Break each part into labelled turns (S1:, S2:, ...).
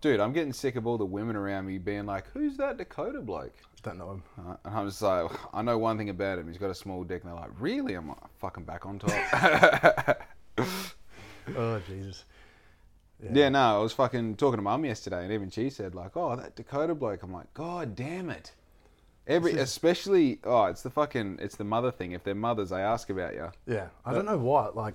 S1: dude, I'm getting sick of all the women around me being like, "Who's that Dakota bloke?"
S2: Don't know him.
S1: Uh, and I'm just like, I know one thing about him. He's got a small dick, and they're like, "Really?" I'm like, "Fucking back on top."
S2: Oh Jesus.
S1: Yeah, no, I was fucking talking to mum yesterday, and even she said like, "Oh, that Dakota bloke." I'm like, "God damn it!" Every, especially, oh, it's the fucking, it's the mother thing. If they're mothers, they ask about you.
S2: Yeah, I don't know why. Like,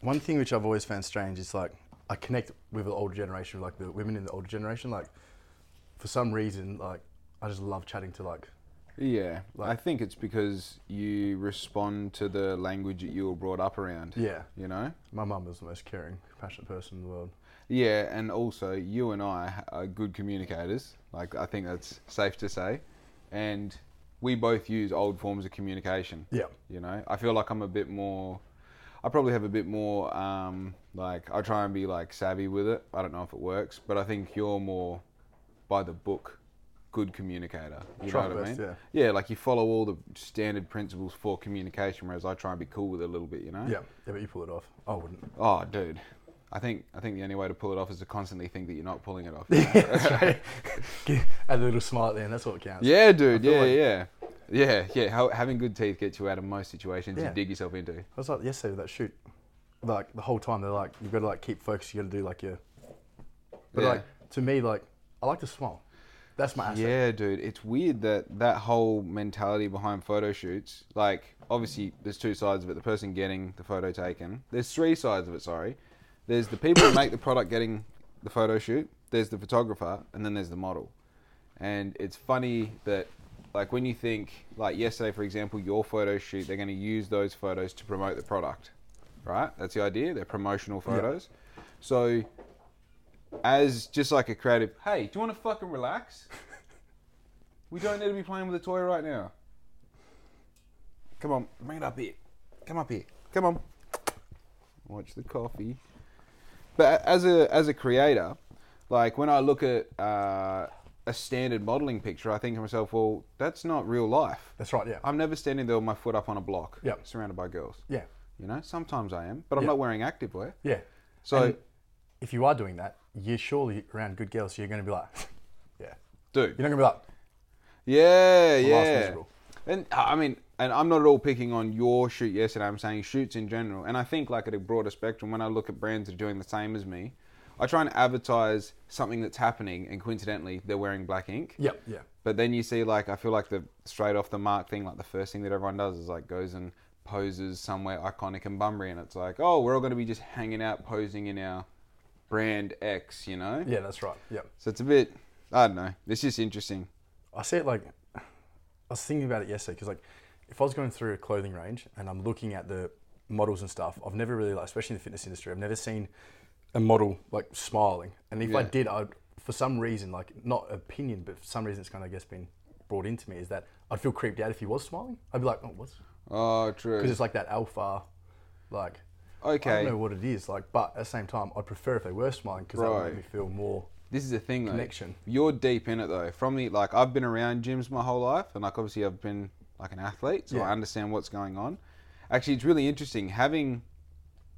S2: one thing which I've always found strange is like I connect with the older generation, like the women in the older generation. Like, for some reason, like I just love chatting to like.
S1: Yeah, I think it's because you respond to the language that you were brought up around.
S2: Yeah,
S1: you know.
S2: my mum was the most caring, compassionate person in the world.
S1: Yeah, and also you and I are good communicators. Like I think that's safe to say, and we both use old forms of communication.
S2: Yeah.
S1: You know, I feel like I'm a bit more. I probably have a bit more. Um, like I try and be like savvy with it. I don't know if it works, but I think you're more by the book, good communicator. You
S2: Try
S1: know
S2: my
S1: what
S2: best,
S1: I mean? Yeah. like you follow all the standard principles for communication, whereas I try and be cool with it a little bit. You know?
S2: Yeah, yeah, but you pull it off. I wouldn't.
S1: Oh, dude. I think I think the only way to pull it off is to constantly think that you're not pulling it off.
S2: Give- Add a little smile there, and that's what counts.
S1: yeah, dude.
S2: feel
S1: Yeah,
S2: like-
S1: yeah, yeah, yeah. How, having good teeth gets you out of most situations
S2: Yeah.
S1: you dig yourself into.
S2: I was like yesterday with that shoot, like the whole time they're like, you've got to like keep focused. You got to do like your. But
S1: Yeah.
S2: like to me, like I like to smile. That's my asset.
S1: Yeah, dude. It's weird that that whole mentality behind photo shoots. Like, obviously, there's two sides of it: the person getting the photo taken. There's three sides of it. Sorry. There's the people who make the product getting the photo shoot. There's the photographer, and then there's the model. And it's funny that, like, when you think, like yesterday, for example, your photo shoot, they're going to use those photos to promote the product, right? That's the idea. They're promotional photos. So, as just like a creative, hey, do you want to fucking relax? We don't need to be playing with a toy right now. Come on, bring it up here. Come up here. Come on. Watch the coffee. But as a as a creator, like when I look at uh, a standard modeling picture, I think to myself, well, that's not real life.
S2: That's right. Yeah.
S1: I'm never standing there with my foot up on a block,
S2: Yep.
S1: surrounded by girls.
S2: yeah.
S1: You know, sometimes I am, but I'm
S2: Yeah.
S1: not wearing activewear.
S2: Yeah.
S1: So,
S2: And if you are doing that, you're surely around good girls. So you're going to be like, yeah.
S1: dude,
S2: You're not going to be like,
S1: Yeah,
S2: last
S1: yeah.
S2: miserable.
S1: And I I mean, and I'm not at all picking on your shoot yesterday. I'm saying shoots in general. And I think, like at a broader spectrum, when I look at brands that are doing the same as me, I try and advertise something that's happening, and coincidentally, they're wearing black ink.
S2: yeah, yeah,
S1: But then you see, like, I feel like the straight off the mark thing, like the first thing that everyone does is like goes and poses somewhere iconic and bummery, and it's like, oh, we're all going to be just hanging out posing in our brand X, you know?
S2: yeah. That's right. Yeah.
S1: So it's a bit, I don't know. It's just interesting.
S2: I see it like I was thinking about it yesterday because like if I was going through a clothing range and I'm looking at the models and stuff, I've never really like especially in the fitness industry, I've never seen a model like smiling. And if I
S1: Yeah.
S2: did, I'd for some reason like not opinion, but for some reason it's kind of I guess been brought into me is that I'd feel creeped out if he was smiling. I'd be like, oh, what's
S1: Oh, true.
S2: because it's like that alpha, like
S1: Okay.
S2: I don't know what it is like, but at the same time, I'd prefer if they were smiling because that would
S1: Right.
S2: make me feel more.
S1: This is the thing, though.
S2: Connection.
S1: You're deep in it, though. From the like, I've been around gyms my whole life, and like, obviously, I've been like an athlete, so
S2: Yeah.
S1: I understand what's going on. Actually, it's really interesting having.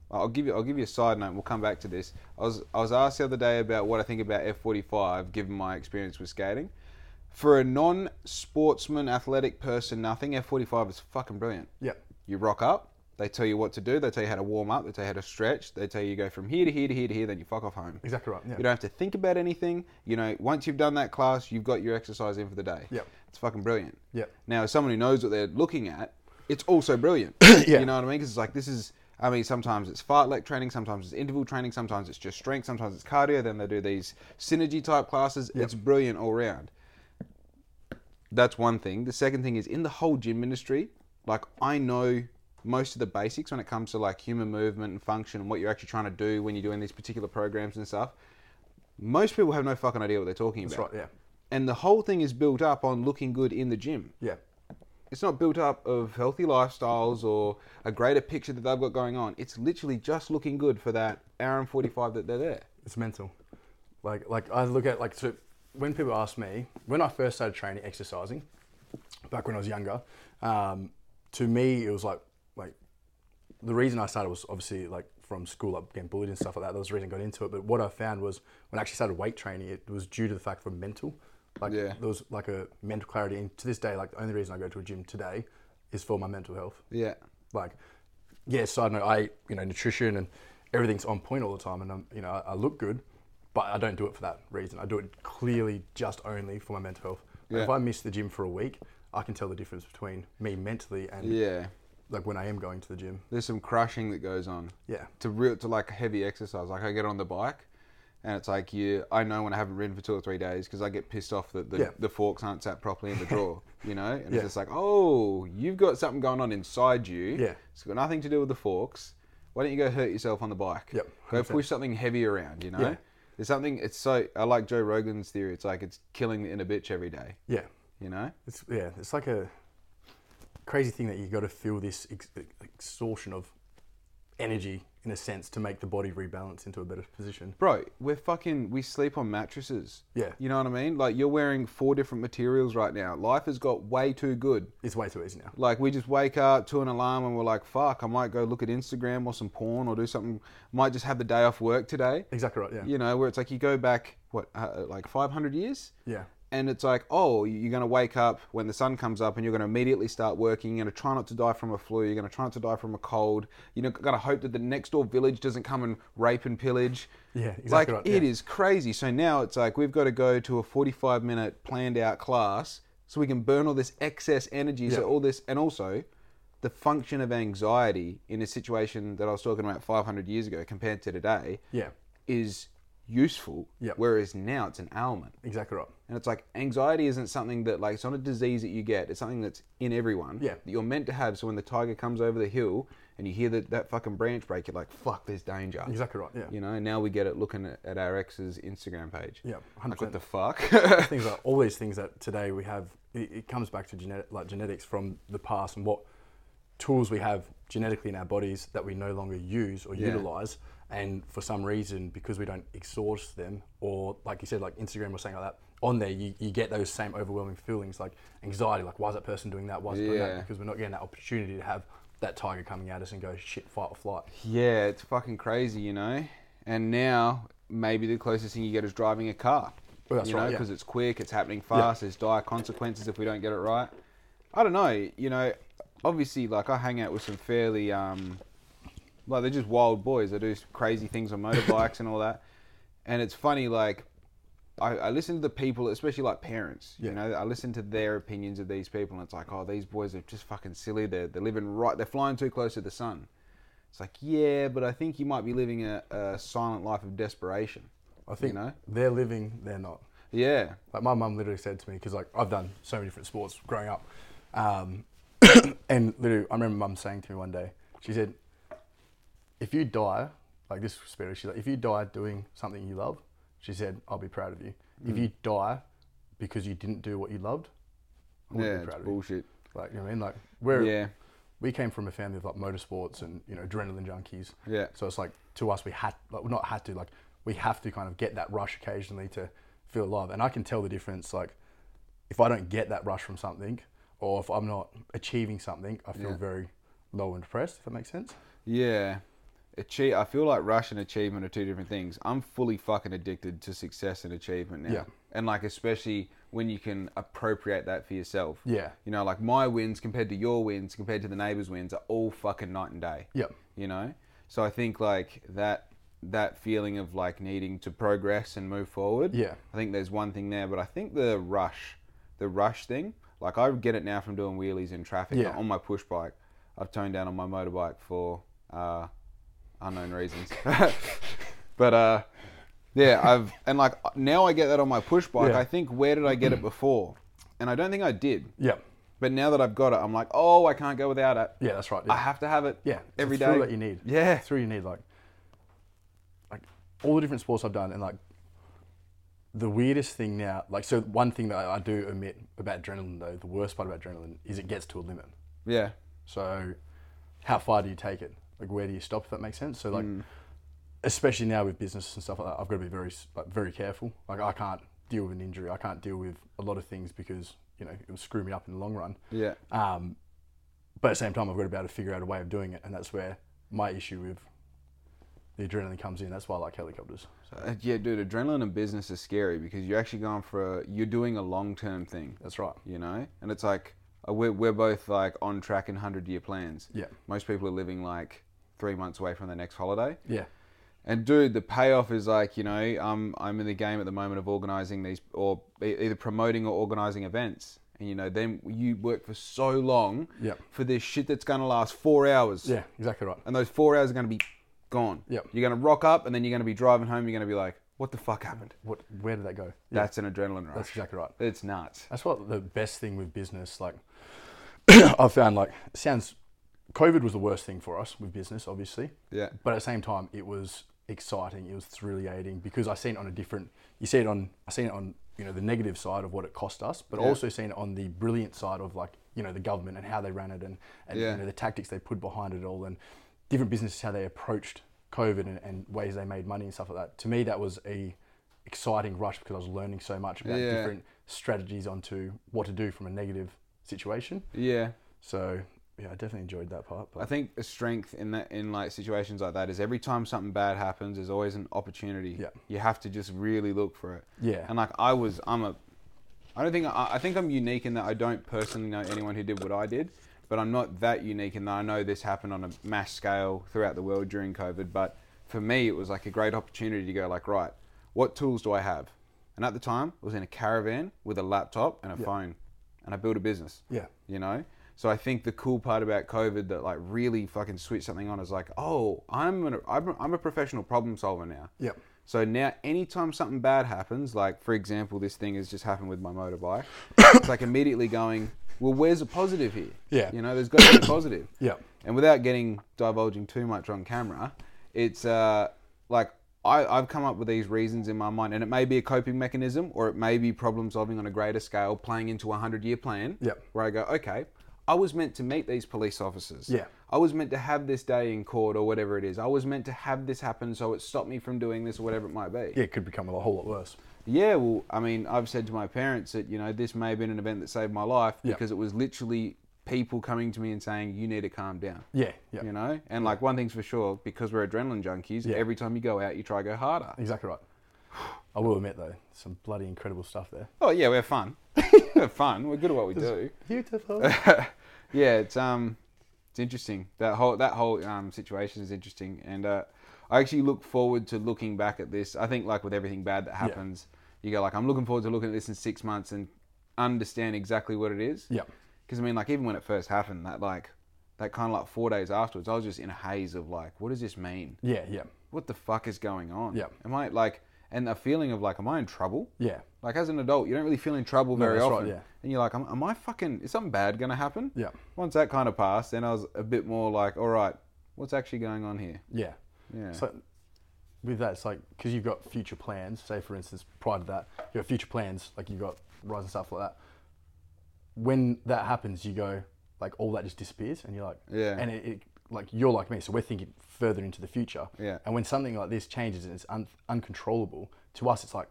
S1: I'll give you. I'll give you a side note. and We'll come back to this. I was. I was asked the other day about what I think about F45, given my experience with skating. For a non-sportsman, athletic person, nothing. F45 is fucking brilliant.
S2: Yeah,
S1: You rock up. They tell you what to do. They tell you how to warm up. They tell you how to stretch. They tell you go from here to here to here to here. Then you fuck off home.
S2: exactly right. Yeah,
S1: You don't have to think about anything. You know, once you've done that class, you've got your exercise in for the day.
S2: Yep.
S1: It's fucking brilliant.
S2: Yep.
S1: Now, as someone who knows what they're looking at, it's also brilliant. You know what I mean? Because it's like, this is, I mean, sometimes it's fartlek training, sometimes it's interval training, sometimes it's just strength, sometimes it's cardio. Then they do these synergy type classes. It's brilliant all round. That's one thing. The second thing is in the whole gym industry, like I know most of the basics when it comes to like human movement and function and what you're actually trying to do when you're doing these particular programs and stuff. Most people have no fucking idea what they're talking
S2: that's
S1: about.
S2: right. Yeah,
S1: And the whole thing is built up on looking good in the gym.
S2: yeah,
S1: It's not built up of healthy lifestyles or a greater picture that they've got going on. It's literally just looking good for that hour and 45 that they're there.
S2: it's mental. Like, like I look at like so when people ask me when I first started training exercising, back when I was younger, um, to me it was like like the reason I started was obviously like from school, like getting bullied and stuff like that. That was the reason I got into it. But what I found was when I actually started weight training, it was due to the fact from mental. Like
S1: Yeah.
S2: there was like a mental clarity. And to this day, like the only reason I go to a gym today is for my mental health.
S1: Yeah.
S2: Like, yeah, side note, I eat, you know nutrition and everything's on point all the time, and I'm you know I, I look good, but I don't do it for that reason. I do it clearly just only for my mental health. Like,
S1: Yeah.
S2: If I miss the gym for a week, I can tell the difference between me mentally and
S1: Yeah.
S2: like when I am going to the gym.
S1: There's some crushing that goes on.
S2: Yeah,
S1: to real to like heavy exercise. Like I get on the bike, and it's like you. I know when I haven't ridden for two or three days because I get pissed off that the,
S2: Yeah.
S1: the forks aren't sat properly in the drawer. you know, and
S2: Yeah.
S1: it's just like, oh, you've got something going on inside you.
S2: Yeah.
S1: it's got nothing to do with the forks. Why don't you go hurt yourself on the bike?
S2: Yep,
S1: Go
S2: 100%.
S1: push something heavy around. You know,
S2: Yeah.
S1: there's something. It's so I like Joe Rogan's theory. It's like it's killing the inner bitch every day.
S2: yeah,
S1: You know.
S2: it's yeah, it's like a crazy thing that you got to feel this ex- exhaustion of energy in a sense to make the body rebalance into a better position.
S1: Bro, we're fucking. We sleep on mattresses.
S2: Yeah.
S1: You know what I mean? Like you're wearing four different materials right now. Life has got way too good.
S2: It's way too easy now.
S1: Like we just wake up to an alarm and we're like, "Fuck, I might go look at Instagram or some porn or do something. Might just have the day off work today."
S2: Exactly right. Yeah.
S1: You know, where it's like you go back what uh, like 500 years.
S2: Yeah.
S1: And it's like, oh, you're going to wake up when the sun comes up and you're going to immediately start working. You're going to try not to die from a flu. You're going to try not to die from a cold. You're going to hope that the next door village doesn't come and rape and pillage.
S2: Yeah, exactly
S1: Like,
S2: right,
S1: it
S2: yeah.
S1: is crazy. So now it's like we've got to go to a 45 minute planned out class so we can burn all this excess energy. So
S2: Yeah.
S1: all this, and also the function of anxiety in a situation that I was talking about 500 years ago compared to today
S2: Yeah.
S1: is useful.
S2: Yeah.
S1: Whereas now it's an ailment.
S2: Exactly right.
S1: And it's like anxiety isn't something that like it's not a disease that you get. It's something that's in everyone.
S2: Yeah.
S1: That you're meant to have. So when the tiger comes over the hill and you hear that that fucking branch break, you're like, fuck, there's danger.
S2: Exactly right. Yeah.
S1: You know. And now we get it looking at, at our ex's Instagram page.
S2: Yeah,
S1: Like what
S2: 100%.
S1: the fuck?
S2: things like all these things that today we have, it, it comes back to genetic, like genetics from the past and what tools we have genetically in our bodies that we no longer use or
S1: Yeah.
S2: utilize. And for some reason, because we don't exhaust them, or like you said, like Instagram or something like that, on there you, you get those same overwhelming feelings like anxiety, like why is that person doing that? Why is it doing that?
S1: Yeah.
S2: Because we're not getting that opportunity to have that tiger coming at us and go shit, fight or flight.
S1: yeah, it's fucking crazy, you know. And now maybe the closest thing you get is driving a car.
S2: Well, that's
S1: you know,
S2: right, yeah.
S1: because it's quick, it's happening fast. There's dire consequences if we don't get it right. I don't know. You know, obviously, like I hang out with some fairly, um, like they're just wild boys. They do crazy things on motorbikes and all that. And it's funny, like I, I listen to the people, especially like parents. You
S2: Yeah.
S1: know, I listen to their opinions of these people, and it's like, oh, these boys are just fucking silly. They're they're living right. They're flying too close to the sun. It's like, yeah, but I think you might be living a, a silent life of desperation.
S2: I think
S1: know?
S2: they're living, they're not.
S1: Yeah,
S2: Like my mum literally said to me because like I've done so many different sports growing up, um, and literally I remember mum saying to me one day, she said, "If you die, like this spirit, she's like, if you die doing something you love, she said, I'll be proud of you. If
S1: Mm.
S2: you die because you didn't do what you loved, I wouldn't
S1: yeah,
S2: be
S1: it's
S2: proud of you.
S1: bullshit.
S2: Like you know what I mean? Like we're
S1: Yeah.
S2: we came from a family of like motorsports and you know adrenaline junkies.
S1: Yeah.
S2: So it's like to us we had like not had to like we have to kind of get that rush occasionally to feel love. And I can tell the difference like if I don't get that rush from something or if I'm not achieving something, I feel
S1: Yeah.
S2: very low and depressed. If that makes sense.
S1: Yeah. Achie- I feel like rush and achievement are two different things. I'm fully fucking addicted to success and achievement now.
S2: Yeah.
S1: And like especially when you can appropriate that for yourself.
S2: Yeah.
S1: You know, like my wins compared to your wins compared to the neighbor's wins are all fucking night and day.
S2: Yeah.
S1: You know? So I think like that that feeling of like needing to progress and move forward.
S2: Yeah.
S1: I think there's one thing there, but I think the rush, the rush thing, like I get it now from doing wheelies in traffic
S2: Yeah.
S1: on my push bike. I've toned down on my motorbike for uh, unknown reasons. but uh, yeah, I've and like now I get that on my push bike.
S2: Yeah.
S1: I think where did I get it before? And I don't think I did.
S2: Yeah.
S1: But now that I've got it, I'm like, oh, I can't go without it.
S2: Yeah, that's right.
S1: I have to have it.
S2: Yeah, it's
S1: every
S2: a
S1: day.
S2: thrill that you need.
S1: Yeah.
S2: it's a thrill you need. Like, like all the different sports I've done, and like the weirdest thing now, like so one thing that I, I do admit about adrenaline though, the worst part about adrenaline is it gets to a limit.
S1: Yeah.
S2: So, how far do you take it? Like, where do you stop? If that makes sense. So, like,
S1: Mm.
S2: especially now with business and stuff like that, I've got to be very, s- like, very careful. Like, I can't deal with an injury. I can't deal with a lot of things because you know it will screw me up in the long run.
S1: Yeah.
S2: Um, but at the same time, I've got to be able to figure out a way of doing it, and that's where my issue with the adrenaline comes in. That's why I like helicopters.
S1: Uh, yeah, dude, adrenaline in business is scary because you're actually going for a, you're doing a long term thing,
S2: That's right.
S1: you know, and it's like uh, we're we're both like on track in hundred year plans.
S2: Yeah.
S1: most people are living like three months away from their next holiday.
S2: Yeah.
S1: And dude, the payoff is like you know I'm I'm in the game at the moment of organizing these or e- either promoting or organizing events, and you know then you work for so long
S2: Yep.
S1: for this shit that's gonna last four hours.
S2: Yeah. Exactly right.
S1: and those four hours are going to be gone.
S2: Yep.
S1: You're going to rock up, and then you're going to be driving home. You're going to be like, "What the fuck happened?"
S2: What? Where did that go?
S1: That's an adrenaline rush.
S2: That's exactly right.
S1: It's nuts.
S2: That's what the best thing with business, like I found, like it sounds, COVID was the worst thing for us with business, obviously.
S1: Yeah.
S2: But at the same time, it was exciting. It was thrilling because I seen it on a different. You see it on. I seen it on you know the negative side of what it cost us, but
S1: Yeah.
S2: also seen it on the brilliant side of like you know the government and how they ran it and and
S1: Yeah.
S2: you know the tactics they put behind it all and different businesses how they approached COVID and, and ways they made money and stuff like that. To me, that was a exciting rush because I was learning so much about
S1: Yeah.
S2: different strategies onto what to do from a negative situation.
S1: Yeah.
S2: So yeah, I definitely enjoyed that part.
S1: I
S2: But
S1: think a strength in that in like situations like that is every time something bad happens, there's always an opportunity.
S2: Yeah.
S1: You have to just really look for it.
S2: Yeah.
S1: And like I was, I'm a, I don't think I, I think I'm unique in that I don't personally know anyone who did what I did, but I'm not that unique in that I know this happened on a mass scale throughout the world during COVID. But for me, it was like a great opportunity to go like, right, what tools do I have? And at the time, I was in a caravan with a laptop and a phone, and I built a business
S2: yeah,
S1: you know so i think the cool part about covid that like really fucking switched something on is like oh i'm an, I'm, a- I'm a professional problem solver now
S2: Yep.
S1: so now anytime something bad happens like for example this thing has just happened with my motorbike it's like immediately going well where's a positive here
S2: Yeah.
S1: you know there's got to be a positive
S2: Yep.
S1: and without getting divulging too much on camera it's uh like I, I've come up with these reasons in my mind, and it may be a coping mechanism, or it may be problem solving on a greater scale, playing into a hundred-year plan
S2: Yep.
S1: where I go, okay, I was meant to meet these police officers.
S2: Yeah.
S1: I was meant to have this day in court or whatever it is. I was meant to have this happen, so it stopped me from doing this or whatever it might be.
S2: yeah, it could become a whole lot worse.
S1: Yeah, well, I mean, I've said to my parents that, you know, this may have been an event that saved my life
S2: Yeah.
S1: because it was literally people coming to me and saying, you need to calm down.
S2: Yeah, yeah,
S1: You know? And like, one thing's for sure, because we're adrenaline junkies,
S2: Yeah.
S1: every time you go out, you try to go harder.
S2: exactly right. I will admit though, some bloody incredible stuff there.
S1: Oh, yeah, we have fun. we have fun. We're good at what we do.
S2: Beautiful.
S1: yeah, it's um, it's interesting. That whole that whole um, situation is interesting, and uh, I actually look forward to looking back at this. I think like with everything bad that happens, you go like, I'm looking forward to looking at this in six months and understand exactly what it is.
S2: Yep.
S1: Because I mean, like even when it first happened, that like that kind of like four days afterwards, I was just in a haze of like, what does this mean?
S2: yeah, yeah,
S1: What the fuck is going on?
S2: Yeah.
S1: Am I like, and a feeling of like, am I in trouble?
S2: yeah,
S1: Like as an adult, you don't really feel in trouble very
S2: that's right,
S1: often,
S2: yeah.
S1: and you're like, am, "Am I fucking? Is something bad gonna happen?"
S2: Yeah.
S1: Once that kind of passed, then I was a bit more like, "All right, what's actually going on here?"
S2: yeah.
S1: Yeah.
S2: So with that, it's like because you've got future plans. Say for instance, prior to that, you have future plans like you've got rise and stuff like that. When that happens, you go like all that just disappears, and you're like,
S1: Yeah.
S2: and it, it like you're like me, so we're thinking further into the future.
S1: Yeah.
S2: And when something like this changes and it's un- uncontrollable to us, it's like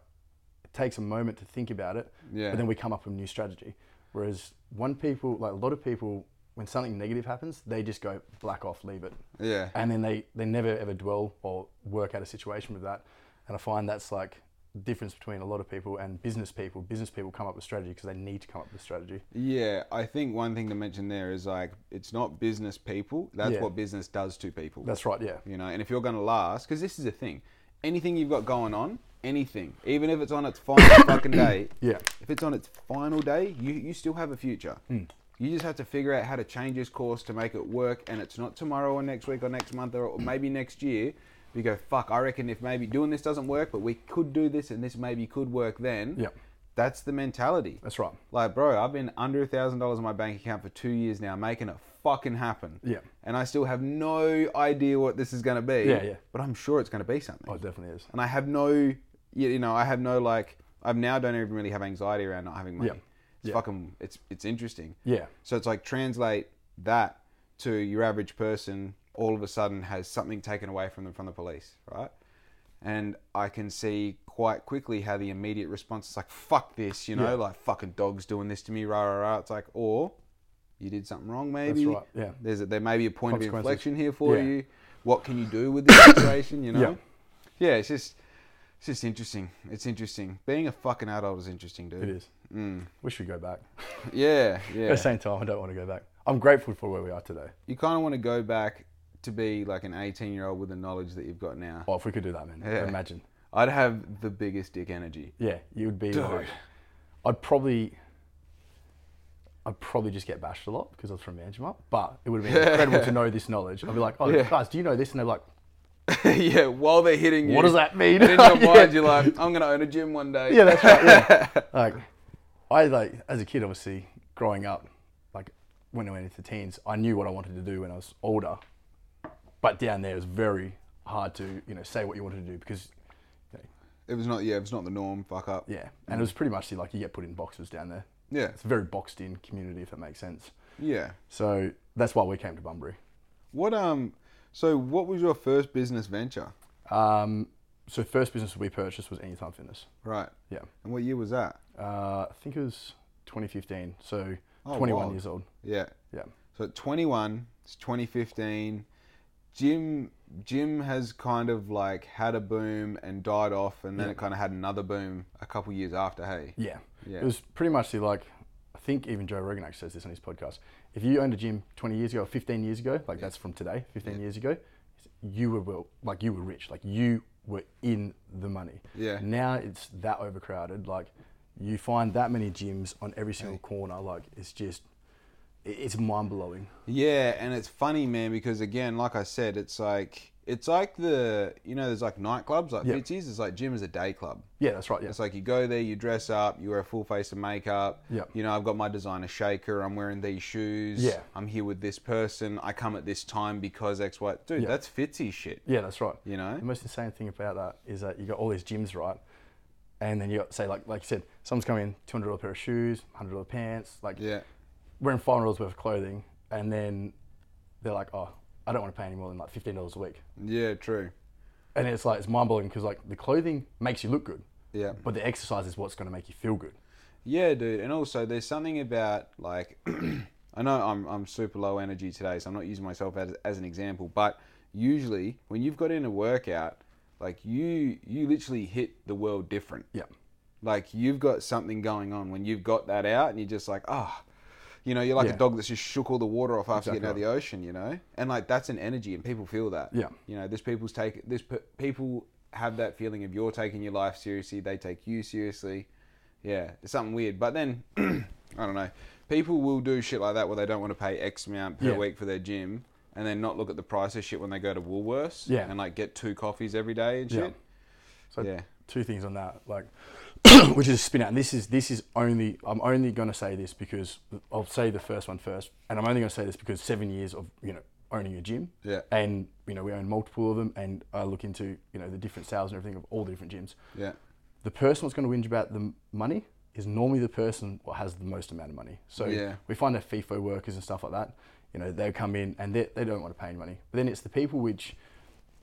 S2: it takes a moment to think about it.
S1: Yeah.
S2: But then we come up with a new strategy. Whereas one people, like a lot of people, when something negative happens, they just go black off, leave it
S1: Yeah.
S2: and then they, they never ever dwell or work out a situation with that and i find that's like the difference between a lot of people and business people business people come up with strategy because they need to come up with strategy
S1: Yeah, I think one thing to mention there is like, it's not business people. That's
S2: Yeah.
S1: what business does to people.
S2: that's right yeah
S1: you know. And if you're gonna last, because this is a thing, anything you've got going on, anything, even if it's on its final fucking day,
S2: Yeah.
S1: If it's on its final day, you you still have a future.
S2: Hmm.
S1: You just have to figure out how to change its course to make it work, and it's not tomorrow or next week or next month or, or maybe next year. You go, fuck, I reckon if maybe doing this doesn't work, but we could do this and this maybe could work then.
S2: Yeah.
S1: That's the mentality.
S2: That's right.
S1: Like, bro, I've been under a thousand dollars in my bank account for two years now, making it fucking happen.
S2: Yeah.
S1: And I still have no idea what this is going to be.
S2: Yeah, yeah.
S1: But I'm sure it's going to be something.
S2: oh it definitely is
S1: And I have no, you know, I have no like. I've now don't even really have anxiety around not having money.
S2: Yeah.
S1: It's
S2: Yeah.
S1: fucking. It's it's interesting.
S2: Yeah.
S1: So it's like translate that to your average person. All of a sudden, has something taken away from them from the police, right? And I can see quite quickly how the immediate response is like, "Fuck this," you know,
S2: Yeah.
S1: like fucking dogs doing this to me, rah rah rah. It's like, or you did something wrong, maybe.
S2: right, yeah.
S1: There's a, there may be a point of
S2: Consequences.
S1: inflection here for
S2: Yeah.
S1: you what can you do with this situation? You know.
S2: Yeah.
S1: Yeah, it's just it's just interesting. It's interesting. Being a fucking adult is interesting, dude.
S2: It is. We should go back.
S1: Yeah,
S2: At
S1: Mm. yeah.
S2: the same time, I don't want to go back. I'm grateful for where we are today.
S1: You kind of want to go back to be like an 18 year old with the knowledge that you've got now.
S2: Well, if we could do that, man,
S1: Yeah.
S2: imagine.
S1: I'd have the biggest dick energy.
S2: Yeah, you would be.
S1: Dude.
S2: like- I'd probably. I'd probably just get bashed a lot because I was from Manjimup, but it would have been incredible to know this knowledge. I'd be like, "Oh,
S1: Yeah.
S2: guys, do you know this?" And they're like,
S1: yeah, while they're hitting you.
S2: "What does that mean?"
S1: And in your
S2: Yeah.
S1: mind, you're like, I'm going to own a gym one day.
S2: Yeah, that's right. Yeah. like, I like as a kid, obviously growing up, like when I went into teens, I knew what I wanted to do when I was older. But down there, it was very hard to you know say what you wanted to do because you know,
S1: It was not, yeah, it was not the norm. Fuck up.
S2: yeah, and it was pretty much like you get put in boxes down there.
S1: Yeah.
S2: It's a very boxed in community, if that makes sense.
S1: Yeah.
S2: So that's why we came to Bunbury.
S1: What, um, so what was your first business venture?
S2: Um, so first business we purchased was Anytime Fitness.
S1: Right.
S2: Yeah,
S1: And what year was that?
S2: uh, I think it was 2015. So
S1: Oh,
S2: 21
S1: wow.
S2: years old.
S1: Yeah.
S2: Yeah.
S1: So at 21, it's 2015. Jim Jim has kind of like had a boom and died off, and then it kind of had another boom a couple years after. Hey,
S2: Yeah.
S1: Yeah.
S2: It was pretty much the, like, I think even Joe Rogan actually says this on his podcast. If you owned a gym 20 years ago or 15 years ago, like that's from today, 15 years ago, you were well, like you were rich, like you were in the money.
S1: Yeah.
S2: Now it's that overcrowded. Like you find that many gyms on every single corner. Like it's just, it- it's mind blowing.
S1: yeah, and it's funny, man, because again, like I said, it's like it's like the you know, there's like nightclubs, like
S2: Yeah.
S1: Fitzy's. It's like gym is a day club.
S2: Yeah, that's right. Yeah.
S1: It's like you go there, you dress up, you wear a full face of makeup.
S2: Yep.
S1: You know, I've got my designer shaker. I'm wearing these shoes.
S2: Yeah.
S1: I'm here with this person. I come at this time because X, Y. Dude, that's Fitzy shit.
S2: Yeah, that's right.
S1: You know?
S2: the most insane thing about that is that you got all these gyms, right? And then you got say like like you said, someone's coming in two hundred dollar pair of shoes, hundred dollar pants, like
S1: Yeah.
S2: wearing five hundred dollars worth of clothing, and then they're like, oh, I don't want to pay any more than like fifteen dollars a week,
S1: Yeah. True.
S2: and it's like it's mind blowing because like the clothing makes you look good,
S1: Yeah.
S2: but the exercise is what's going to make you feel good.
S1: Yeah, dude. And also, there's something about like, I know I'm I'm super low energy today, so I'm not using myself as as an example. But usually, when you've got in a workout, like you you literally hit the world different.
S2: Yeah,
S1: Like you've got something going on when you've got that out, and you're just like, ah. You know, you're like
S2: Yeah.
S1: a dog that's just shook all the water off after getting out of
S2: Exactly
S1: the ocean. You know, and like that's an energy, and people feel that.
S2: Yeah.
S1: You know, this people's take this pe- people have that feeling of you're taking your life seriously. They take you seriously. Yeah, it's something weird. But then I don't know. People will do shit like that where they don't want to pay X amount per
S2: Yeah.
S1: week for their gym, and then not look at the price of shit when they go to Woolworths.
S2: Yeah.
S1: And like get two coffees every day and
S2: Yeah.
S1: shit.
S2: so
S1: Yeah.
S2: two things on that, like which is a spin out. And this is this is only I'm only going to say this because I'll say the first one first, and I'm only going to say this because seven years of you know owning a gym,
S1: Yeah.
S2: and you know we own multiple of them, and I look into you know the different sales and everything of all the different gyms.
S1: Yeah.
S2: The person that's going to whinge about the m- money is normally the person what has the most amount of money. So
S1: Yeah.
S2: we find our FIFO workers and stuff like that. You know they come in and they they don't want to pay any money. But then it's the people which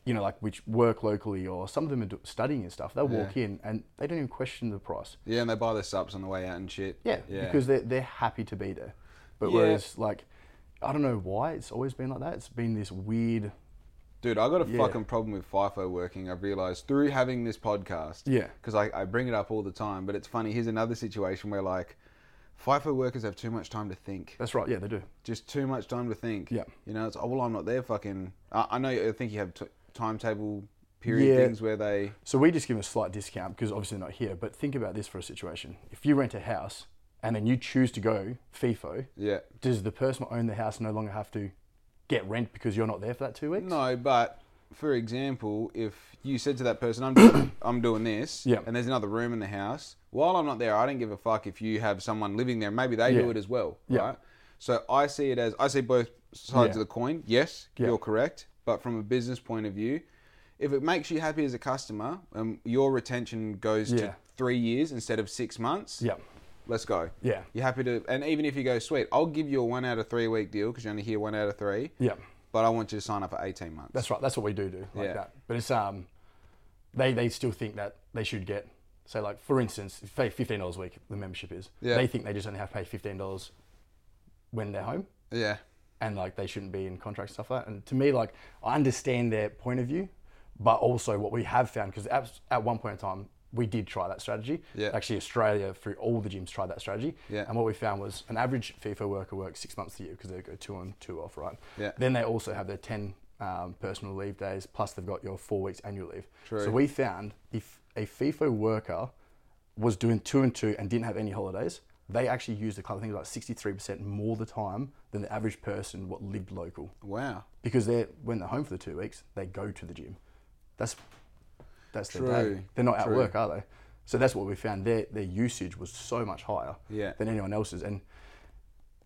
S2: you know, like which work locally, or some of them are do- studying and stuff. They'll walk in and they don't even question the price.
S1: Yeah, and they buy their subs on the way out and shit.
S2: Yeah,
S1: Yeah.
S2: because they're, they're happy to be there. But
S1: Yeah.
S2: whereas, like, I don't know why it's always been like that. It's been this weird.
S1: Dude, I got a
S2: Yeah.
S1: fucking problem with FIFO working. I've realized through having this podcast.
S2: Yeah.
S1: Because I, I bring it up all the time, but it's funny. Here's another situation where like FIFO workers have too much time to think.
S2: That's right. Yeah, they do.
S1: Just too much time to think.
S2: Yeah.
S1: You know, it's oh well, I'm not there. Fucking. I, I know. you- I think you have t- timetable period
S2: Yeah.
S1: things where they.
S2: So we just give them a slight discount because obviously they're not here. But think about this for a situation: if you rent a house and then you choose to go FIFO,
S1: Yeah.
S2: does the person who owned the house no longer have to get rent because you're not there for that two weeks?
S1: No, but for example, if you said to that person, "I'm doing, I'm doing this,"
S2: Yeah.
S1: and there's another room in the house, while I'm not there, I don't give a fuck if you have someone living there. Maybe they do
S2: Yeah.
S1: it as well,
S2: Yeah.
S1: right? So I see it as I see both sides of
S2: Yeah.
S1: the coin. Yes,
S2: Yeah.
S1: you're correct, but from a business point of view, if it makes you happy as a customer, um, your retention goes
S2: Yeah.
S1: to three years instead of six months.
S2: Yeah.
S1: Let's go.
S2: Yeah.
S1: You're happy to, and even if you go, sweet, I'll give you a one out of three week deal because you're only here one out of three.
S2: Yeah.
S1: But I want you to sign up for 18 months.
S2: That's right. That's what we do do like
S1: Yeah.
S2: that. But it's um, they they still think that they should get say like for instance, if pay fifteen dollars a week. The membership is.
S1: Yeah.
S2: They think they just only have to pay fifteen dollars when they're home.
S1: Yeah.
S2: and like they shouldn't be in contracts and stuff like that. And to me, like I understand their point of view, but also what we have found because at, at one point in time we did try that strategy.
S1: Yeah.
S2: Actually, Australia through all the gyms tried that strategy.
S1: Yeah.
S2: And what we found was an average FIFA worker works six months a year because they go two on, two off, right?
S1: Yeah.
S2: Then they also have their ten um, personal leave days plus they've got your four weeks annual leave.
S1: True.
S2: So we found if a FIFA worker was doing two and two and didn't have any holidays, they actually used the club. I think it was like sixty-three percent more the time than the average person what lived local
S1: Wow.
S2: because they are when they're home for the two weeks, they go to the gym. That's that's their
S1: True,
S2: day. They're not
S1: true.
S2: at work, are they? So that's what we found. Their their usage was so much higher
S1: Yeah.
S2: than anyone else's, and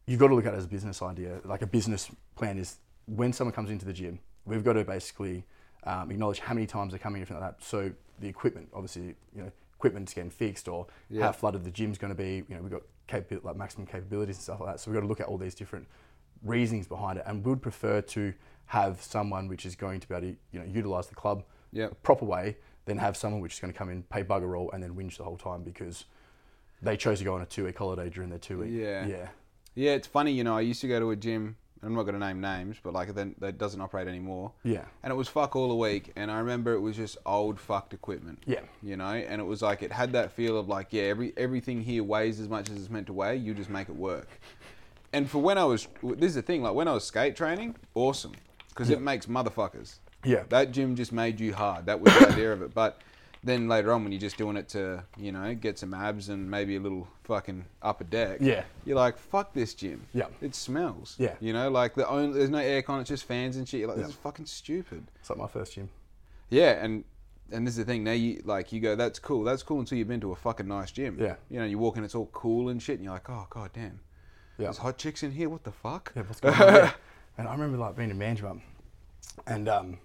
S2: you've got to look at it as a business idea. Like a business plan is when someone comes into the gym, we've got to basically um, acknowledge how many times they're coming, everything like that. So the equipment, obviously, you know, equipment's getting fixed or
S1: Yeah.
S2: how flooded the gym's going to be. You know, we've got capabil like maximum capabilities and stuff like that. So we've got to look at all these different reasonings behind it, and we would prefer to have someone which is going to be able to you know utilize the club
S1: Yeah.
S2: a proper way than have someone which is going to come in, pay bugger all, and then whinge the whole time because they chose to go on a two week holiday during their two week.
S1: Yeah.
S2: Yeah.
S1: Yeah, it's funny, you know, I used to go to a gym, and I'm not going to name names, but like then that doesn't operate anymore.
S2: Yeah.
S1: And it was fuck all a week, and I remember it was just old fucked equipment.
S2: Yeah.
S1: You know, and it was like it had that feel of like, yeah, every everything here weighs as much as it's meant to weigh, you just make it work. And for when I was this is the thing, like when I was skate training, awesome, cuz it makes motherfuckers.
S2: Yeah.
S1: That gym just made you hard. That was the idea of it. But then later on when you're just doing it to, you know, get some abs and maybe a little fucking upper deck.
S2: Yeah.
S1: You're like, fuck this gym.
S2: Yeah.
S1: It smells.
S2: Yeah.
S1: You know, like the only there's no aircon, it's just fans and shit. You're like,
S2: Yeah.
S1: this is fucking stupid.
S2: It's like my first gym.
S1: Yeah, and and this is the thing. Now you like you go, that's cool. That's cool until you've been to a fucking nice gym.
S2: Yeah.
S1: You know, you walk in, it's all cool and shit, and you're like, oh god damn.
S2: Yeah.
S1: There's hot chicks in here. What the fuck?
S2: Yeah, what's going on? Yeah. And I remember like being in Manjimup, and um,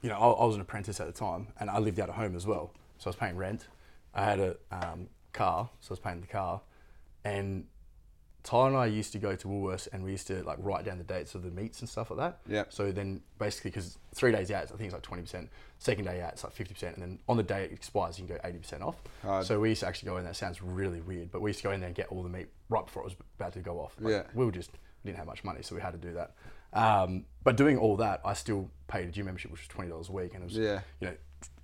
S2: you know, I, I was an apprentice at the time, and I lived out of home as well, so I was paying rent. I had a um, car, so I was paying the car, and Tyler and I used to go to Woolworths, and we used to like write down the dates of the meats and stuff like that.
S1: Yeah.
S2: So then basically, because three days out, I think it's like twenty percent. Second day out, it's like fifty percent, and then on the day it expires, you can go eighty percent off.
S1: Hard.
S2: So we used to actually go in. That sounds really weird, but we used to go in there and get all the meat right before it was about to go off. Like,
S1: Yeah.
S2: we were just we didn't have much money, so we had to do that. Um, but doing all that, I still paid a gym membership, which was twenty dollars a week, and it was
S1: Yeah.
S2: you know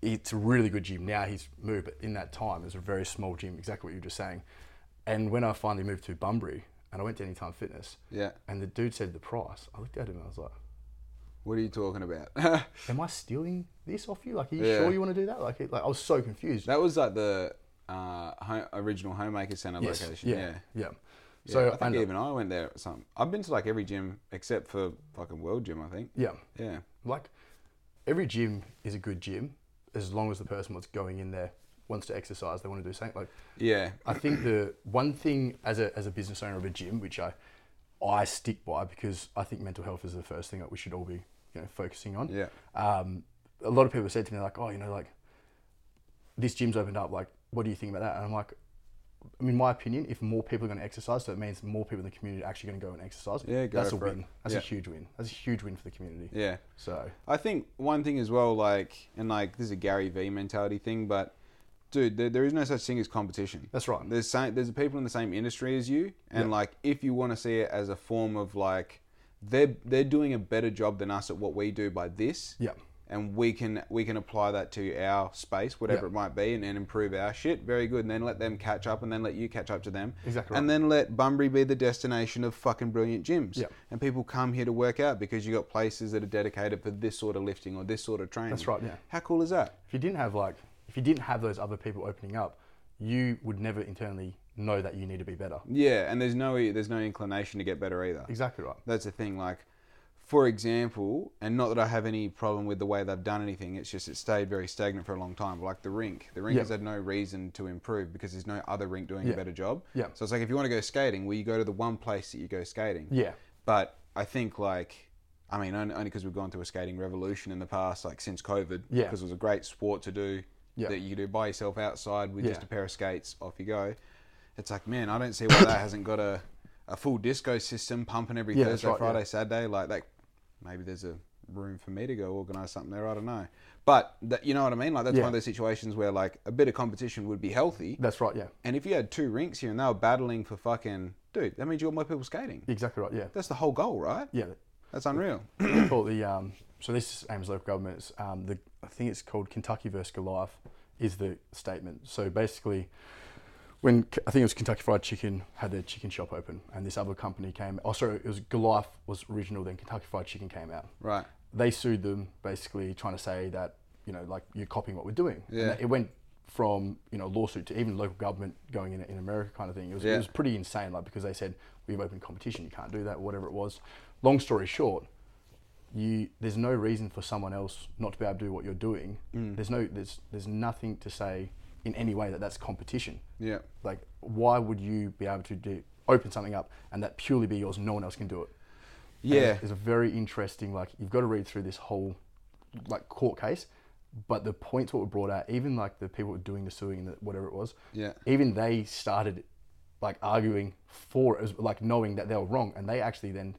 S2: it's a really good gym now. He's moved, but in that time, it was a very small gym, exactly what you were just saying. And when I finally moved to Bunbury, and I went to Anytime Fitness,
S1: Yeah.
S2: and the dude said the price, I looked at him and I was like,
S1: What are you talking about?
S2: "Am I stealing this off you? Like, are you
S1: Yeah.
S2: sure you want to do that?" Like, it, like I was so confused.
S1: that was like the uh, ho- original Homemaker Center
S2: Yes.
S1: location.
S2: yeah,
S1: Yeah.
S2: yeah.
S1: Yeah,
S2: So
S1: I
S2: I
S1: think
S2: know-
S1: even I went there. At some. I've been to like every gym except for fucking World Gym. I think.
S2: yeah.
S1: Yeah.
S2: like every gym is a good gym as long as the person that's going in there wants to exercise they want to do something like
S1: Yeah.
S2: i think the one thing as a, as a business owner of a gym which i i stick by because i think mental health is the first thing that we should all be you know focusing on
S1: Yeah.
S2: um, a lot of people said to me like, oh, you know, like this gym's opened up. Like, what do you think about that? And I'm like, I mean, my opinion, if more people are going to exercise, so it means more people in the community are actually going to go and exercise.
S1: Yeah, go
S2: that's a
S1: for it.
S2: win. That's
S1: Yeah.
S2: a huge win. That's a huge win for the community.
S1: Yeah.
S2: So
S1: I think one thing as well, like, and like this is a Gary V mentality thing, but dude, there, there is no such thing as competition.
S2: that's right.
S1: There's same, there's people in the same industry as you, and
S2: Yeah.
S1: like if you want to see it as a form of like they're they're doing a better job than us at what we do by this,
S2: Yeah.
S1: and we can we can apply that to our space, whatever
S2: Yeah.
S1: it might be, and, and improve our shit. Very good, and then let them catch up, and then let you catch up to them,
S2: Exactly
S1: and
S2: right.
S1: then let Bunbury be the destination of fucking brilliant gyms,
S2: Yeah.
S1: and people come here to work out because you got places that are dedicated for this sort of lifting or this sort of training.
S2: That's right, yeah.
S1: How cool is that?
S2: If you didn't have like, if you didn't have those other people opening up, you would never internally know that you need to be better.
S1: Yeah, and there's no there's no inclination to get better either.
S2: Exactly right.
S1: That's the thing. Like, for example, and not that I have any problem with the way they've done anything. It's just it stayed very stagnant for a long time. Like the rink, the rink
S2: Yeah.
S1: has had no reason to improve because there's no other rink doing a
S2: Yeah.
S1: better job.
S2: Yeah.
S1: So it's like if you want to go skating, well, you go to the one place that you go skating.
S2: Yeah.
S1: But I think like. I mean, only because we've gone through a skating revolution in the past, like since COVID,
S2: Yeah.
S1: because it was a great sport to do
S2: Yeah.
S1: that you could do by yourself outside with
S2: Yeah.
S1: just a pair of skates, off you go. It's like, man, I don't see why that hasn't got a, a full disco system pumping every
S2: Yeah, that's
S1: Thursday,
S2: right, yeah.
S1: Friday, Saturday. Like that, maybe there's a room for me to go organise something there. I don't know, but that, you know what I mean. Like that's
S2: Yeah.
S1: one of those situations where like a bit of competition would be healthy.
S2: That's right. Yeah.
S1: And if you had two rinks here and they were battling for fucking dude, that means you got more people skating.
S2: Exactly right. Yeah.
S1: That's the whole goal, right?
S2: Yeah.
S1: That's unreal.
S2: They call it the um, so this aims local government. It's, um, the I think it's called Kentucky versus Goliath is the statement. So basically, when K- I think it was Kentucky Fried Chicken had their chicken shop open, and this other company came. Oh, sorry, it was Goliath was original. Then Kentucky Fried Chicken came out.
S1: Right.
S2: They sued them, basically trying to say that you know like you're copying what we're doing. And
S1: Yeah.
S2: it went from you know lawsuit to even local government going in in America kind of thing. It was,
S1: Yeah.
S2: it was pretty insane, like because they said we've opened competition, you can't do that, whatever it was. Long story short, you there's no reason for someone else not to be able to do what you're doing.
S1: Mm.
S2: There's no there's there's nothing to say in any way that that's competition.
S1: Yeah.
S2: Like why would you be able to do open something up and that purely be yours? No one else can do it. And
S1: Yeah.
S2: it's, it's a very interesting. Like you've got to read through this whole like court case, but the points what were brought out, even like the people who were doing the suing and the, whatever it was,
S1: Yeah.
S2: even they started like arguing for it, was like knowing that they were wrong, and they actually then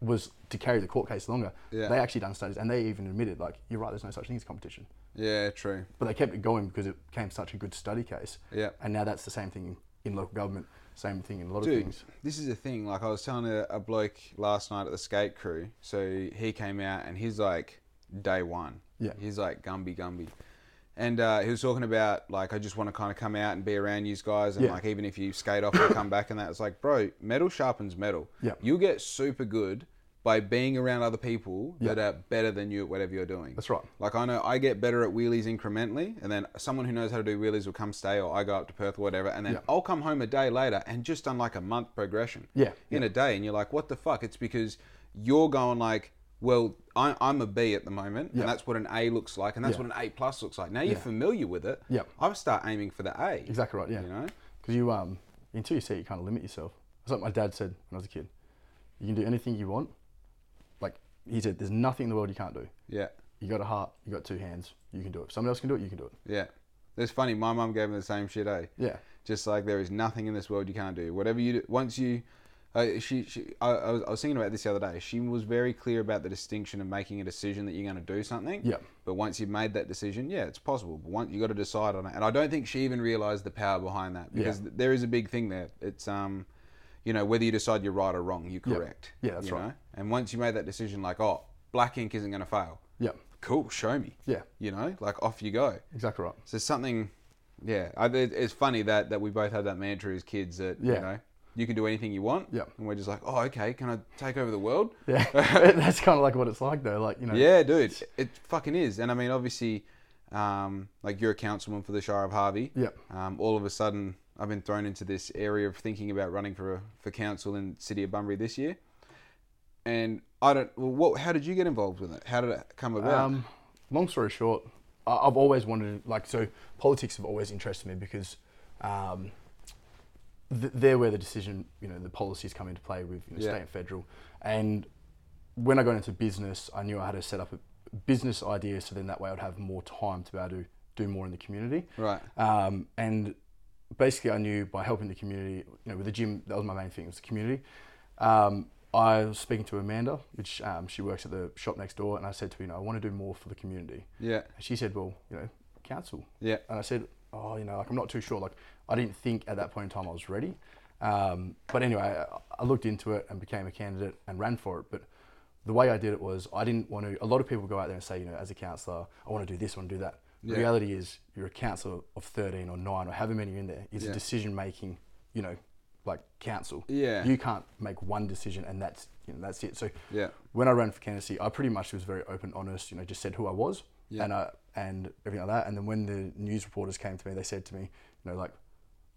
S2: was to carry the court case longer.
S1: Yeah.
S2: They actually done studies, and they even admitted like you're right. There's no such thing as competition,
S1: Yeah. True.
S2: but they kept it going because it became such a good study case.
S1: Yeah.
S2: and now that's the same thing in local government, same thing in a lot of
S1: Dude,
S2: things.
S1: this is the thing. Like, I was telling a, a bloke last night at the skate crew. So he came out and he's like, day one.
S2: Yeah.
S1: He's like, Gumby, Gumby. And uh, he was talking about, like, I just want to kind of come out and be around you guys. And,
S2: Yeah.
S1: like, even if you skate off and come back and that, it's like, bro, metal sharpens metal.
S2: Yeah.
S1: You get super good by being around other people that
S2: Yeah.
S1: are better than you at whatever you're doing.
S2: That's right.
S1: Like I know I get better at wheelies incrementally, and then someone who knows how to do wheelies will come stay, or I go up to Perth, or whatever, and then
S2: Yeah.
S1: I'll come home a day later and just done like a month progression.
S2: Yeah,
S1: In a day, and you're like, what the fuck? It's because you're going like, well, I, I'm a B at the moment,
S2: Yeah.
S1: and that's what an A looks like, and that's
S2: Yeah.
S1: what an A plus looks like. Now you're familiar with it.
S2: Yeah.
S1: I start aiming for the A.
S2: Exactly right. Yeah.
S1: You know.
S2: Because you um until you see it, you kind of limit yourself. That's what my dad said when I was a kid. You can do anything you want. Like he said, there's nothing in the world you can't do.
S1: Yeah.
S2: You got a heart. You got two hands. You can do it. If someone else can do it, you can do it.
S1: Yeah. It's funny. My mum gave me the same shit, eh?
S2: Yeah.
S1: Just like there is nothing in this world you can't do. Whatever you do, once you, uh, she, she I, I, was, I was thinking about this the other day. She was very clear about the distinction of making a decision that you're going to do something.
S2: Yeah.
S1: But once you've made that decision, yeah, it's possible. But once you got to decide on it, and I don't think she even realized the power behind that because th- there is a big thing there. It's um, you know, whether you decide you're right or wrong, you're correct.
S2: Yeah, that's
S1: you
S2: right.
S1: know? And once you made that decision, like, oh, black ink isn't going to fail.
S2: Yeah.
S1: Cool, show me.
S2: Yeah.
S1: You know, like off you go.
S2: Exactly right.
S1: So something, yeah. I, it, it's funny that that we both had that mantra as kids that you
S2: Yeah.
S1: know you can do anything you want.
S2: Yeah.
S1: And we're just like, oh, okay, can I take over the world?
S2: Yeah. That's kind of like what it's like though. Like you know.
S1: Yeah, dude, it fucking is. And I mean, obviously, um, like you're a councilman for the Shire of Harvey.
S2: Yeah.
S1: Um, all of a sudden, I've been thrown into this area of thinking about running for for council in City of Bunbury this year. And I don't. Well, what? How did you get involved with it? How did it come about?
S2: Um, long story short, I- I've always wanted to, like so politics have always interested me because um, th- they're where the decision, you know, the policies come into play with you know,
S1: Yeah.
S2: state and federal. And when I got into business, I knew I had to set up a business idea, so then that way I'd have more time to be able to do more in the community.
S1: right.
S2: Um, and basically, I knew by helping the community, you know, with the gym, that was my main thing, was the community. Um, I was speaking to Amanda, which um, she works at the shop next door, and I said to her, you know, I want to do more for the community.
S1: Yeah.
S2: And she said, well, you know, council.
S1: Yeah.
S2: And I said, oh, you know, like I'm not too sure. Like I didn't think at that point in time I was ready. Um, but anyway, I, I looked into it and became a candidate and ran for it. But the way I did it was I didn't want to. A lot of people go out there and say, you know, as a counsellor, I want to do this, I want to do that. The
S1: Yeah.
S2: reality is, you're a councillor of 13 or 9 or however many are in there. It's
S1: Yeah.
S2: a decision making, you know, like council.
S1: Yeah.
S2: You can't make one decision and that's you know that's it. So
S1: Yeah.
S2: when I ran for candidacy, I pretty much was very open, honest. You know, just said who I was
S1: Yeah.
S2: and I and everything like that. And then when the news reporters came to me, they said to me, you know, like,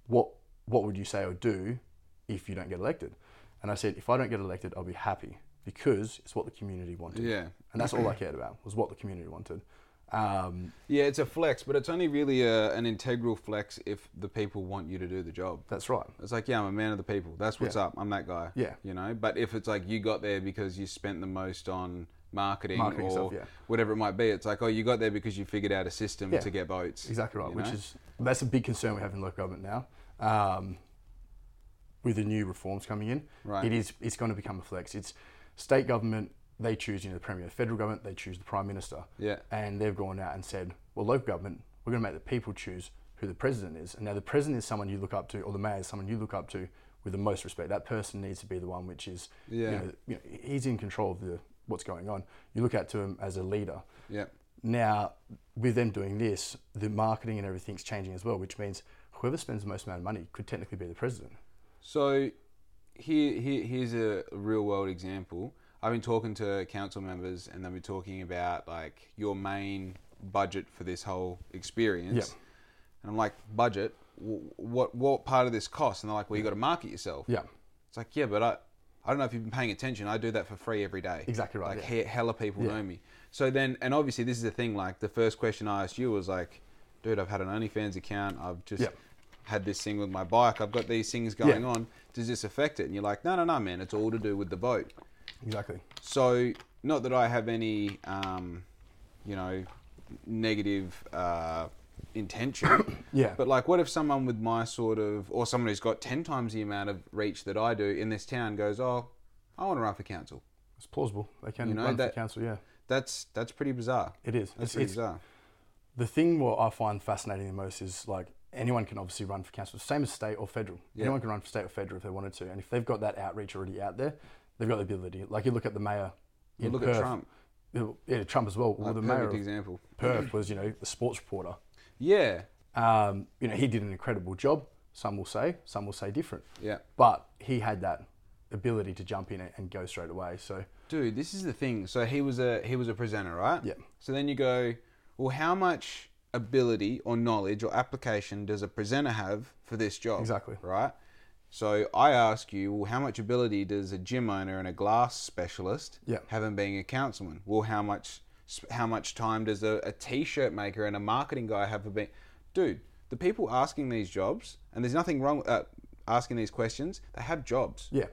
S2: what what would you say or do if you don't get elected? And I said, if I don't get elected, I'll be happy because it's what the community wanted.
S1: Yeah.
S2: And that's all I cared about was what the community wanted. Um,
S1: Yeah, it's a flex, but it's only really a, an integral flex if the people want you to do the job.
S2: that's right.
S1: It's like, yeah, I'm a man of the people. That's what's up. I'm that guy.
S2: Yeah.
S1: You know, but if it's like you got there because you spent the most on marketing,
S2: Marketing
S1: or
S2: stuff, yeah.
S1: whatever it might be, it's like, oh, you got there because you figured out a system
S2: Yeah.
S1: to get votes.
S2: Exactly right,
S1: you
S2: which
S1: know?
S2: is that's a big concern we have in local government now. Um, with the new reforms coming in,
S1: Right.
S2: it is it's going to become a flex. It's state government they choose you know the premier, federal government they choose the prime minister,
S1: Yeah.
S2: and they've gone out and said, well, local government we're going to make the people choose who the president is, and now the president is someone you look up to, or the mayor is someone you look up to, with the most respect. That person needs to be the one which is,
S1: Yeah.
S2: you, know, you know, he's in control of the what's going on. You look at to him as a leader.
S1: Yeah.
S2: Now, with them doing this, the marketing and everything's changing as well, which means whoever spends the most amount of money could technically be the president.
S1: So here, here here's a real world example. I've been talking to council members and they've been talking about like your main budget for this whole experience.
S2: Yeah.
S1: And I'm like, budget? W- What what part of this costs? And they're like, well, you got to market yourself.
S2: Yeah.
S1: It's like, yeah, but I, I don't know if you've been paying attention. I do that for free every day.
S2: Exactly right,
S1: Like,
S2: yeah.
S1: he- hella people know me. So then, and obviously, this is the thing. Like, the first question I asked you was like, dude, I've had an OnlyFans account. I've just
S2: Yeah.
S1: had this thing with my bike. I've got these things going
S2: Yeah.
S1: on. Does this affect it? And you're like, no, no, no, man. It's all to do with the boat.
S2: Exactly.
S1: So, not that I have any, um, you know, negative uh, intention.
S2: Yeah.
S1: But like, what if someone with my sort of, or someone who's got ten times the amount of reach that I do in this town goes, oh, I want to run for council.
S2: It's plausible. They can
S1: You know,
S2: run
S1: that-
S2: for council, yeah.
S1: That's that's pretty bizarre.
S2: It is.
S1: That's
S2: It's,
S1: pretty
S2: it's-
S1: bizarre.
S2: the thing what I find fascinating the most is like anyone can obviously run for council, same as state or federal. Anyone can run for state or federal if they wanted to, and if they've got that outreach already out there, they've got the ability. Like you look at the mayor.
S1: You
S2: in
S1: look
S2: Perth.
S1: at Trump.
S2: Yeah, Trump as well. well the
S1: Perfect
S2: mayor of
S1: example.
S2: Perth was, you know, the sports reporter.
S1: Yeah.
S2: Um, you know, he did an incredible job. Some will say, some will say different.
S1: Yeah.
S2: But he had that ability to jump in and go straight away. So
S1: Dude, this is the thing. So he was a he was a presenter, right?
S2: Yeah.
S1: So then you go, well, how much ability or knowledge or application does a presenter have for this job?
S2: Exactly.
S1: Right. So I ask you, well, how much ability does a gym owner and a glass specialist
S2: Yeah.
S1: have in being a councilman? Well, how much how much time does a, a t-shirt maker and a marketing guy have for being? Dude, the people asking these jobs, and there's nothing wrong with uh, asking these questions. They have jobs
S2: yeah,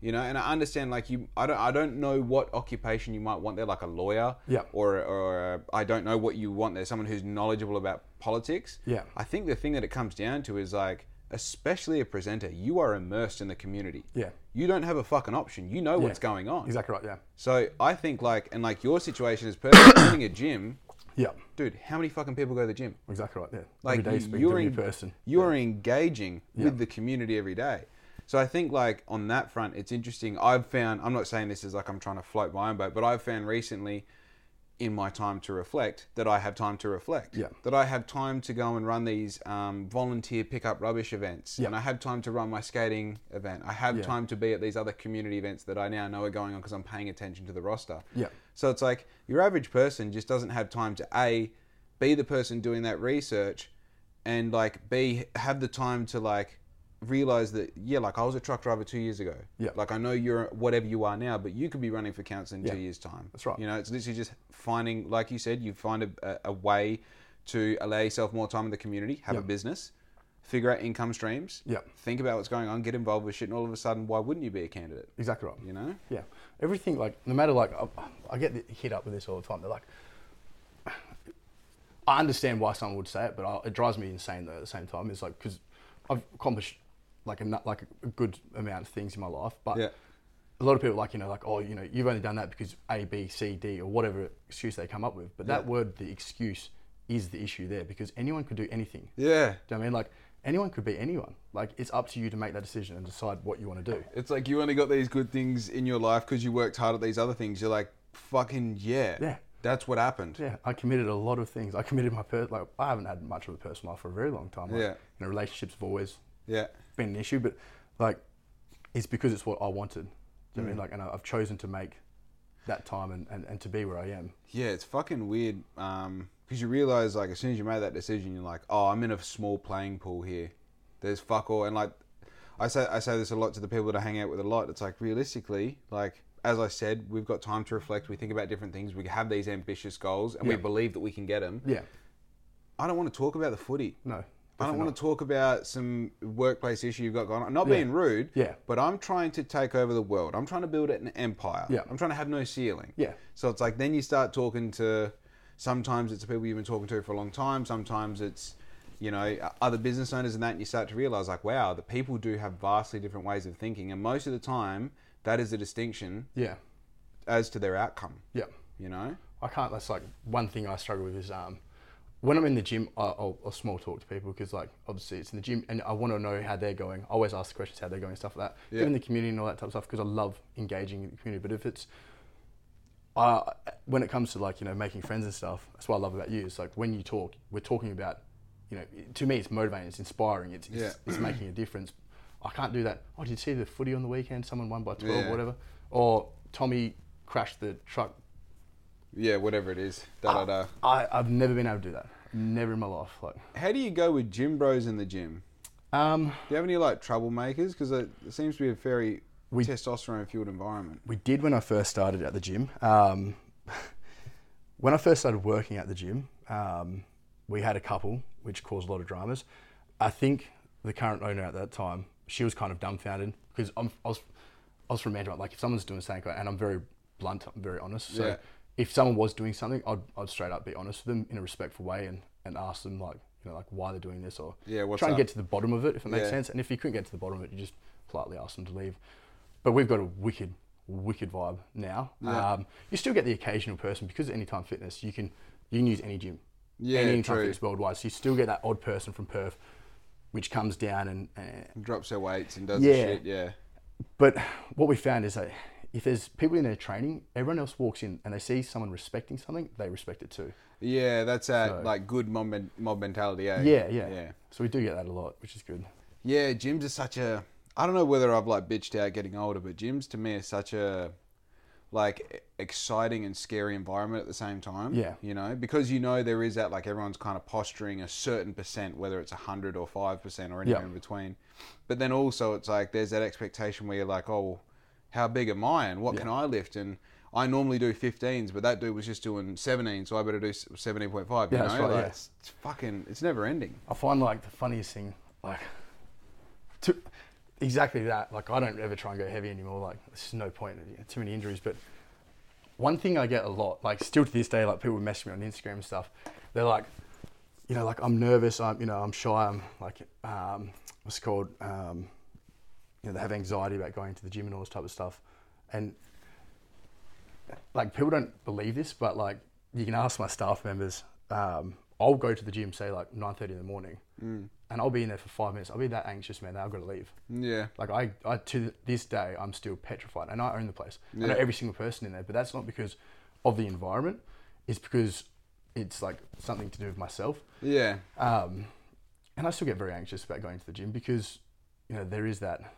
S1: you know and i understand like you i don't i don't know what occupation you might want there like a lawyer
S2: Yeah.
S1: or or i don't know what you want there someone who's knowledgeable about politics
S2: Yeah.
S1: i think the thing that it comes down to is like especially a presenter you are immersed in the community
S2: Yeah.
S1: you don't have a fucking option you know what's going on
S2: exactly right. Yeah,
S1: so i think like and like your situation is perfect running a gym
S2: yeah,
S1: dude how many fucking people go to the gym
S2: exactly right. Yeah,
S1: like
S2: every day
S1: you-
S2: you speak to
S1: you're
S2: a new
S1: en-
S2: person.
S1: You're engaging with the community every day. So I think like on that front, it's interesting. I've found I'm not saying this is like I'm trying to float my own boat, but I've found recently in my time to reflect that I have time to reflect.
S2: Yeah.
S1: That I have time to go and run these um, volunteer pick up rubbish events, and I have time to run my skating event. I have time to be at these other community events that I now know are going on because I'm paying attention to the roster.
S2: Yeah.
S1: So it's like your average person just doesn't have time to a be the person doing that research and like b have the time to like realize that yeah like I was a truck driver 2 years ago.
S2: Yeah.
S1: Like I know you're whatever you are now but you could be running for council in
S2: Yeah.
S1: 2 years time.
S2: That's right.
S1: You know it's literally just finding like you said you find a, a, a way to allow yourself more time in the community, have a business, figure out income streams,
S2: Yeah.
S1: think about what's going on, get involved with shit and all of a sudden why wouldn't you be a candidate?
S2: Exactly right.
S1: You know?
S2: Yeah, everything like no matter like I, I get hit up with this all the time. They're like, I understand why someone would say it, but I, it drives me insane though. At the same time, it's like because I've accomplished like a nu- like a good amount of things in my life, but
S1: Yeah.
S2: a lot of people like you know like oh you know you've only done that because A B C D or whatever excuse they come up with, but that word the excuse is the issue there because anyone could do anything.
S1: Yeah.
S2: Do you know what I mean like anyone could be anyone? Like it's up to you to make that decision and decide what you want to do.
S1: It's like you only got these good things in your life because you worked hard at these other things. You're like, fucking yeah.
S2: Yeah.
S1: That's what happened.
S2: Yeah, I committed a lot of things. I committed my per- like I haven't had much of a personal life for a very long time. Like,
S1: Yeah.
S2: you know, relationships have always
S1: Yeah.
S2: been an issue, but like it's because it's what I wanted. Do you know
S1: Mm.
S2: what I mean, like, and I- I've chosen to make that time and, and, and to be where I am.
S1: Yeah, it's fucking weird. Um, because you realize like as soon as you made that decision, you're like, oh, I'm in a small playing pool here. There's fuck all, and like, I say I say this a lot to the people that I hang out with a lot. It's like realistically, like as I said, we've got time to reflect. We think about different things. We have these ambitious goals, and we believe that we can get them.
S2: Yeah,
S1: I don't want to talk about the footy.
S2: no,
S1: I don't want to talk about some workplace issue you've got going on. Not being rude,
S2: Yeah.
S1: but I'm trying to take over the world. I'm trying to build an empire.
S2: Yeah.
S1: I'm trying to have no ceiling.
S2: Yeah.
S1: So it's like then you start talking to sometimes it's the people you've been talking to for a long time, sometimes it's you know other business owners and that and you start to realize like wow, the people do have vastly different ways of thinking and most of the time that is a distinction
S2: yeah,
S1: as to their outcome,
S2: yeah.
S1: you know?
S2: I can't. That's like one thing I struggle with is um, when I'm in the gym, I- I'll, I'll small talk to people because, like, obviously it's in the gym and I want to know how they're going. I always ask the questions how they're going and stuff like that.
S1: Yeah.
S2: Even the community and all that type of stuff because I love engaging in the community. But if it's, uh, when it comes to, like, you know, making friends and stuff, that's what I love about you. It's like when you talk, we're talking about, you know, to me, it's motivating, it's inspiring, it's, it's,
S1: Yeah.
S2: it's making a difference. I can't do that. Oh, did you see the footy on the weekend? Someone won by 12
S1: Yeah.
S2: or whatever. Or Tommy crashed the truck
S1: Yeah, whatever it is. Da da
S2: Ah.
S1: da.
S2: I, I've never been able to do that. Never in my life. Like,
S1: How do you go with gym bros in the gym?
S2: um,
S1: Do you have any like troublemakers? Because it, it seems to be a very
S2: We-
S1: testosterone fueled environment.
S2: we did when I first started at the gym. Um, when I first started working at the gym, um, we had a couple which caused a lot of dramas. I think the current owner at that time, she was kind of dumbfounded because I'm, I was, I was from management. Like, if someone's doing something, and I'm very blunt, I'm very honest. So,
S1: Yeah.
S2: if someone was doing something, I'd, I'd straight up be honest with them in a respectful way and, and ask them like, you know, like why they're doing this or
S1: Yeah, what's
S2: try and
S1: up?
S2: get to the bottom of it if it makes
S1: Yeah.
S2: sense. And if you couldn't get to the bottom of it, you just politely ask them to leave. But we've got a wicked, wicked vibe now. Um, you still get the occasional person because of Anytime Fitness, you can you can use any gym,
S1: Yeah,
S2: any Anytime
S1: true.
S2: Fitness worldwide. So you still get that odd person from Perth, which comes down and. and
S1: Drops their weights and does the
S2: Yeah.
S1: shit. Yeah.
S2: but what we found is that if there's people in their training, everyone else walks in and they see someone respecting something, they respect it too.
S1: Yeah, that's that like good mob, men- mob mentality. Eh?
S2: Yeah, yeah,
S1: yeah.
S2: So we do get that a lot, which is good.
S1: Yeah, gyms are such a. I don't know whether I've like bitched out getting older, but gyms to me are such a like e- exciting and scary environment at the same time.
S2: Yeah.
S1: you know, because you know there is that like everyone's kind of posturing a certain percent, whether it's a hundred or five percent or anywhere
S2: Yeah.
S1: in between. But then also it's like there's that expectation where you're like, oh, well, how big am I and what can I lift and I normally do 15s, but that dude was just doing 17, so I better do s- 17.5. You
S2: Yeah,
S1: know,
S2: that's right,
S1: Like,
S2: yeah.
S1: it's, it's fucking, it's never ending.
S2: I find like the funniest thing, like, to, exactly that. Like, I don't ever try and go heavy anymore. Like, there's no point. you know, Too many injuries. But one thing I get a lot, like, still to this day, like people message me on Instagram and stuff. They're like, you know, like I'm nervous. I'm, you know, I'm shy. I'm like, um, what's it called? Um, you know, they have anxiety about going to the gym and all this type of stuff. And like people don't believe this, but like you can ask my staff members. Um, I'll go to the gym, say like nine thirty in the morning, and I'll be in there for five minutes. I'll be that anxious, man. That I've got to leave.
S1: Yeah.
S2: Like I, I to this day, I'm still petrified, and I own the place. I
S1: Yeah.
S2: know every single person in there, but that's not because of the environment. It's because it's like something to do with myself.
S1: Yeah.
S2: Um, and I still get very anxious about going to the gym because, you know, there is that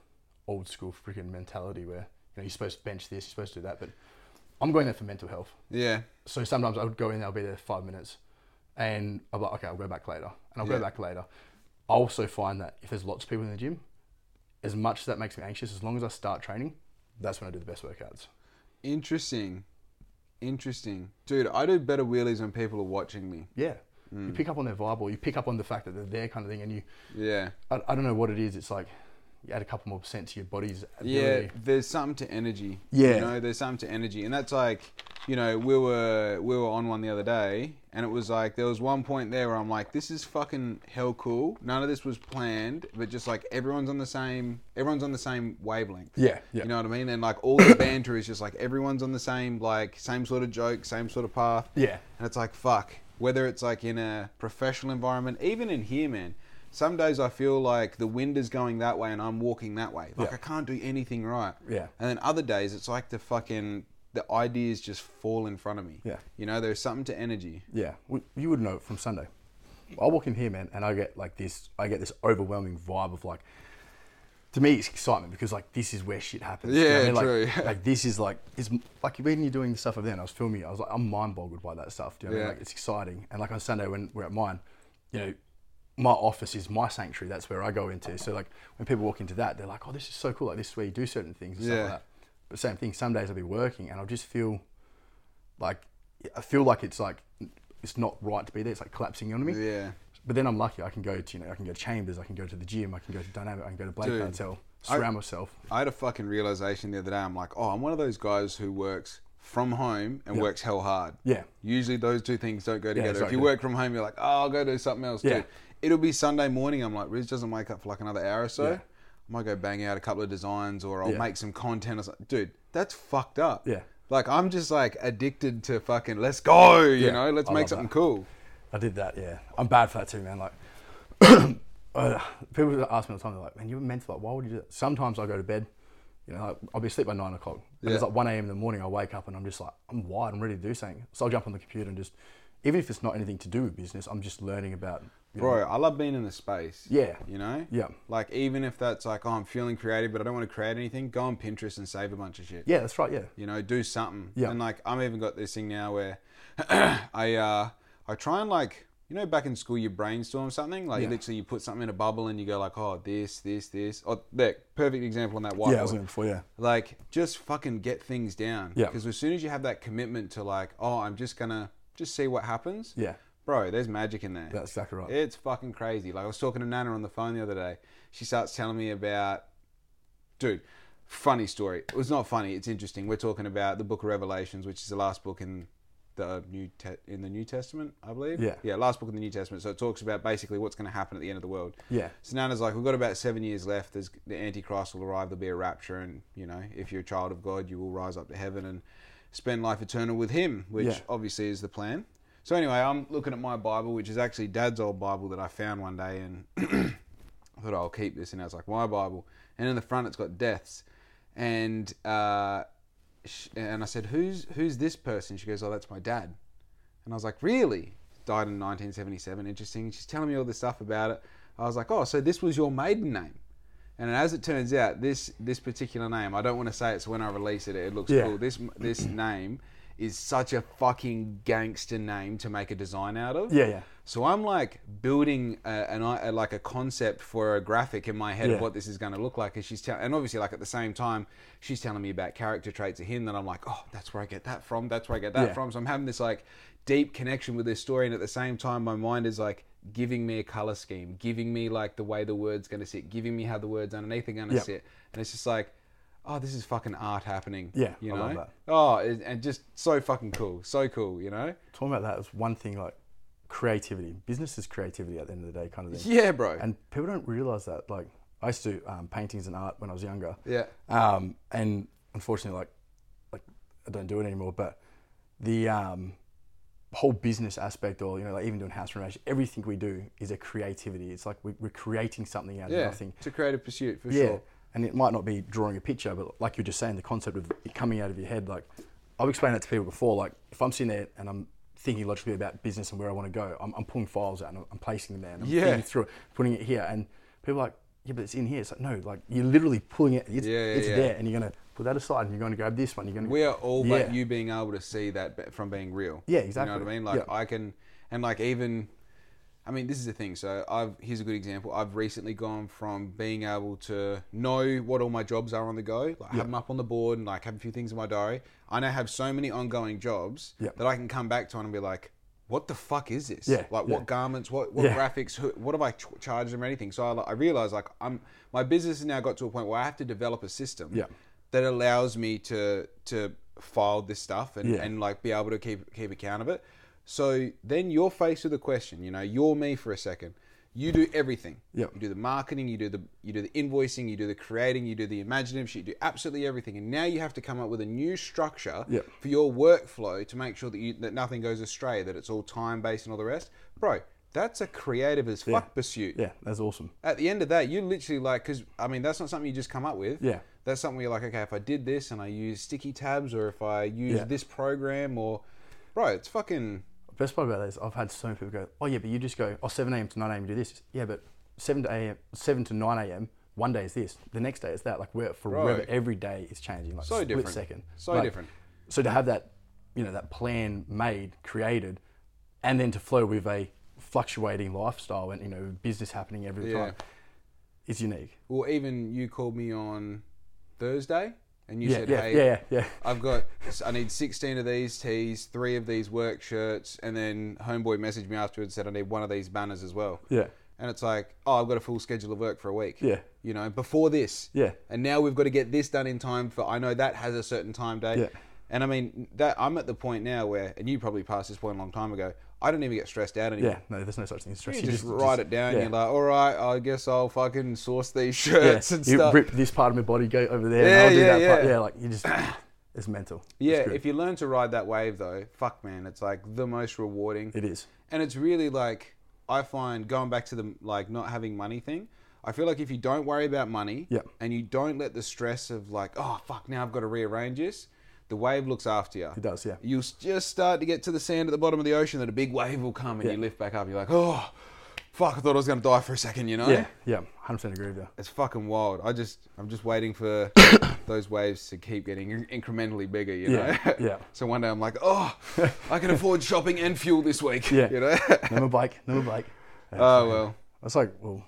S2: old school freaking mentality where, you know, you're supposed to bench this, you're supposed to do that, but I'm going there for mental health.
S1: Yeah.
S2: So sometimes I would go in, I'll be there five minutes and I'm like, okay, I'll go back later. And I'll
S1: Yeah.
S2: go back later. I also find that if there's lots of people in the gym, as much as that makes me anxious, as long as I start training, that's when I do the best workouts.
S1: Interesting. Interesting. Dude, I do better wheelies when people are watching me.
S2: Yeah.
S1: Mm.
S2: You pick up on their vibe or you pick up on the fact that they're there kind of thing and you,
S1: Yeah.
S2: I, I don't know what it is. It's like you add a couple more percent to your body's
S1: Yeah,
S2: ability.
S1: there's something to energy.
S2: Yeah.
S1: You know, there's something to energy. And that's like, you know, we were we were on one the other day and it was like there was one point there where I'm like, this is fucking hell cool. None of this was planned, but just like everyone's on the same everyone's on the same wavelength.
S2: Yeah, yeah.
S1: You know what I mean? And like all the banter is just like everyone's on the same like same sort of joke, same sort of path.
S2: Yeah.
S1: And it's like, fuck, whether it's like in a professional environment, even in here, man, some days I feel like the wind is going that way and I'm walking that way. Like,
S2: Yeah.
S1: I can't do anything right.
S2: Yeah.
S1: And then other days, it's like the fucking, the ideas just fall in front of me.
S2: Yeah.
S1: You know, there's something to energy.
S2: Yeah, w- you would know it from Sunday. I walk in here, man, and I get like this. I get this overwhelming vibe of like. To me, it's excitement because like this is where shit happens.
S1: Yeah,
S2: what I mean? Like,
S1: true.
S2: like this is like it's m- like when you're doing the stuff over there. And I was filming. it, I was like, I'm mind boggled by that stuff. Do you know what I
S1: Yeah.
S2: mean? Like it's exciting. And like on Sunday when we're at mine, you know, my office is my sanctuary. That's where I go into. So like when people walk into that, they're like, oh, this is so cool. Like this is where you do certain things and stuff
S1: Yeah.
S2: like that. But same thing. Some days I'll be working and I'll just feel like I feel like it's like it's not right to be there. It's like collapsing on me.
S1: Yeah.
S2: But then I'm lucky. I can go to you know I can go to Chambers. I can go to the gym. I can go to Dynamic. I can go to Blake
S1: Dude,
S2: Hotel. Surround myself.
S1: I had a fucking realization the other day. I'm like, oh, I'm one of those guys who works from home and works hell hard.
S2: Yeah.
S1: Usually those two things don't go together. if
S2: sorry,
S1: you
S2: dude.
S1: work from home, you're like, oh, I'll go do something else.
S2: Yeah.
S1: Dude, it'll be Sunday morning. I'm like, Riz doesn't wake up for like another hour or so.
S2: Yeah.
S1: I might go bang out a couple of designs or I'll
S2: Yeah.
S1: make some content or something. Dude, that's fucked up.
S2: Yeah.
S1: Like I'm just like addicted to fucking let's go, you
S2: Yeah,
S1: know, let's
S2: I
S1: make
S2: love
S1: something
S2: that.
S1: cool.
S2: I did that. Yeah, I'm bad for that too, man. Like, uh, people ask me all the time. They're like, "Man, you're mental. Like, why would you do that?" Sometimes I go to bed. You know, like, I'll be asleep by nine o'clock. And It's
S1: Yeah.
S2: like one a.m. in the morning. I wake up and I'm just like, I'm wired. I'm ready to do something. So I'll jump on the computer and just, even if it's not anything to do with business, I'm just learning about. You know,
S1: Bro, I love being in the space.
S2: Yeah.
S1: You know?
S2: Yeah.
S1: Like, even if that's like, oh, I'm feeling creative, but I don't want to create anything, go on Pinterest and save a bunch of shit.
S2: Yeah, that's right. Yeah.
S1: You know, do something.
S2: Yeah.
S1: And like, I'm even got this thing now where I, uh, I try and like, you know, back in school, you brainstorm something. Like,
S2: Yeah.
S1: literally, you put something in a bubble and you go, like, oh, this, this, this. Or, that perfect example on that whiteboard.
S2: Yeah, I was doing it before. Yeah.
S1: like just fucking get things down
S2: Yeah.
S1: because as soon as you have that commitment to like oh i'm just gonna just see what happens
S2: Yeah.
S1: bro there's magic in there
S2: That's exactly right.
S1: it's fucking crazy like i was talking to nana on the phone the other day she starts telling me about dude funny story it was not funny it's interesting we're talking about the book of revelations which is the last book in the new te- in the new testament i believe
S2: Yeah.
S1: yeah last book in the new testament so it talks about basically what's going to happen at the end of the world
S2: Yeah.
S1: so Nana's like, we've got about seven years left. There's the Antichrist will arrive. There'll be a rapture, and you know, if you're a child of God, you will rise up to heaven and spend life eternal with Him, which
S2: Yeah.
S1: obviously is the plan. So anyway, I'm looking at my Bible, which is actually Dad's old Bible that I found one day, and I thought I'll keep this. And I was like, my Bible, and in the front it's got deaths, and uh, sh- and I said, who's who's this person? She goes, oh, that's my dad. And I was like, really? Died in 1977. Interesting. She's telling me all this stuff about it. I was like, oh, so this was your maiden name. And as it turns out, this this particular name, I don't want to say it's when I release it. It looks
S2: Yeah.
S1: cool. This this name is such a fucking gangster name to make a design out of.
S2: Yeah, yeah.
S1: So I'm like building a, an i- like a concept for a graphic in my head of
S2: Yeah.
S1: what this is going to look like, and she's tell- and obviously like at the same time she's telling me about character traits of him that I'm like, oh, that's where I get that from. That's where I get that
S2: Yeah.
S1: from. So I'm having this like deep connection with this story, and at the same time my mind is like giving me a color scheme, giving me like the way the words going to sit, giving me how the words underneath are going to
S2: Yep.
S1: sit, and it's just like. Oh, this is fucking art happening.
S2: Yeah,
S1: you
S2: I
S1: know.
S2: love that.
S1: Oh, and and just so fucking cool, so cool, you know.
S2: Talking about that is one thing. Like, creativity. Business is creativity at the end of the day, kind of thing.
S1: Yeah, bro.
S2: and people don't realize that. Like I used to do um, paintings and art when I was younger.
S1: Yeah.
S2: Um, and unfortunately, like, like I don't do it anymore. But the um, whole business aspect, or you know, like even doing house renovation, everything we do is a creativity. It's like we, we're creating something out of
S1: yeah,
S2: nothing.
S1: it's a creative pursuit for
S2: Yeah.
S1: sure.
S2: And it might not be drawing a picture, but like you're just saying, the concept of it coming out of your head, like I've explained that to people before. Like if I'm sitting there and I'm thinking logically about business and where I want to go, I'm, I'm pulling files out and I'm, I'm placing them there and I'm
S1: Yeah.
S2: thinking through it, putting it here. And people are like, yeah, but it's in here. It's like, no, like you're literally pulling it. It's,
S1: Yeah, yeah,
S2: it's
S1: yeah.
S2: there. And you're going to put that aside and you're going to grab this one. You're going to.
S1: We are all
S2: yeah.
S1: about you being able to see that be- from being real. You know
S2: Yeah,
S1: what I
S2: exactly.
S1: mean? Like
S2: Yeah.
S1: I can, and like even, I mean, this is the thing. So I've here's a good example. I've recently gone from being able to know what all my jobs are on the go, like have them up on the board, and like have a few things in my diary. I now have so many ongoing jobs
S2: Yeah.
S1: that I can come back to and be like. What the fuck is this?
S2: Yeah,
S1: Like,
S2: yeah.
S1: what garments? What what
S2: Yeah.
S1: graphics? Who, what have I ch- charged them or anything? So I, like, I realized like I'm my business has now got to a point where I have to develop a system
S2: Yeah.
S1: that allows me to to file this stuff and,
S2: Yeah.
S1: and like be able to keep keep account of it. So then you're faced with a question. You know, you're me for a second. You do everything.
S2: Yep.
S1: You do the marketing. You do the you do the invoicing. You do the creating. You do the imaginative shit. You do absolutely everything. And now you have to come up with a new structure
S2: Yep.
S1: for your workflow to make sure that you that nothing goes astray. That it's all time based and all the rest, bro. That's a creative as fuck pursuit
S2: Yeah, that's awesome.
S1: at the end of that, you literally like, because I mean, that's not something you just come up with.
S2: Yeah.
S1: That's something you're like, okay, if I did this and I use sticky tabs or if I use
S2: Yeah.
S1: this program or, bro, it's fucking,
S2: best part about that is I've had so many people go, oh yeah, but you just go, oh 7 a.m. to 9 a.m. you do this. Yeah, but 7 to a.m. 7 to 9 a.m. One day is this, the next day is that. Like we're forever,
S1: Right.
S2: every day is changing. Like
S1: So
S2: split
S1: different.
S2: second.
S1: So
S2: Like,
S1: different.
S2: So to have that, you know, that plan made, created, and then to flow with a fluctuating lifestyle and you know business happening every
S1: Yeah.
S2: time is unique.
S1: or even you called me on Thursday and you
S2: Yeah,
S1: said,
S2: yeah,
S1: hey,
S2: yeah, yeah, yeah.
S1: I've got, I need 16 of these tees, three of these work shirts. And then Homeboy messaged me afterwards and said, I need one of these banners as well.
S2: Yeah.
S1: And it's like, oh, I've got a full schedule of work for a week.
S2: Yeah.
S1: You know, before this.
S2: Yeah.
S1: And now we've got to get this done in time for, I know that has a certain time date.
S2: Yeah.
S1: And I mean, that I'm at the point now where, and you probably passed this point a long time ago, I don't even get stressed out anymore.
S2: Yeah, no, there's no such thing as stress.
S1: You, just, write it down.
S2: yeah.
S1: You're like, all right, I guess I'll fucking source these
S2: Yeah,
S1: shirts and
S2: you
S1: stuff.
S2: rip this part of my body, go over there,
S1: Yeah,
S2: and I'll do
S1: yeah,
S2: that part.
S1: yeah.
S2: Yeah, like you just It's mental.
S1: Yeah,
S2: It's good.
S1: if you learn to ride that wave though, fuck man, it's like the most rewarding.
S2: it is.
S1: And it's really like I find going back to the like not having money thing. I feel like if you don't worry about money
S2: Yeah.
S1: and you don't let the stress of like, oh fuck, now I've got to rearrange this, the wave looks after you.
S2: It does, yeah.
S1: You'll s- just start to get to the sand at the bottom of the ocean that a big wave will come and
S2: Yeah.
S1: you lift back up. You're like, oh fuck, I thought I was gonna die for a second, you know?
S2: Yeah, yeah, hundred percent agree with you.
S1: It's fucking wild. I just I'm just waiting for those waves to keep getting in- incrementally bigger, you
S2: Yeah,
S1: know.
S2: yeah.
S1: So one day I'm like, oh, I can afford shopping and fuel this week.
S2: Yeah.
S1: You know.
S2: No more bike, no more bike. Yeah,
S1: oh well.
S2: It's like, well,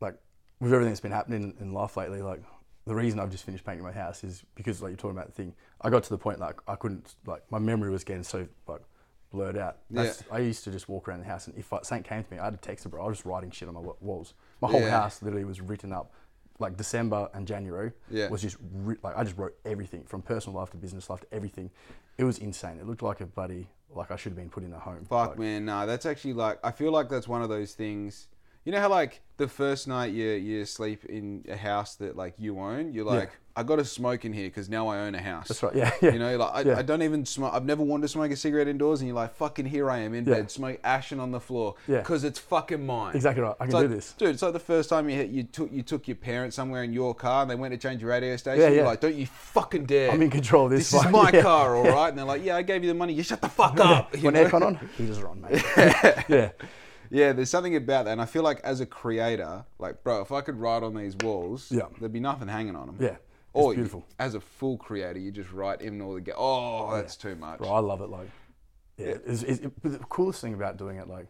S2: like with everything that's been happening in life lately, like the reason I've just finished painting my house is because like you're talking about the thing. I got to the point like I couldn't like my memory was getting so like blurred out. That's, I used to just walk around the house and if I, something came to me, I had to text it, bro. I was just writing shit on my wa- walls. My whole
S1: Yeah.
S2: house literally was written up. Like December and January
S1: Yeah.
S2: was just ri- like I just wrote everything from personal life to business life to everything. It was insane. It looked like a buddy like I should have been put in a home.
S1: Fuck man, nah. That's actually like I feel like that's one of those things. You know how like the first night you you sleep in a house that like you own, you're like, I got to smoke in here because now I own a house.
S2: That's right. Yeah, yeah.
S1: You know, like I,
S2: Yeah.
S1: I don't even smoke. I've never wanted to smoke a cigarette indoors, and you're like, fucking here I am in
S2: Yeah.
S1: bed, smoke ashen on the floor,
S2: Yeah.
S1: because it's fucking mine.
S2: Exactly right. I
S1: It's
S2: can do
S1: like-
S2: this.
S1: dude. It's like the first time you hit, you took you took your parents somewhere in your car, and they went to change your radio station.
S2: Yeah,
S1: You're
S2: yeah.
S1: like, don't you fucking dare!
S2: I'm in control of this
S1: This is
S2: one."
S1: my
S2: Yeah.
S1: car, all right? And they're like, yeah, I gave you the money. You shut the fuck up. you
S2: When
S1: know?
S2: aircon on, heaters are on, mate. yeah.
S1: Yeah, there's something about that, and I feel like as a creator, like bro, if I could write on these walls,
S2: Yeah.
S1: there'd be nothing hanging on them.
S2: Yeah, it's
S1: or
S2: beautiful.
S1: You, as a full creator, you just write in all the ga- oh, that's too much.
S2: Bro, I love it. Like, yeah. It's, it's, it, but the coolest thing about doing it, like,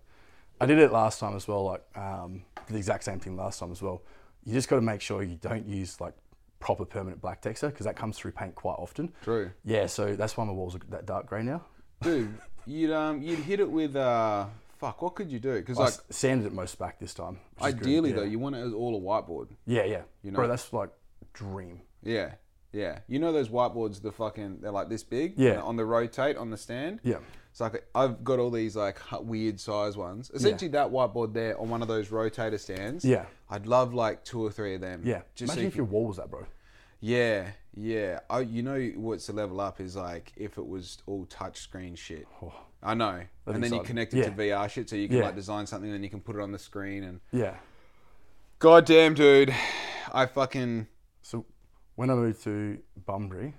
S2: I did it last time as well. Like, um, the exact same thing last time as well. You just got to make sure you don't use like proper permanent black texture because that comes through paint quite often.
S1: True.
S2: Yeah, so that's why my walls are that dark grey now.
S1: dude. You'd um, you'd hit it with uh, fuck. What could you do? Because
S2: I
S1: like,
S2: s- sanded it most back this time. which is good,
S1: ideally
S2: yeah.
S1: though, you want it as all a whiteboard.
S2: yeah, yeah,
S1: You know-
S2: bro, that's like dream.
S1: Yeah, yeah. You know those whiteboards, the fucking they're like this big.
S2: Yeah.
S1: and On the rotate on the stand.
S2: Yeah.
S1: It's like I've got all these like hu- weird size ones. Essentially, that whiteboard there on one of those rotator stands.
S2: Yeah.
S1: I'd love like two or three of them.
S2: Yeah,
S1: Just so
S2: imagine
S1: you
S2: if your wall was that, bro.
S1: Yeah, yeah. I, you know what's the level up is like if it was all touch screen shit. I know. and then you
S2: Oh. exciting.
S1: connect it to
S2: Yeah.
S1: VR shit so you can
S2: Yeah.
S1: like design something then you can put it on the screen and
S2: Yeah.
S1: God damn dude. I fucking
S2: So when I moved to Bunbury,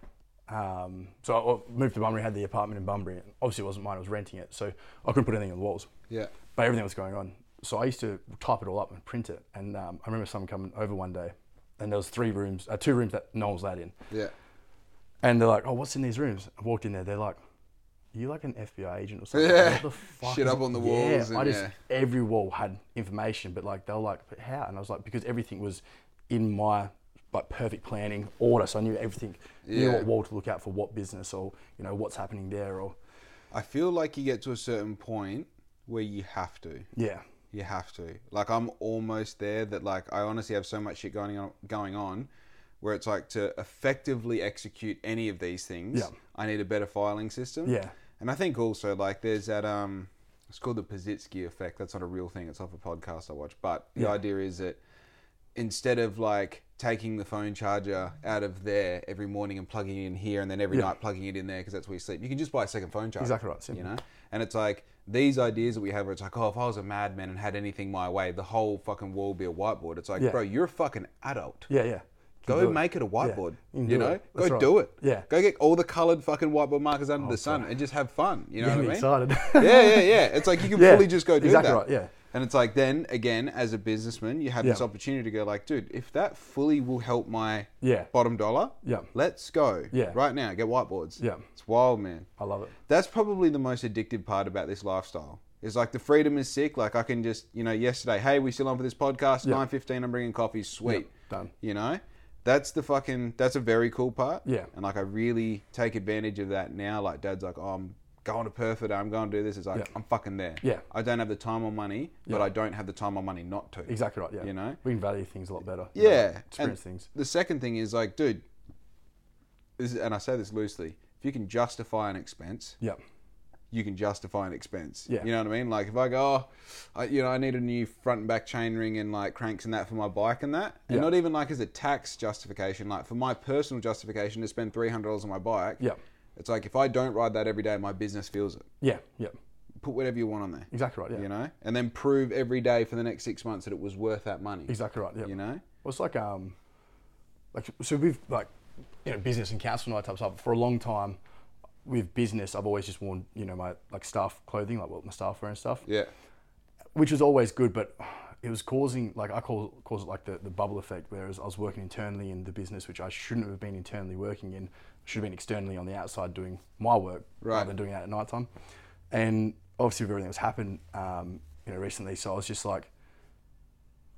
S2: um, so I- I moved to Bunbury, had the apartment in Bunbury. and Obviously, it wasn't mine; I was renting it, so I couldn't put anything on the walls.
S1: Yeah.
S2: But everything was going on. So I used to type it all up and print it. And um, I remember someone coming over one day, and there was three rooms, uh, two rooms that no one was allowed in.
S1: Yeah.
S2: And they're like, "Oh, what's in these rooms?" I walked in there. They're like, "You like an FBI agent or something?"
S1: Yeah.
S2: What the fuck?
S1: Shit
S2: is-
S1: up on the
S2: Yeah,
S1: walls and
S2: I just
S1: yeah.
S2: every wall had information, but like they were like, "But how?" And I was like, "Because everything was in my like perfect planning order, so I knew everything. Knew
S1: Yeah.
S2: what wall to look out for, what business, or you know what's happening there, or
S1: I feel like you get to a certain point where you have to.
S2: yeah,
S1: You have to. Like I'm almost there that like I honestly have so much shit going on going on where it's like to effectively execute any of these things,
S2: Yeah.
S1: I need a better filing system.
S2: Yeah.
S1: And I think also like there's that um it's called the Pazitsky effect. That's not a real thing, it's off a podcast I watch. But the idea is that instead of like taking the phone charger out of there every morning and plugging it in here and then every night plugging it in there because that's where you sleep, you can just buy a second phone charger.
S2: Exactly right,
S1: You
S2: simple.
S1: know? And it's like these ideas that we have where it's like, oh, if I was a madman and had anything my way, the whole fucking world would be a whiteboard. It's like,
S2: Yeah.
S1: bro, you're a fucking adult.
S2: yeah, yeah. Can
S1: Go
S2: do it.
S1: make it a whiteboard.
S2: You can
S1: You
S2: do
S1: know,
S2: it.
S1: go
S2: That's right.
S1: do it.
S2: Yeah. Oh,
S1: Go get all the coloured fucking whiteboard markers under the sun and just have fun. You know
S2: Getting
S1: what I mean?
S2: excited.
S1: yeah, yeah, yeah. It's like you can
S2: Yeah,
S1: fully just go do
S2: exactly
S1: that.
S2: right, yeah.
S1: And it's like then again, as a businessman, you have this
S2: Yeah.
S1: opportunity to go like, dude, if that fully will help my
S2: Yeah.
S1: bottom dollar,
S2: Yeah.
S1: let's go.
S2: Yeah.
S1: Right now, get whiteboards.
S2: Yeah.
S1: It's wild, man.
S2: I love it.
S1: That's probably the most addictive part about this lifestyle. Is like the freedom is sick. Like I can just, you know, yesterday, hey, we still on for this podcast. Nine fifteen, I'm bringing coffee. Sweet,
S2: Yeah, done.
S1: You know, that's the fucking. That's a very cool part.
S2: Yeah.
S1: And like I really take advantage of that now. Like Dad's like, oh, I'm going to Perth today. I'm going to do this. It's like
S2: Yeah.
S1: I'm fucking there.
S2: Yeah.
S1: I don't have the time or money, but I don't have the time or money not to.
S2: Exactly right. Yeah,
S1: You know?
S2: we can value things a lot better. you know,
S1: Yeah. and
S2: experience things.
S1: The second thing is like, dude, this is, and I say this loosely. If you can justify an expense,
S2: Yeah,
S1: you can justify an expense.
S2: Yeah.
S1: You know what I mean? Like if I go, oh, I, you know, I need a new front and back chain ring and like cranks and that for my bike and that, and
S2: Yeah.
S1: not even like as a tax justification, like for my personal justification to spend three hundred dollars on my bike.
S2: Yeah.
S1: It's like if I don't ride that every day, my business feels it.
S2: Yeah, yeah,
S1: Put whatever you want on there.
S2: exactly right. Yeah,
S1: You know, and then prove every day for the next six months that it was worth that money.
S2: exactly right. Yeah.
S1: You know.
S2: Well, it's like um, like so we've like you know business and council and all that type of stuff for a long time. With business, I've always just worn you know my like staff clothing, like what my staff wear and stuff,
S1: Yeah.
S2: which was always good. But it was causing like I call cause it like the, the bubble effect. Whereas I was working internally in the business, which I shouldn't have been internally working in, should have been externally on the outside doing my work
S1: Right.
S2: rather than doing that at night time. And obviously, with everything that's happened, um, you know, recently, so I was just like,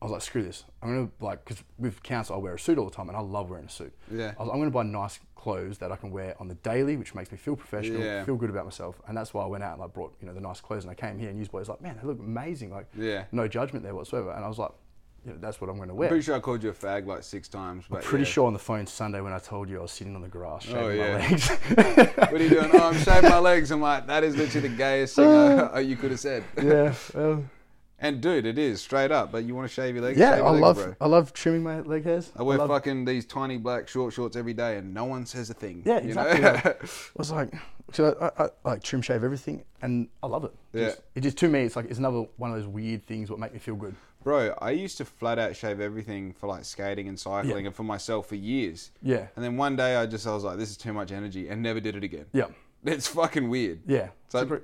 S2: I was like, screw this. I'm gonna like, because with council, I wear a suit all the time, and I love wearing a suit.
S1: Yeah.
S2: I was, I'm gonna buy nice clothes that I can wear on the daily, which makes me feel professional,
S1: Yeah.
S2: feel good about myself, and that's why I went out and I brought you know the nice clothes, and I came here, and Newsboy's like, man, they look amazing, like
S1: Yeah.
S2: no judgment there whatsoever, and I was like, you know, that's what I'm gonna wear.
S1: Pretty sure I called you a fag like six times, but
S2: Pretty
S1: yeah.
S2: sure on the phone Sunday when I told you I was sitting on the grass shaving
S1: Oh, yeah.
S2: my legs.
S1: What are you doing? Oh, I'm shaving my legs. I'm like, that is literally the gayest thing I, you could have said.
S2: yeah, well,
S1: And dude, it is straight up. But you want to shave your legs?
S2: yeah.
S1: Shave
S2: I
S1: your legs,
S2: love
S1: bro.
S2: I love trimming my leg hairs.
S1: I wear
S2: love-
S1: fucking these tiny black short shorts every day, and no one says a thing.
S2: Yeah,
S1: you know?
S2: exactly. like, I was like, so I, I, I like trim shave everything, and I love it.
S1: Yeah.
S2: Just- it just to me, it's like it's another one of those weird things what make me feel good.
S1: Bro, I used to flat out shave everything for like skating and cycling, and for myself for years.
S2: Yeah.
S1: And then one day, I just I was like, this is too much energy, and never did it again.
S2: Yeah,
S1: It's fucking weird.
S2: yeah.
S1: So-
S2: Super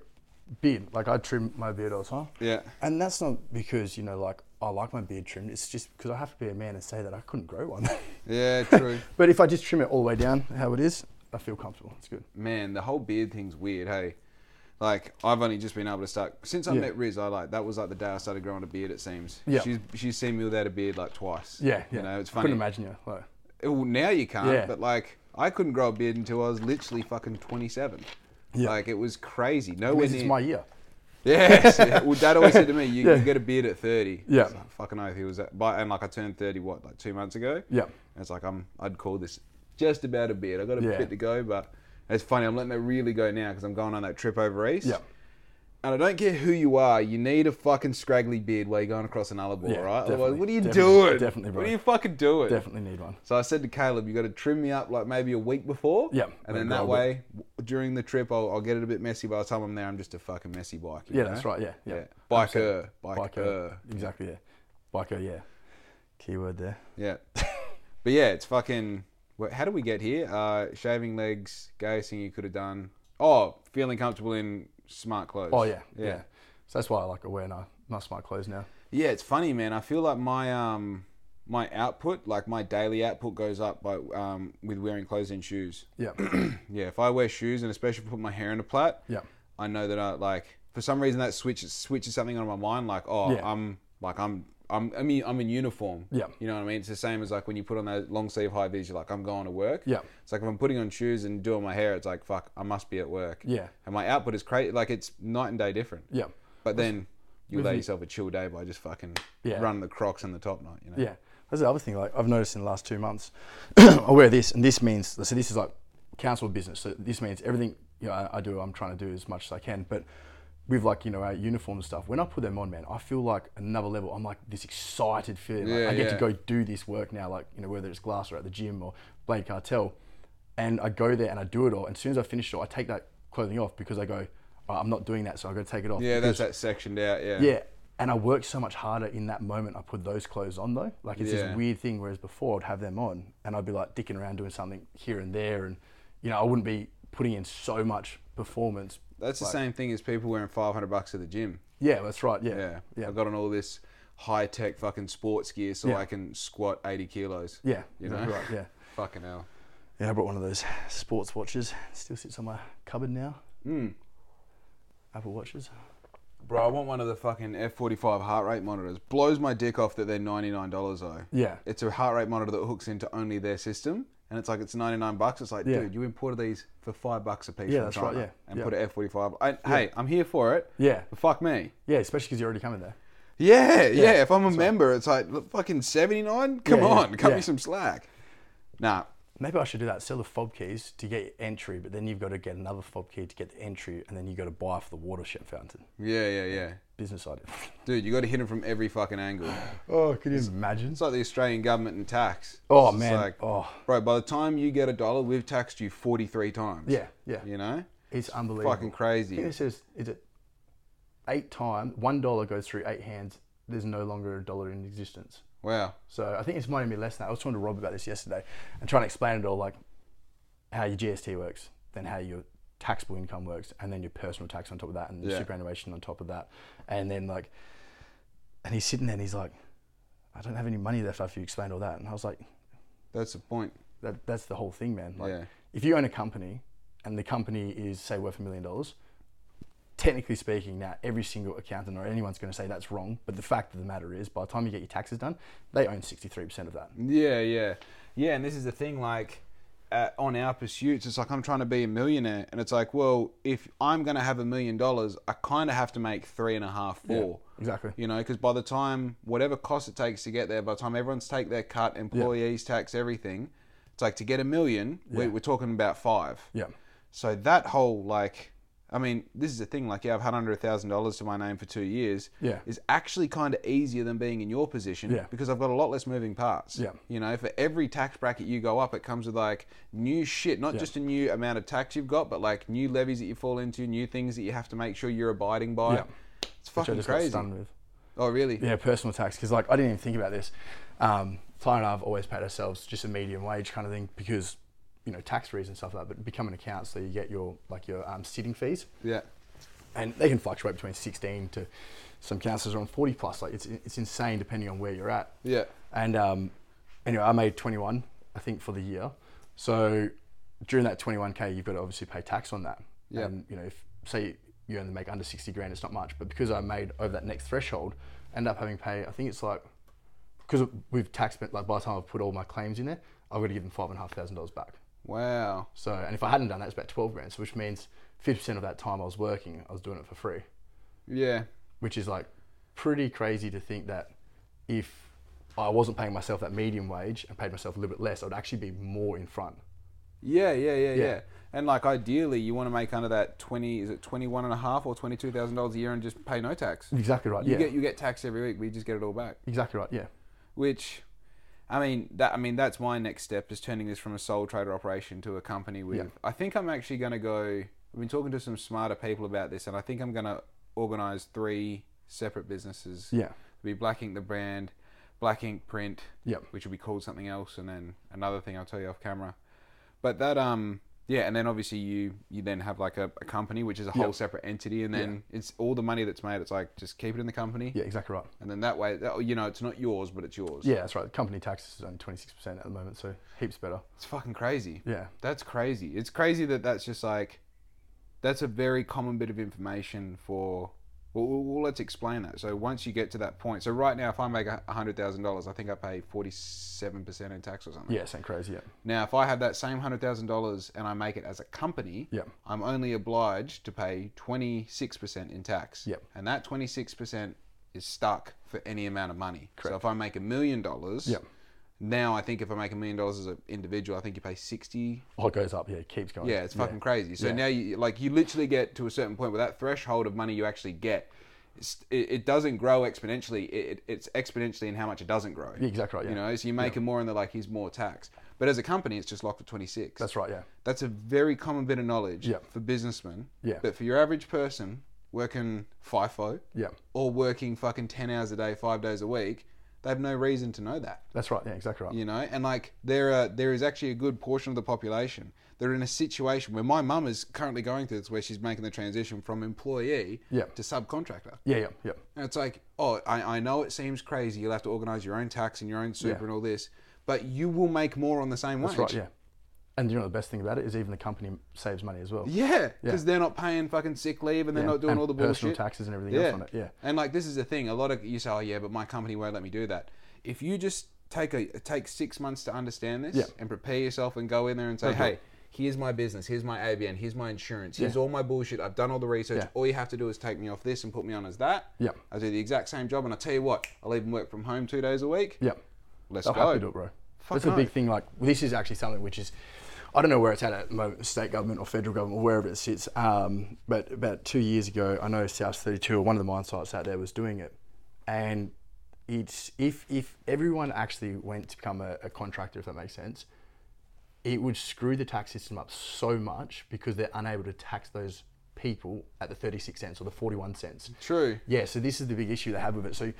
S2: beard, like I trim my beard all the time.
S1: Yeah.
S2: And that's not because you know, like I like my beard trimmed. It's just because I have to be a man and say that I couldn't grow one.
S1: Yeah. True.
S2: but if I just trim it all the way down, how it is, I feel comfortable. It's good.
S1: man, the whole beard thing's weird, hey. Like I've only just been able to start since I
S2: Yeah.
S1: met Riz. I like that was like the day I started growing a beard. It seems.
S2: Yeah.
S1: She's she's seen me without a beard like twice.
S2: Yeah, yeah.
S1: You know, it's
S2: I
S1: funny.
S2: couldn't imagine you. Like,
S1: Well, now you can't.
S2: Yeah.
S1: But like I couldn't grow a beard until I was literally fucking twenty seven.
S2: Yeah.
S1: Like it was crazy. Nowhere
S2: because
S1: near.
S2: it's my year.
S1: Yes. yeah. Well, Dad always said to me, "You,
S2: Yeah.
S1: you get a beard at 30.
S2: Yeah.
S1: It's like, fucking oath. He was at, but and like I turned thirty what like two months ago.
S2: Yeah.
S1: And it's like I'm. I'd call this just about a beard. I got a
S2: Yeah.
S1: bit to go, but it's funny. I'm letting it really go now because I'm going on that trip over east.
S2: Yeah.
S1: And I don't care who you are, you need a fucking scraggly beard while you're going across an Nullarbor,
S2: Yeah,
S1: all right? Otherwise,
S2: definitely,
S1: what are you
S2: definitely,
S1: doing?
S2: definitely, bro.
S1: What are you fucking doing?
S2: Definitely need one.
S1: So I said to Caleb, you got to trim me up like maybe a week before.
S2: Yeah,
S1: And then
S2: maybe
S1: that
S2: I'll
S1: way, w- during the trip, I'll, I'll get it a bit messy. By the time I'm there, I'm just a fucking messy bike. you
S2: Yeah,
S1: know?
S2: that's right. Yeah, yeah.
S1: Biker. Biker.
S2: Biker. Exactly. Yeah. Biker. Yeah. Keyword there.
S1: Yeah. but yeah, it's fucking. wha- How do we get here? Uh, shaving legs, gayest thing you could have done. Oh, feeling comfortable in smart clothes.
S2: Oh yeah, yeah.
S1: Yeah.
S2: So that's why I like wearing uh, my smart clothes now.
S1: Yeah, it's funny, man. I feel like my um my output, like my daily output, goes up by um with wearing clothes and shoes.
S2: Yeah,
S1: yeah, if I wear shoes and especially put my hair in a plait,
S2: yeah,
S1: I know that I like for some reason that switches switches something on my mind. Like, oh,
S2: Yeah.
S1: I'm like I'm. I'm, I mean, I'm in uniform.
S2: Yeah.
S1: You know what I mean? It's the same as like when you put on those long sleeve high vis, you're like, I'm going to work.
S2: Yeah.
S1: It's like if I'm putting on shoes and doing my hair, it's like, fuck, I must be at work.
S2: Yeah.
S1: And my output is crazy. Like it's night and day different.
S2: yeah,
S1: But then you allow
S2: the-
S1: yourself a chill day by just fucking
S2: Yeah.
S1: running the Crocs and the top knot, you know?
S2: yeah. That's the other thing. Like I've noticed in the last two months, I wear this, and this means so this is like council business. So this means everything you know, I, I do, I'm trying to do as much as I can. But with like you know our uniform and stuff, when I put them on, man, I feel like another level. I'm like this excited feeling. Like,
S1: Yeah,
S2: I get to
S1: yeah.
S2: go do this work now. Like you know whether it's glass or at the gym or Blade Cartel, and I go there and I do it all. And as soon as I finish it, all, I take that clothing off because I go. "Oh, I'm not doing that, so I got to take it off.
S1: Yeah,
S2: because
S1: that's that sectioned out, yeah.
S2: Yeah. And I worked so much harder in that moment I put those clothes on though. Like it's
S1: Yeah.
S2: this weird thing, whereas before I'd have them on and I'd be like dicking around doing something here and there and you know, I wouldn't be putting in so much performance.
S1: That's the same thing as people wearing 500 bucks at the gym.
S2: Yeah, that's right. Yeah.
S1: Yeah.
S2: Yeah.
S1: I've got on all this high tech fucking sports gear so
S2: Yeah.
S1: I can squat 80 kilos.
S2: Yeah.
S1: You
S2: exactly
S1: know?
S2: right. Yeah.
S1: Fucking hell.
S2: Yeah, I brought one of those sports watches. It still sits on my cupboard now.
S1: Mm.
S2: Apple watches.
S1: Bro, I want one of the fucking F45 heart rate monitors. Blows my dick off that they're $99 though.
S2: Yeah.
S1: It's a heart rate monitor that hooks into only their system. And it's like it's ninety nine bucks. It's like,
S2: Yeah.
S1: dude, you imported these for five bucks a piece
S2: Yeah,
S1: from
S2: that's
S1: China
S2: right, yeah.
S1: and
S2: Yeah.
S1: put an F forty five. Hey, I'm here for it.
S2: Yeah.
S1: But fuck me.
S2: Yeah, especially because you're already coming there.
S1: Yeah, yeah. If I'm a member, it's like look, fucking seventy nine. Come
S2: Yeah, yeah,
S1: on, cut
S2: yeah.
S1: me some slack. Nah,
S2: Maybe I should do that. Sell the fob keys to get entry, but then you've got to get another fob key to get the entry, and then you got to buy for the watershed fountain.
S1: Yeah, yeah, yeah.
S2: Business idea.
S1: Dude, you got to hit them from every fucking angle.
S2: Oh, could you imagine?
S1: It's like the Australian government and tax.
S2: Oh,
S1: It's just
S2: man. Oh.
S1: Bro, by the time you get a dollar, we've taxed you 43 times.
S2: Yeah, yeah.
S1: You know?
S2: It's unbelievable.
S1: fucking crazy.
S2: I think this is is it eight times one dollar goes through eight hands. There's no longer a dollar in existence.
S1: Wow.
S2: So I think it's might even be less than that. I was talking to Rob about this yesterday and trying to explain it all, like how your GST works, then how your taxable income works, and then your personal tax on top of that, and the
S1: Yeah.
S2: superannuation on top of that, and then like, and he's sitting there and he's like, I don't have any money left after you explained all that, and I was like,
S1: That's the point.
S2: that that's the whole thing, man. Like,
S1: Yeah.
S2: if you own a company and the company is say worth a million dollars, technically speaking, now every single accountant or anyone's going to say that's wrong. But the fact of the matter is, by the time you get your taxes done, they own sixty three percent of that.
S1: Yeah, yeah, yeah. And this is the thing, like uh, on our pursuits, it's like I'm trying to be a millionaire, and it's like, well, if I'm going to have a million dollars, I kind of have to make three and a half, four.
S2: exactly.
S1: You know, because by the time whatever cost it takes to get there, by the time everyone's take their cut, employees tax, everything, it's like to get a million, we, we're talking about five.
S2: Yeah.
S1: So that whole like, I mean, this is the thing. Like, yeah, I've had under a thousand dollars to my name for two years.
S2: Yeah.
S1: is actually kind of easier than being in your position.
S2: Yeah.
S1: because I've got a lot less moving parts.
S2: Yeah.
S1: you know, for every tax bracket you go up, it comes with like new shit. Not just a new amount of tax you've got, but like new levies that you fall into, new things that you have to make sure you're abiding by.
S2: Yeah.
S1: It's
S2: Which I
S1: fucking
S2: just got
S1: crazy.
S2: stunned with.
S1: Oh, really?
S2: Yeah, personal tax. Because like I didn't even think about this. Um, Fly and I have always paid ourselves just a medium wage kind of thing because you know tax reasons and stuff like that. But become an account, so you get your like your um, sitting fees.
S1: Yeah.
S2: and they can fluctuate between 16 to some councillors are on 40 plus. Like it's it's insane depending on where you're at.
S1: Yeah.
S2: And um, anyway, I made 21, I think, for the year. So during that 21k, you've got to obviously pay tax on that.
S1: Yeah.
S2: And you know, if say you only make under 60 grand, it's not much. But because I made over that next threshold, I end up having to pay. I think it's like because we've taxed like by the time I've put all my claims in there, I've got to give them five and a half thousand dollars back.
S1: Wow.
S2: So, and if I hadn't done that, it's about 12 grand. So, which means 50% of that time I was working, I was doing it for free,
S1: Yeah.
S2: which is like pretty crazy to think that if I wasn't paying myself that medium wage and paid myself a little bit less, I'd actually be more in front.
S1: Yeah, yeah, yeah, yeah.
S2: Yeah.
S1: And like ideally, you want to make under that twenty is it twenty one and a half or twenty two thousand dollars a year and just pay no tax.
S2: Exactly right.
S1: You
S2: yeah.
S1: get you get taxed every week. We just get it all back.
S2: exactly right. Yeah.
S1: Which, I mean, that I mean that's my next step is turning this from a sole trader operation to a company with.
S2: Yeah.
S1: I think I'm actually going to go. I've been talking to some smarter people about this, and I think I'm going to organize three separate businesses.
S2: Yeah.
S1: It'll be Black Ink the brand, Black Ink Print.
S2: Yep.
S1: Which will be called something else, and then another thing I'll tell you off camera. But that um yeah, and then obviously you you then have like a, a company which is a whole separate entity, and then it's all the money that's made. It's like just keep it in the company,
S2: Yeah. Exactly right.
S1: and then that way that, you know it's not yours, but it's yours.
S2: Yeah, that's right. Company tax is only 26% at the moment, so heaps better.
S1: It's fucking crazy.
S2: Yeah.
S1: That's crazy. It's crazy that that's just like, that's a very common bit of information for. Well, well, well let's explain that. So once you get to that point, so right now, if I make a hundred thousand dollars, I think I pay forty-seven percent in tax or something.
S2: Yeah, sound crazy. Yeah.
S1: Now, if I have that same hundred thousand dollars and I make it as a company,
S2: Yeah.
S1: I'm only obliged to pay twenty-six percent in tax.
S2: Yep.
S1: And that twenty-six percent is stuck for any amount of money. So
S2: Correct.
S1: if I make a million dollars,
S2: Yep.
S1: now I think if I make a million dollars as an individual, I think you pay sixty
S2: Oh, it goes up. Yeah, it keeps going.
S1: yeah, it's fucking crazy. So
S2: Yeah.
S1: now you like you literally get to a certain point where that threshold of money you actually get, it's, it, it doesn't grow exponentially. It, it, it's exponentially in how much it doesn't grow.
S2: Yeah, exactly right,
S1: You
S2: yeah.
S1: know, so you make it more, and they're like, "Here's more tax." But as a company, it's just locked at twenty six.
S2: That's right. Yeah.
S1: That's a very common bit of knowledge
S2: Yeah.
S1: for businessmen.
S2: Yeah.
S1: But for your average person working FIFO,
S2: Yeah.
S1: or working fucking ten hours a day, five days a week, they have no reason to know that
S2: That's right. Yeah, exactly right.
S1: you know and like there are there is actually a good portion of the population that are in a situation where my mum is currently going through this where she's making the transition from employee
S2: Yeah.
S1: to subcontractor
S2: Yeah. Yeah. Yeah.
S1: and it's like oh I, I know it seems crazy you'll have to organize your own tax and your own super
S2: Yeah.
S1: and all this but you will make more on the same
S2: That's
S1: wage
S2: right. Yeah. And you know the best thing about it is even the company saves money as well.
S1: yeah because they're not paying fucking sick leave and they're
S2: Yeah,
S1: not doing
S2: and
S1: all the bullshit
S2: personal taxes and everything
S1: yeah.
S2: else on it. Yeah,
S1: and like this is the thing a lot of you say oh yeah but my company won't let me do that if you just take a take six months to understand this
S2: Yeah.
S1: and prepare yourself and go in there and say
S2: Okay.
S1: hey here's my business here's my abn here's my insurance here's all my bullshit i've done all the research
S2: Yeah.
S1: all you have to do is take me off this and put me on as that
S2: Yeah.
S1: i do the exact same job and i tell you what i'll even work from home two days a week
S2: yeah.
S1: let's
S2: They'll
S1: go
S2: happily do it, bro.
S1: Fuck
S2: That's a big
S1: no.
S2: thing. Like this is actually something which is, I don't know where it's at at the moment, state government or federal government or wherever it sits. Um, but about two years ago, I know South Thirty Two or one of the mine sites out there was doing it, and it's if if everyone actually went to become a, a contractor, if that makes sense, it would screw the tax system up so much because they're unable to tax those people at the 36 cents or the 41 cents.
S1: True.
S2: Yeah, so this is the big issue they have with it. So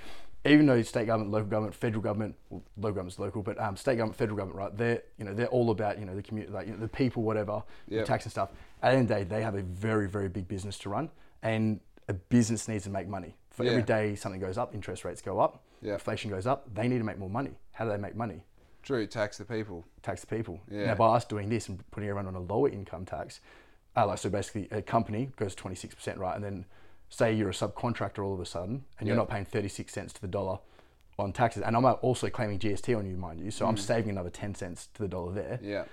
S2: even though state government, local government, federal government, well, local government's local, but um, state government, federal government, right? They're you know they're all about you know the community, like you know, the people, whatever,
S1: Yep.
S2: the tax and stuff. At the end of the day, they have a very very big business to run, and a business needs to make money. For
S1: Yeah.
S2: every day something goes up, interest rates go up,
S1: Yep.
S2: inflation goes up. They need to make more money. How do they make money?
S1: True. Tax the people.
S2: tax the people.
S1: Yeah.
S2: Now, by us doing this and putting everyone on a lower income tax, uh, like so basically a company goes 26%, right? And then say you're a subcontractor all of a sudden and you're
S1: Yeah.
S2: not paying 36 cents to the dollar on taxes. And I'm also claiming GST on you, mind you. So I'm saving another 10 cents to the dollar there.
S1: Mm. Yeah.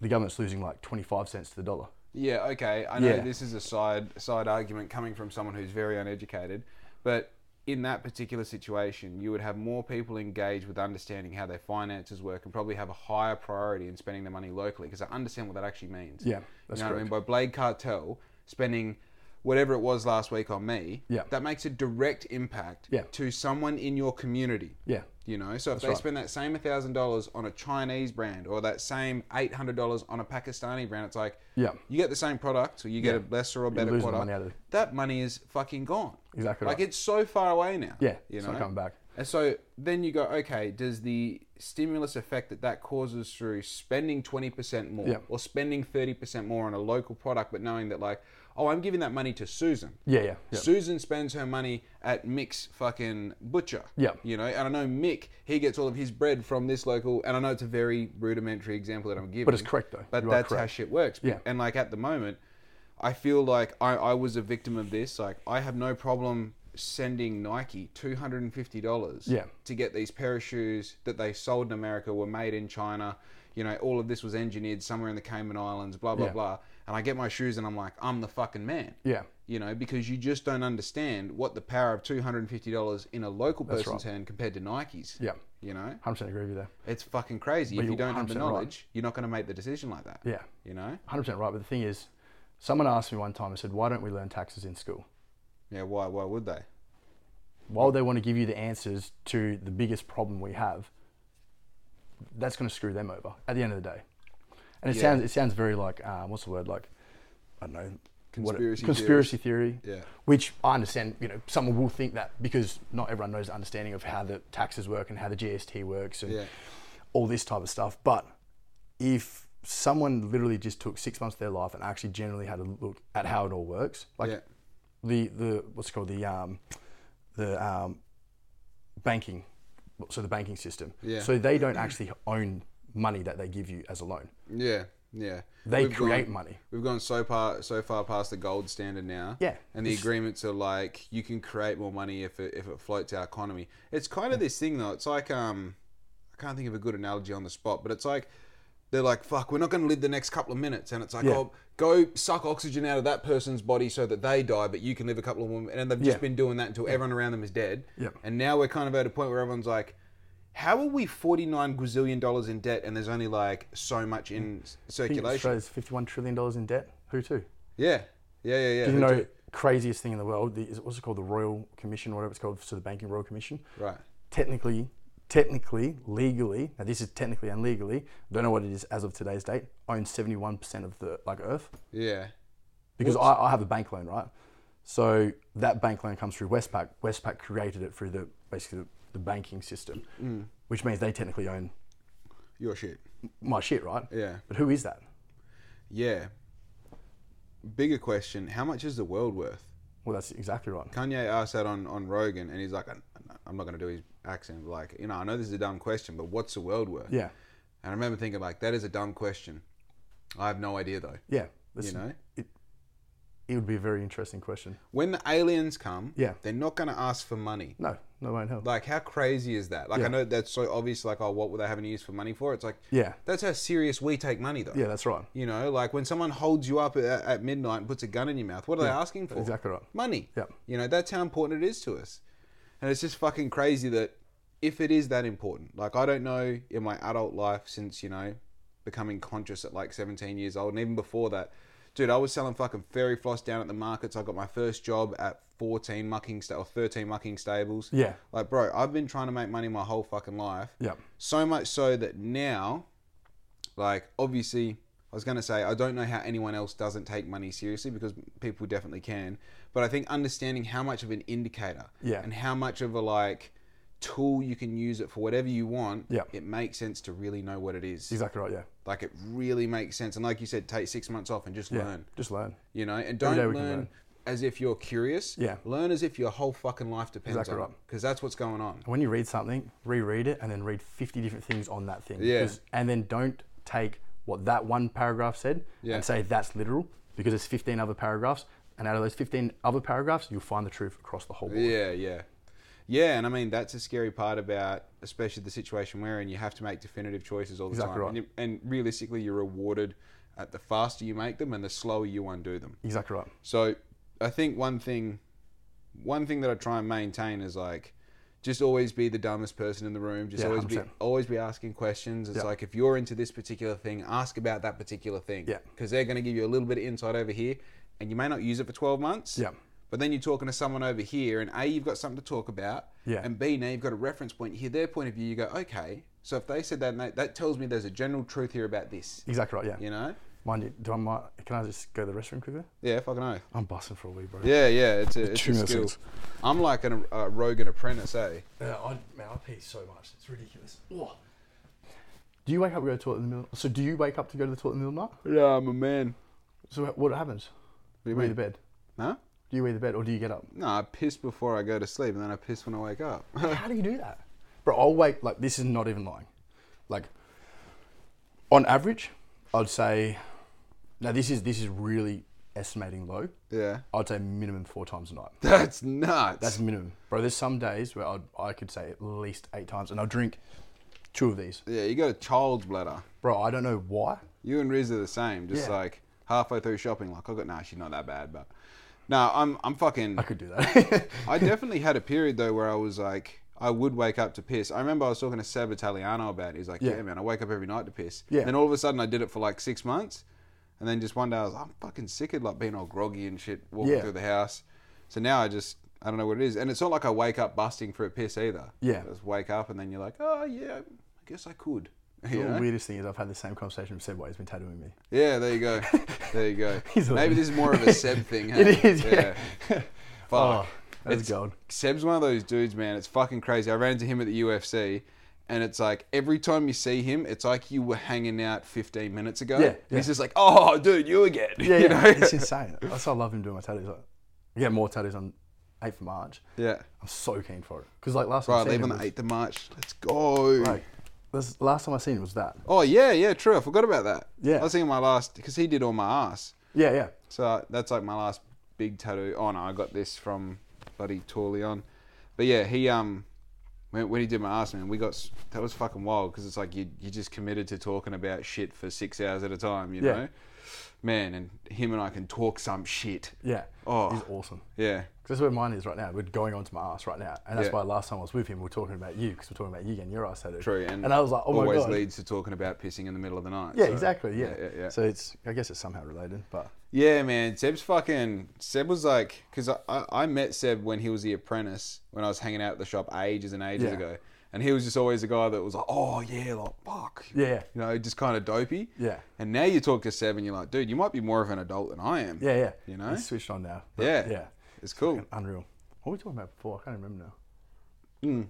S2: The government's losing like 25 cents to the dollar.
S1: Yeah, okay. I know
S2: Yeah.
S1: this is a side side argument coming from someone who's very uneducated, but in that particular situation, you would have more people engaged with understanding how their finances work and probably have a higher priority in spending their money locally because they understand what that actually means.
S2: Yeah, that's
S1: you know what I mean? By Blade Cartel spending whatever it was last week on me,
S2: Yeah.
S1: that makes a direct impact
S2: Yeah.
S1: to someone in your community.
S2: Yeah.
S1: You know, so if they
S2: right.
S1: spend that same thousand dollars on a Chinese brand or that same eight hundred dollars on a Pakistani brand, it's like
S2: Yeah.
S1: you get the same product or you get
S2: Yeah.
S1: a lesser or better
S2: losing the
S1: product.
S2: money out of it.
S1: That money is fucking gone.
S2: Exactly
S1: Like
S2: right.
S1: it's so far away now.
S2: Yeah,
S1: you
S2: it's
S1: know,
S2: not coming back.
S1: And so then you go, okay, does the stimulus effect that that causes through spending twenty percent more
S2: Yeah.
S1: or spending thirty percent more on a local product, but knowing that like, oh, I'm giving that money to Susan.
S2: Yeah, yeah. yeah.
S1: Susan spends her money at Mick's fucking butcher.
S2: Yeah.
S1: You know, and I know Mick, he gets all of his bread from this local, and I know it's a very rudimentary example that I'm giving.
S2: But it's correct, though.
S1: But
S2: You are
S1: that's how
S2: correct.
S1: shit works.
S2: Yeah.
S1: And like at the moment, I feel like I, I was a victim of this. Like I have no problem sending Nike $250
S2: Yeah.
S1: to get these pair of shoes that they sold in America, were made in China. You know, all of this was engineered somewhere in the Cayman Islands, blah, blah,
S2: Yeah.
S1: blah. And I get my shoes and I'm like, I'm the fucking man
S2: yeah.
S1: you know, because you just don't understand what the power of two hundred and fifty dollars in a local person's hand compared to Nike's.
S2: Yeah.
S1: You know,
S2: 100% agree with you there.
S1: it's fucking crazy. if
S2: you're
S1: you don't have the
S2: 100% right.
S1: knowledge, you're not going to make the decision like that.
S2: Yeah.
S1: You know.
S2: 100% right. But the thing is, someone asked me one time, I said, why don't we learn taxes in school?
S1: Yeah. Why? Why would they?
S2: while they want to give you the answers to the biggest problem we have, that's going to screw them over at the end of the day. And it
S1: Yeah.
S2: sounds it sounds very like um, what's the word like I don't know what it-
S1: Conspiracy
S2: conspiracy theory.
S1: Yeah.
S2: Which I understand, you know, someone will think that because not everyone knows the understanding of how the taxes work and how the GST works and
S1: Yeah.
S2: all this type of stuff. But if someone literally just took six months of their life and actually generally had a look at how it all works, like
S1: Yeah.
S2: the the what's it called the um the um banking so the banking system
S1: Yeah.
S2: so they don't actually own money that they give you as a loan
S1: Yeah. Yeah.
S2: they
S1: We've
S2: create
S1: gone-
S2: money
S1: We've gone so far so far past the gold standard now.
S2: Yeah.
S1: And the
S2: It's-
S1: agreements are like you can create more money if it, if it floats our economy. It's kind of this thing though. It's like um I can't think of a good analogy on the spot, but it's like they're like fuck, we're not going to live the next couple of minutes and it's like
S2: Yeah.
S1: oh go suck oxygen out of that person's body so that they die but you can live a couple of more min-" and they've just
S2: Yeah.
S1: been doing that until everyone around them is dead.
S2: Yep.
S1: And now we're kind of at a point where everyone's like how are we forty nine gazillion dollars in debt and there's only like so much in s-
S2: I think
S1: circulation?
S2: Australia's 51 trillion dollars in debt who too
S1: Yeah, yeah, yeah, yeah.
S2: you
S1: Who
S2: know
S1: took-
S2: craziest thing in the world the, is it- what's it called the royal commission whatever it's called so the banking royal commission
S1: right?
S2: technically technically legally now this is technically and legally don't know what it is as of today's date owns 71% of the like earth
S1: Yeah,
S2: because I, I have a bank loan, right? So that bank loan comes through Westpac. Westpac created it through the basically the, the banking system,
S1: Mm.
S2: which means they technically own
S1: your shit.
S2: my shit, right?
S1: Yeah.
S2: But who is that?
S1: Yeah. Bigger question: How much is the world worth?
S2: Well, that's exactly right.
S1: Kanye asked that on on Rogan, and he's like, "I- "I'm not going to do his accent. but Like, you know, I know this is a dumb question, but what's the world worth?"
S2: Yeah,
S1: And I remember thinking, like, that is a dumb question. I have no idea though.
S2: yeah. That's,
S1: You know,
S2: it would be a very interesting question.
S1: when the aliens come,
S2: Yeah.
S1: they're not going to ask for money.
S2: No, no way in hell.
S1: Like, how crazy is that? Like, I
S2: Yeah.
S1: know that's so obvious. Like, oh, what would they have any use for money for? It's like,
S2: Yeah.
S1: that's how serious we take money though.
S2: Yeah, that's right.
S1: You know, like when someone holds you up at, at midnight and puts a gun in your mouth, what are they asking for?
S2: exactly right.
S1: Money.
S2: Yep.
S1: You know, that's how important it is to us. And it's just fucking crazy that if it is that important. Like I don't know in my adult life since, you know, becoming conscious at like 17 years old and even before that, dude, I was selling fucking fairy floss down at the markets. I got my first job at 14 mucking sta- or 13 mucking stables.
S2: Yeah.
S1: Like bro, I've been trying to make money my whole fucking life.
S2: Yeah.
S1: So much so that now like obviously I was going to say I don't know how anyone else doesn't take money seriously because people definitely can, but I think understanding how much of an indicator
S2: Yeah.
S1: and how much of a like tool you can use it for whatever you want,
S2: Yeah.
S1: it makes sense to really know what it is.
S2: Exactly right. Yeah.
S1: Like it really makes sense and like you said take 6 months off and just
S2: Yeah.
S1: learn,
S2: Just learn.
S1: you know, and don't
S2: Every day we
S1: learn,
S2: can learn.
S1: as if you're curious.
S2: Yeah.
S1: Learn as if your whole fucking life depends
S2: Exactly
S1: on it
S2: right.
S1: because that's what's going on.
S2: When you read something, reread it and then read 50 different things on that thing.
S1: Yeah.
S2: Because- And then don't take what that one paragraph said
S1: Yeah.
S2: and say that's literal because there's 15 other paragraphs. And out of those 15 other paragraphs, you'll find the truth across the whole board.
S1: Yeah, yeah. Yeah, and I mean that's a scary part about especially the situation we're in. You have to make definitive choices all the
S2: Exactly
S1: time.
S2: right.
S1: And, you- and realistically you're rewarded at the faster you make them and the slower you undo them.
S2: Exactly right.
S1: So I think one thing one thing that I try and maintain is like just always be the dumbest person in the room. Just
S2: Yeah,
S1: always be
S2: 100%.
S1: always be asking questions. It's
S2: Yeah.
S1: like if you're into this particular thing, ask about that particular thing.
S2: Yeah.
S1: Because they're gonna give you a little bit of insight over here and you may not use it for twelve months.
S2: Yeah.
S1: But then you're talking to someone over here, and A, you've got something to talk about,
S2: Yeah.
S1: and B, now you've got a reference point. You hear their point of view, you go, okay, so if they said that, and that- that tells me there's a general truth here about this,
S2: Exactly right. Yeah.
S1: you know?
S2: Mind you, do I mind, can I just go to the restroom quickly?
S1: Yeah, fucking oath.
S2: I'm busting for a wee, bro.
S1: Yeah, yeah, it's a, it's
S2: Two
S1: a
S2: minutes
S1: skill.
S2: in.
S1: I'm like an, a Rogan apprentice, eh?
S2: Yeah, Uh, I, man, I pee so much. It's ridiculous. Oh. Do you wake up and go to the toilet in the middle? So do you wake up to go to the toilet in the middle of the night?
S1: Yeah, I'm a man.
S2: So wha- what happens?
S1: What do you
S2: Wee the
S1: mean?
S2: bed.
S1: Huh?
S2: Do you wee the bed or do you get up?
S1: No, I piss before I go to sleep, and then I piss when I wake up.
S2: How do you do that? Bro, I'll wake like this is not even lying. Like on average, I'd say now this is this is really estimating low.
S1: yeah.
S2: I'd say minimum four times a night.
S1: That's nuts.
S2: That's minimum. Bro, there's some days where I'd, I could say at least eight times and I'll drink two of these.
S1: yeah, you got a child's bladder.
S2: Bro, I don't know why.
S1: You and Riz are the same. Just
S2: Yeah.
S1: like halfway through shopping, like I got nah, she's not that bad, but no, I'm I'm fucking.
S2: I could do that.
S1: I definitely had a period though where I was like, I would wake up to piss. I remember I was talking to Seb Italiano about. it. He's like, yeah.
S2: Yeah.
S1: man, I wake up every night to piss.
S2: Yeah.
S1: Then all of a sudden, I did it for like six months, and then just one day I was, like, I'm fucking sick of like being all groggy and shit walking
S2: Yeah.
S1: through the house. So now I just. I don't know what it is, and it's not like I wake up busting for a piss either.
S2: Yeah.
S1: I just wake up and then you're like, oh yeah, I guess I could.
S2: The
S1: You know?
S2: weirdest thing is I've had the same conversation with Seb while he's been tattooing me.
S1: Yeah, there you go. There you go.
S2: He's a-
S1: Maybe this is more of a Seb thing. huh?
S2: It is, yeah.
S1: Fuck.
S2: Oh, that's
S1: It's-
S2: gold.
S1: Seb's one of those dudes, man. It's fucking crazy. I ran into him at the UFC, and it's like every time you see him, it's like you were hanging out 15 minutes ago.
S2: Yeah,
S1: And He's
S2: yeah.
S1: just like, oh, dude, you again.
S2: Yeah,
S1: you
S2: yeah.
S1: know?
S2: it's insane. That's why I love him doing my tattoos. Like, yeah, more tattoos on 8th of March.
S1: yeah.
S2: I'm so keen for it. Because like last time
S1: Right,
S2: I seen
S1: leave
S2: him
S1: on the
S2: was-
S1: 8th of March. Let's go.
S2: Like, this, last time I seen him was that.
S1: Oh, yeah, yeah, true. I forgot about that.
S2: Yeah.
S1: I was thinking my last, because he did all my ass.
S2: Yeah, yeah.
S1: So that's like my last big tattoo. Oh no, I got this from buddy Torleon. But yeah, he um when, when he did my ass man, we got s- that was fucking wild because it's like you you just committed to talking about shit for six hours at a time, you
S2: Yeah.
S1: know, man. And him and I can talk some shit.
S2: Yeah.
S1: Oh.
S2: He's awesome.
S1: Yeah,
S2: Because that's where mine is right now. We're going on to my ass right now. And that's
S1: Yeah.
S2: why last time I was with him, we were talking about you because we're talking about you getting your ass tattoo.
S1: true. And,
S2: I was like, oh my
S1: always
S2: God.
S1: leads to talking about pissing in the middle of the night.
S2: Yeah,
S1: so-
S2: exactly. Yeah.
S1: yeah, yeah.
S2: So it's, I guess it's somehow related, but
S1: Yeah, man. Seb's fucking. Seb was like, because I, I I met Seb when he was the apprentice when I was hanging out at the shop ages and ages
S2: Yeah.
S1: ago, and he was just always the guy that was like, oh yeah, like fuck,
S2: yeah,
S1: you know, just kind of dopey.
S2: Yeah.
S1: And now you talk to Seb and you're like, dude, you might be more of an adult than I am.
S2: yeah, yeah.
S1: You know?
S2: He's switched on now. but
S1: Yeah.
S2: Yeah.
S1: It's cool.
S2: Unreal. What were we talking about before? I can't remember now.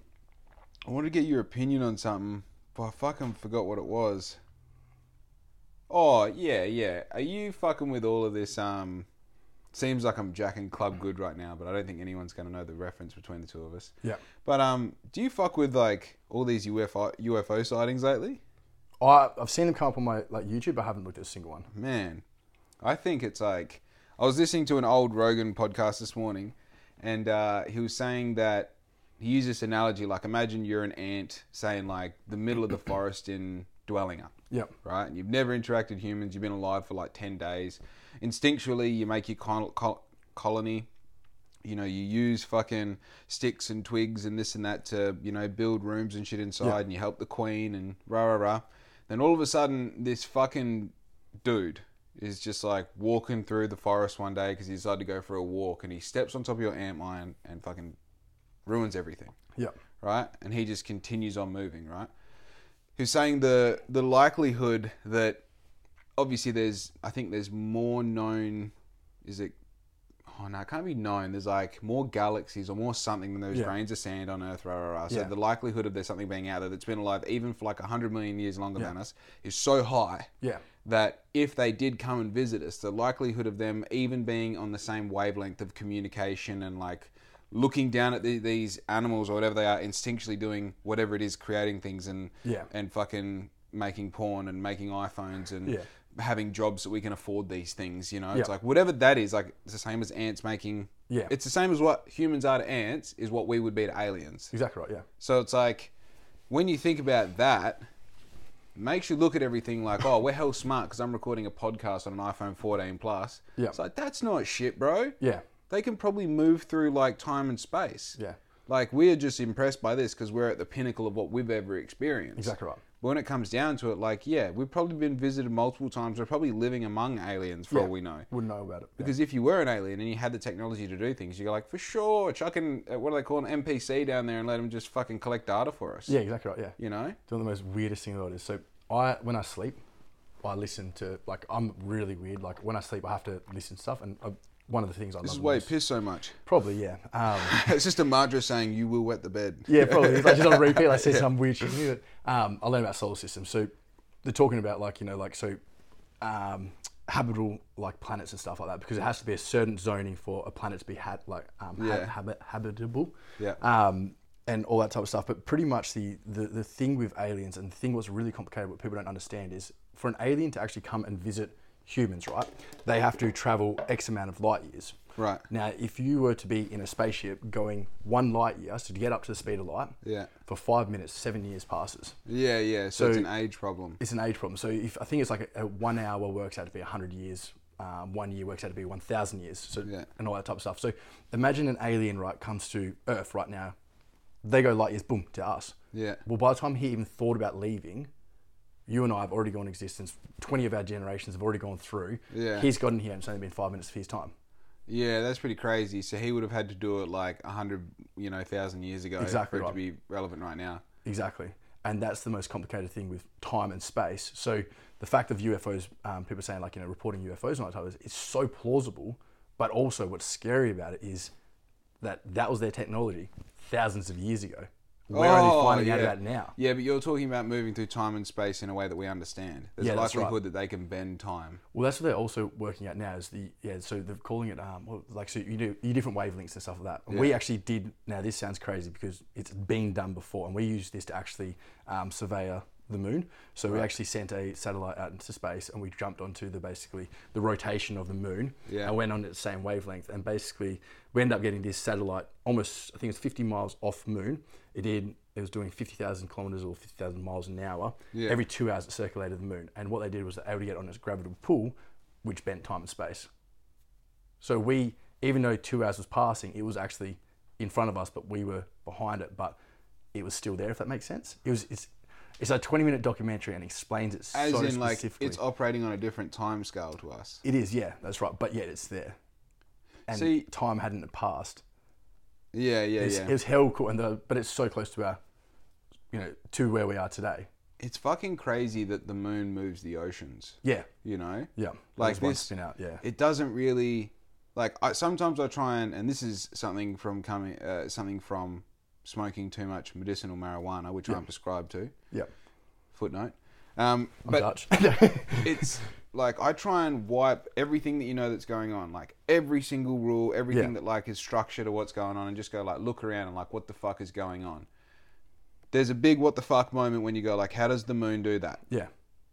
S1: I wanted to get your opinion on something, but I fucking forgot what it was. Oh yeah, yeah. Are you fucking with all of this? Um, seems like I'm jacking Club Good right now, but I don't think anyone's gonna know the reference between the two of us.
S2: Yeah.
S1: But um, do you fuck with like all these UFO UFO sightings lately?
S2: I, I've seen them come up on my like YouTube. I haven't looked at a single one.
S1: Man, I think it's like I was listening to an old Rogan podcast this morning, and uh, he was saying that he used this analogy like imagine you're an ant, say in like the middle of the forest in Dwellinger.
S2: Yep.
S1: Right, and you've never interacted with humans. You've been alive for like ten days. Instinctually, you make your col- col- colony you know, you use fucking sticks and twigs and this and that to, you know, build rooms and shit inside
S2: Yeah.
S1: and you help the queen and rah rah rah. Then all of a sudden, this fucking dude is just like walking through the forest one day because he decided to go for a walk and he steps on top of your antlion and fucking ruins everything,
S2: Yeah.
S1: right? And he just continues on moving, right? Who's saying the the likelihood that obviously there's I think there's more known is it oh no it can't be known there's like more galaxies or more something than those
S2: Yeah.
S1: grains of sand on Earth rah, rah, rah. so
S2: Yeah.
S1: the likelihood of there's something being out there that's been alive even for like hundred million years longer
S2: Yeah.
S1: than us is so high
S2: Yeah.
S1: that if they did come and visit us the likelihood of them even being on the same wavelength of communication and like looking down at the, these animals or whatever they are instinctually doing whatever it is creating things and
S2: Yeah.
S1: and fucking making porn and making iPhones and
S2: Yeah.
S1: having jobs that we can afford these things. You know, it's
S2: Yeah.
S1: like whatever that is, like it's the same as ants making.
S2: Yeah.
S1: it's the same as what humans are to ants is what we would be to aliens.
S2: Exactly right. Yeah.
S1: So it's like when you think about that, makes you look at everything like, oh, we're hell smart because I'm recording a podcast on an iPhone 14 Plus.
S2: Yeah.
S1: it's like that's not shit, bro.
S2: Yeah.
S1: They can probably move through like time and space.
S2: Yeah.
S1: Like we're just impressed by this because we're at the pinnacle of what we've ever experienced.
S2: Exactly right.
S1: But when it comes down to it, like yeah, we've probably been visited multiple times. We're probably living among aliens for
S2: Yeah.
S1: all we know.
S2: Wouldn't know about it. Yeah.
S1: Because if you were an alien and you had the technology to do things, you're like for sure chucking uh, what do they call an NPC down there and let them just fucking collect data for us.
S2: yeah. Exactly right. Yeah.
S1: You know.
S2: It's one of the most weirdest things in the world is so I when I sleep, I listen to like I'm really weird. Like when I sleep, I have to listen to stuff, and uh one of the things I
S1: This
S2: love
S1: is why you
S2: most-
S1: piss so much.
S2: probably yeah. Um,
S1: it's just a Marjorie saying you will wet the bed.
S2: Yeah, probably. It's like just on repeat, like said some weird shit. But, um, I learned about solar systems. So they're talking about like you know like so um, habitable like planets and stuff like that because it has to be a certain zoning for a planet to be had like um, ha-
S1: Yeah.
S2: habit- habitable.
S1: Yeah.
S2: Um, and all that type of stuff. But pretty much the, the the thing with aliens and the thing what's really complicated what people don't understand is for an alien to actually come and visit humans, right? They have to travel X amount of light years.
S1: Right.
S2: Now, if you were to be in a spaceship going one light year, so to get up to the speed of light,
S1: Yeah.
S2: for five minutes, seven years passes.
S1: Yeah, yeah. So, it's an
S2: So-
S1: age problem.
S2: It's an age problem. So if I think it's like a, a one hour works out to be 100 years, um, one year works out to be 1,000 years, so
S1: Yeah.
S2: and all that type of stuff. So imagine an alien, right, comes to Earth right now. They go light years, boom, to us.
S1: Yeah.
S2: Well, by the time he even thought about leaving, you and I have already gone existence. 20 of our generations have already gone through.
S1: Yeah.
S2: He's gotten here and it's only been five minutes of his time.
S1: Yeah, that's pretty crazy. So he would have had to do it like a hundred, you know, thousand years ago
S2: Exactly
S1: for it
S2: right.
S1: to be relevant right now.
S2: Exactly. And that's the most complicated thing with time and space. So the fact of UFOs, um, people saying like, you know, reporting UFOs and all that type of it's so plausible, but also what's scary about it is that that was their technology thousands of years ago. We're
S1: Oh,
S2: only finding out
S1: yeah.
S2: about it now.
S1: Yeah, but you're talking about moving through time and space in a way that we understand. There's
S2: Yeah,
S1: a
S2: that's right.
S1: likelihood that they can bend time.
S2: Well, that's what they're also working at now is the, yeah, so they're calling it, um, well, like, so you do you different wavelengths and stuff like that. And we actually did, now this sounds crazy because it's been done before and we used this to actually um, survey uh, the moon. So we actually sent a satellite out into space and we jumped onto the basically the rotation of the moon
S1: Yeah.
S2: and went on at the same wavelength. And basically we ended up getting this satellite almost, I think it's 50 miles off moon. It did, it was doing 50,000 kilometers or 50,000 miles an hour
S1: Yeah.
S2: every two hours it circulated the moon. And what they did was they were able to get on its gravitational pull, which bent time and space. So we, even though two hours was passing, it was actually in front of us, but we were behind it, but it was still there. If that makes sense, it was. It's, it's a twenty-minute documentary and explains it
S1: As
S2: so
S1: in, like,
S2: specifically.
S1: it's operating on a different time scale to us.
S2: It is, yeah, that's right. But yet it's there, and
S1: See-
S2: time hadn't passed.
S1: Yeah, yeah,
S2: It's,
S1: yeah.
S2: It was hell cool, and the, but it's so close to our, you know, to where we are today.
S1: It's fucking crazy that the moon moves the oceans.
S2: Yeah,
S1: You know.
S2: yeah.
S1: Like
S2: There's one
S1: this-
S2: spin out, yeah.
S1: it doesn't really like I, sometimes I try and and this is something from coming uh, something from smoking too much medicinal marijuana which I'm prescribed to
S2: yeah,
S1: footnote um,
S2: I'm
S1: but
S2: Dutch.
S1: it's like I try and wipe everything that you know that's going on like every single rule everything
S2: Yeah.
S1: that like is structure to what's going on and just go like look around and like what the fuck is going on there's a big what the fuck moment when you go like how does the moon do that
S2: yeah,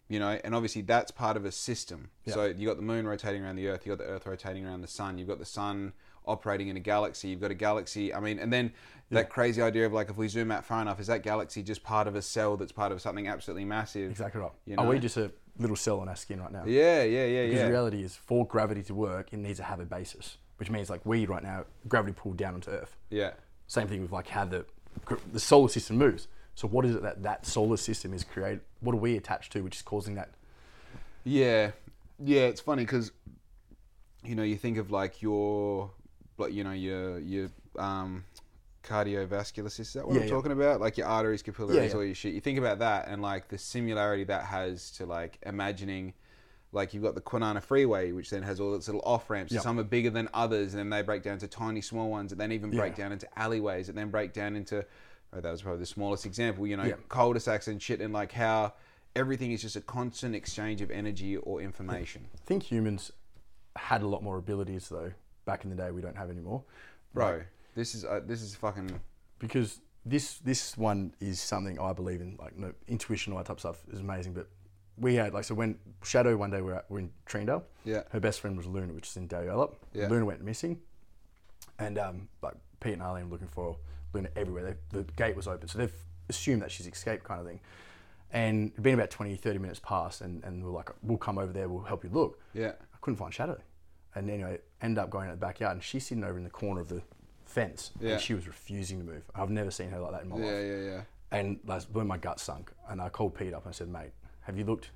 S1: you know and obviously that's part of a system so you got the moon rotating around the earth you got the earth rotating around the sun you've got the sun operating in a galaxy you've got a galaxy i mean and then that crazy idea of like if we zoom out far enough is that galaxy just part of a cell that's part of something absolutely massive
S2: exactly right.
S1: You
S2: Are
S1: know?
S2: we just a little cell on our skin right now?
S1: yeah yeah yeah
S2: Because
S1: yeah
S2: the reality is, for gravity to work, it needs to have a basis. which means like we right now gravity pulled down onto Earth.
S1: Yeah.
S2: Same thing with like how the gr- the solar system moves. So what is it that that solar system is created? What are we attached to, which is causing that?
S1: Yeah, yeah. It's funny because you know you think of like your, like you know your your um, cardiovascular system. Is that what
S2: Yeah,
S1: I'm
S2: yeah.
S1: talking about? Like your arteries, capillaries,
S2: yeah.
S1: all your shit. You think about that and like the similarity that has to like imagining. Like you've got the Kwinana Freeway, which then has all its little off ramps.
S2: Yeah.
S1: Some are bigger than others, and then they break down to tiny, small ones, and then even break
S2: Yeah.
S1: down into alleyways, and then break down into. Oh, that was probably the smallest example. You know,
S2: Yeah.
S1: cul-de-sacs and shit, and like how everything is just a constant exchange of energy or information.
S2: I think humans had a lot more abilities though back in the day. We don't have anymore.
S1: Bro, this is uh, this is fucking
S2: because this this one is something I believe in, like no intuition, all that type of stuff is amazing. But we had like so when Shadow one day we we're at, we we're in Treendale.
S1: Yeah.
S2: Her best friend was Luna, which is in Daryalop.
S1: Yeah.
S2: Luna went missing, and um, like Pete and Arlene were looking for Luna everywhere. They, the gate was open, so they've assumed that she's escaped, kind of thing. And it'd been about 20, 30 minutes past, and, and we we're like, we'll come over there, we'll help you look.
S1: yeah.
S2: I couldn't find Shadow. And anyway, end up going out the backyard, and she's sitting over in the corner of the fence,
S1: Yeah.
S2: and she was refusing to move. I've never seen her like that in my
S1: Yeah,
S2: life.
S1: yeah, yeah.
S2: And that's when my gut sunk, and I called Pete up and I said, "Mate, have you looked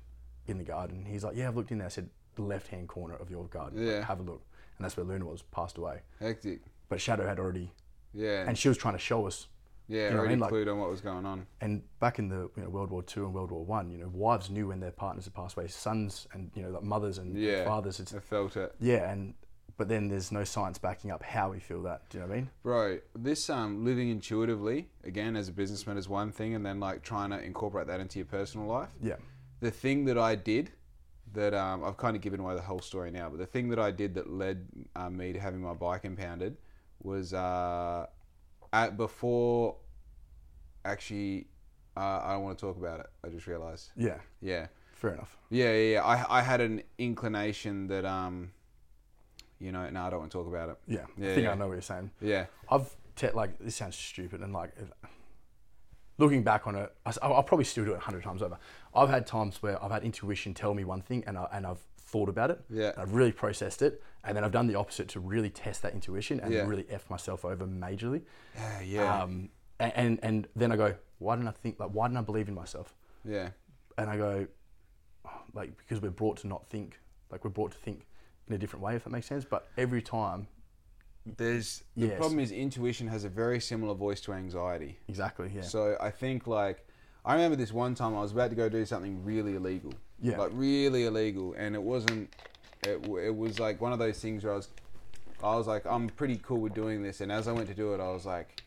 S2: in the garden?" He's like, "Yeah, I've looked in there." I said, "The left-hand corner of your garden. Like,
S1: Yeah.
S2: have a look." And that's where Luna was, passed away.
S1: Hectic.
S2: But Shadow had already,
S1: Yeah.
S2: and she was trying to show us.
S1: yeah,
S2: you know what I
S1: already
S2: mean? Like-
S1: clued on what was going on.
S2: And back in the you know, World War Two and World War One, you know, wives knew when their partners had passed away, sons and you know, like mothers and
S1: Yeah.
S2: fathers. It's
S1: I felt it.
S2: Yeah, and but then there's no science backing up how we feel that. Do you know what I mean?
S1: Bro, this um living intuitively, again as a businessman is one thing and then like trying to incorporate that into your personal life.
S2: Yeah.
S1: the thing that I did that um, I've kind of given away the whole story now, but the thing that I did that led uh, me to having my bike impounded was uh, at before actually uh, I don't want to talk about it. I just realized.
S2: Yeah.
S1: Yeah.
S2: Fair enough.
S1: Yeah, yeah, yeah. I, I had an inclination that um you know, no, I don't want to talk about it.
S2: Yeah.
S1: Yeah,
S2: I think
S1: yeah.
S2: I know what you're saying.
S1: Yeah.
S2: I've te- like this sounds stupid and like if- looking back on it, I, will probably still do it hundred times over. I've had times where I've had intuition tell me one thing and I, and I've thought about it.
S1: Yeah.
S2: And I've really processed it, and then I've done the opposite to really test that intuition and
S1: Yeah.
S2: really f myself over majorly.
S1: Yeah, yeah.
S2: Um, and, and and then I go, why didn't I think like why didn't I believe in myself?
S1: yeah.
S2: and I go, "Oh," like, because we're brought to not think, like we're brought to think in a different way, if that makes sense. But every time,
S1: There's the
S2: Yes.
S1: problem is intuition has a very similar voice to anxiety.
S2: exactly, yeah,
S1: So I think like I remember this one time I was about to go do something really illegal.
S2: Yeah.
S1: Like really illegal, and it wasn't. It, w- it was like one of those things where I was, I was like, I'm pretty cool with doing this, and as I went to do it, I was like,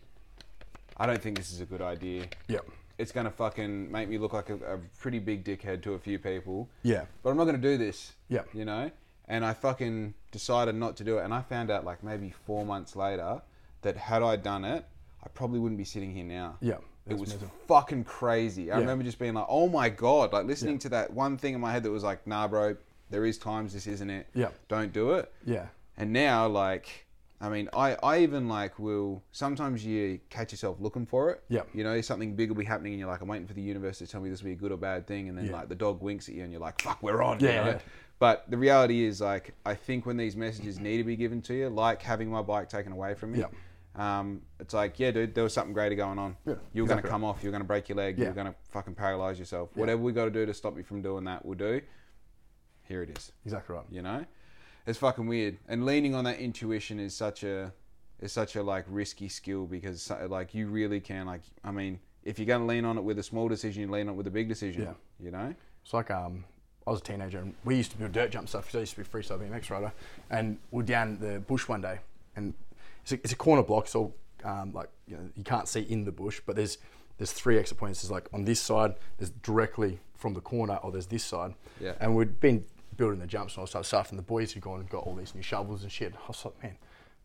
S1: I don't think this is a good idea.
S2: yeah,
S1: It's gonna fucking make me look like a, a pretty big dickhead to a few people.
S2: yeah,
S1: But I'm not gonna do this.
S2: Yeah.
S1: You know? And I fucking decided not to do it. And I found out like maybe four months later that had I done it, I probably wouldn't be sitting here now.
S2: Yeah.
S1: It
S2: That's
S1: was
S2: amazing.
S1: fucking crazy. I
S2: Yeah.
S1: remember just being like, oh my God, like listening to that one thing in my head that was like, nah, bro, there is times this isn't it.
S2: Yeah.
S1: Don't do it.
S2: yeah,
S1: And now, like, I mean, I, I even like will sometimes you catch yourself looking for it.
S2: Yeah.
S1: You know, something big will be happening, and you're like, I'm waiting for the universe to tell me this will be a good or bad thing, and then
S2: Yeah.
S1: like the dog winks at you, and you're like, fuck, we're on. you
S2: Yeah,
S1: know?
S2: yeah.
S1: But the reality is, like, I think when these messages need to be given to you, like having my bike taken away from me.
S2: Yeah.
S1: Um, it's like, yeah, dude, there was something greater going on.
S2: Yeah,
S1: you're
S2: exactly.
S1: gonna come off. You're gonna break your leg.
S2: Yeah.
S1: You're gonna fucking paralyze yourself. Whatever we got to do to stop you from doing that, we'll do. Here it is
S2: exactly right.
S1: you know it's fucking weird and leaning on that intuition is such a is such a like risky skill because so- like you really can like i mean if you're going to lean on it with a small decision you lean on it with a big decision
S2: Yeah.
S1: you know
S2: It's like um, I was a teenager and we used to do dirt jump stuff. 'cause I used to be a freestyle BMX rider, and we're down the bush one day, and it's a, it's a corner block, so um, like you know you can't see in the bush, but there's there's three exit points. There's like on this side, there's directly from the corner, or there's this side.
S1: Yeah.
S2: And we'd been building the jumps and all sorts of stuff, and the boys had gone and got all these new shovels and shit. I was like, man,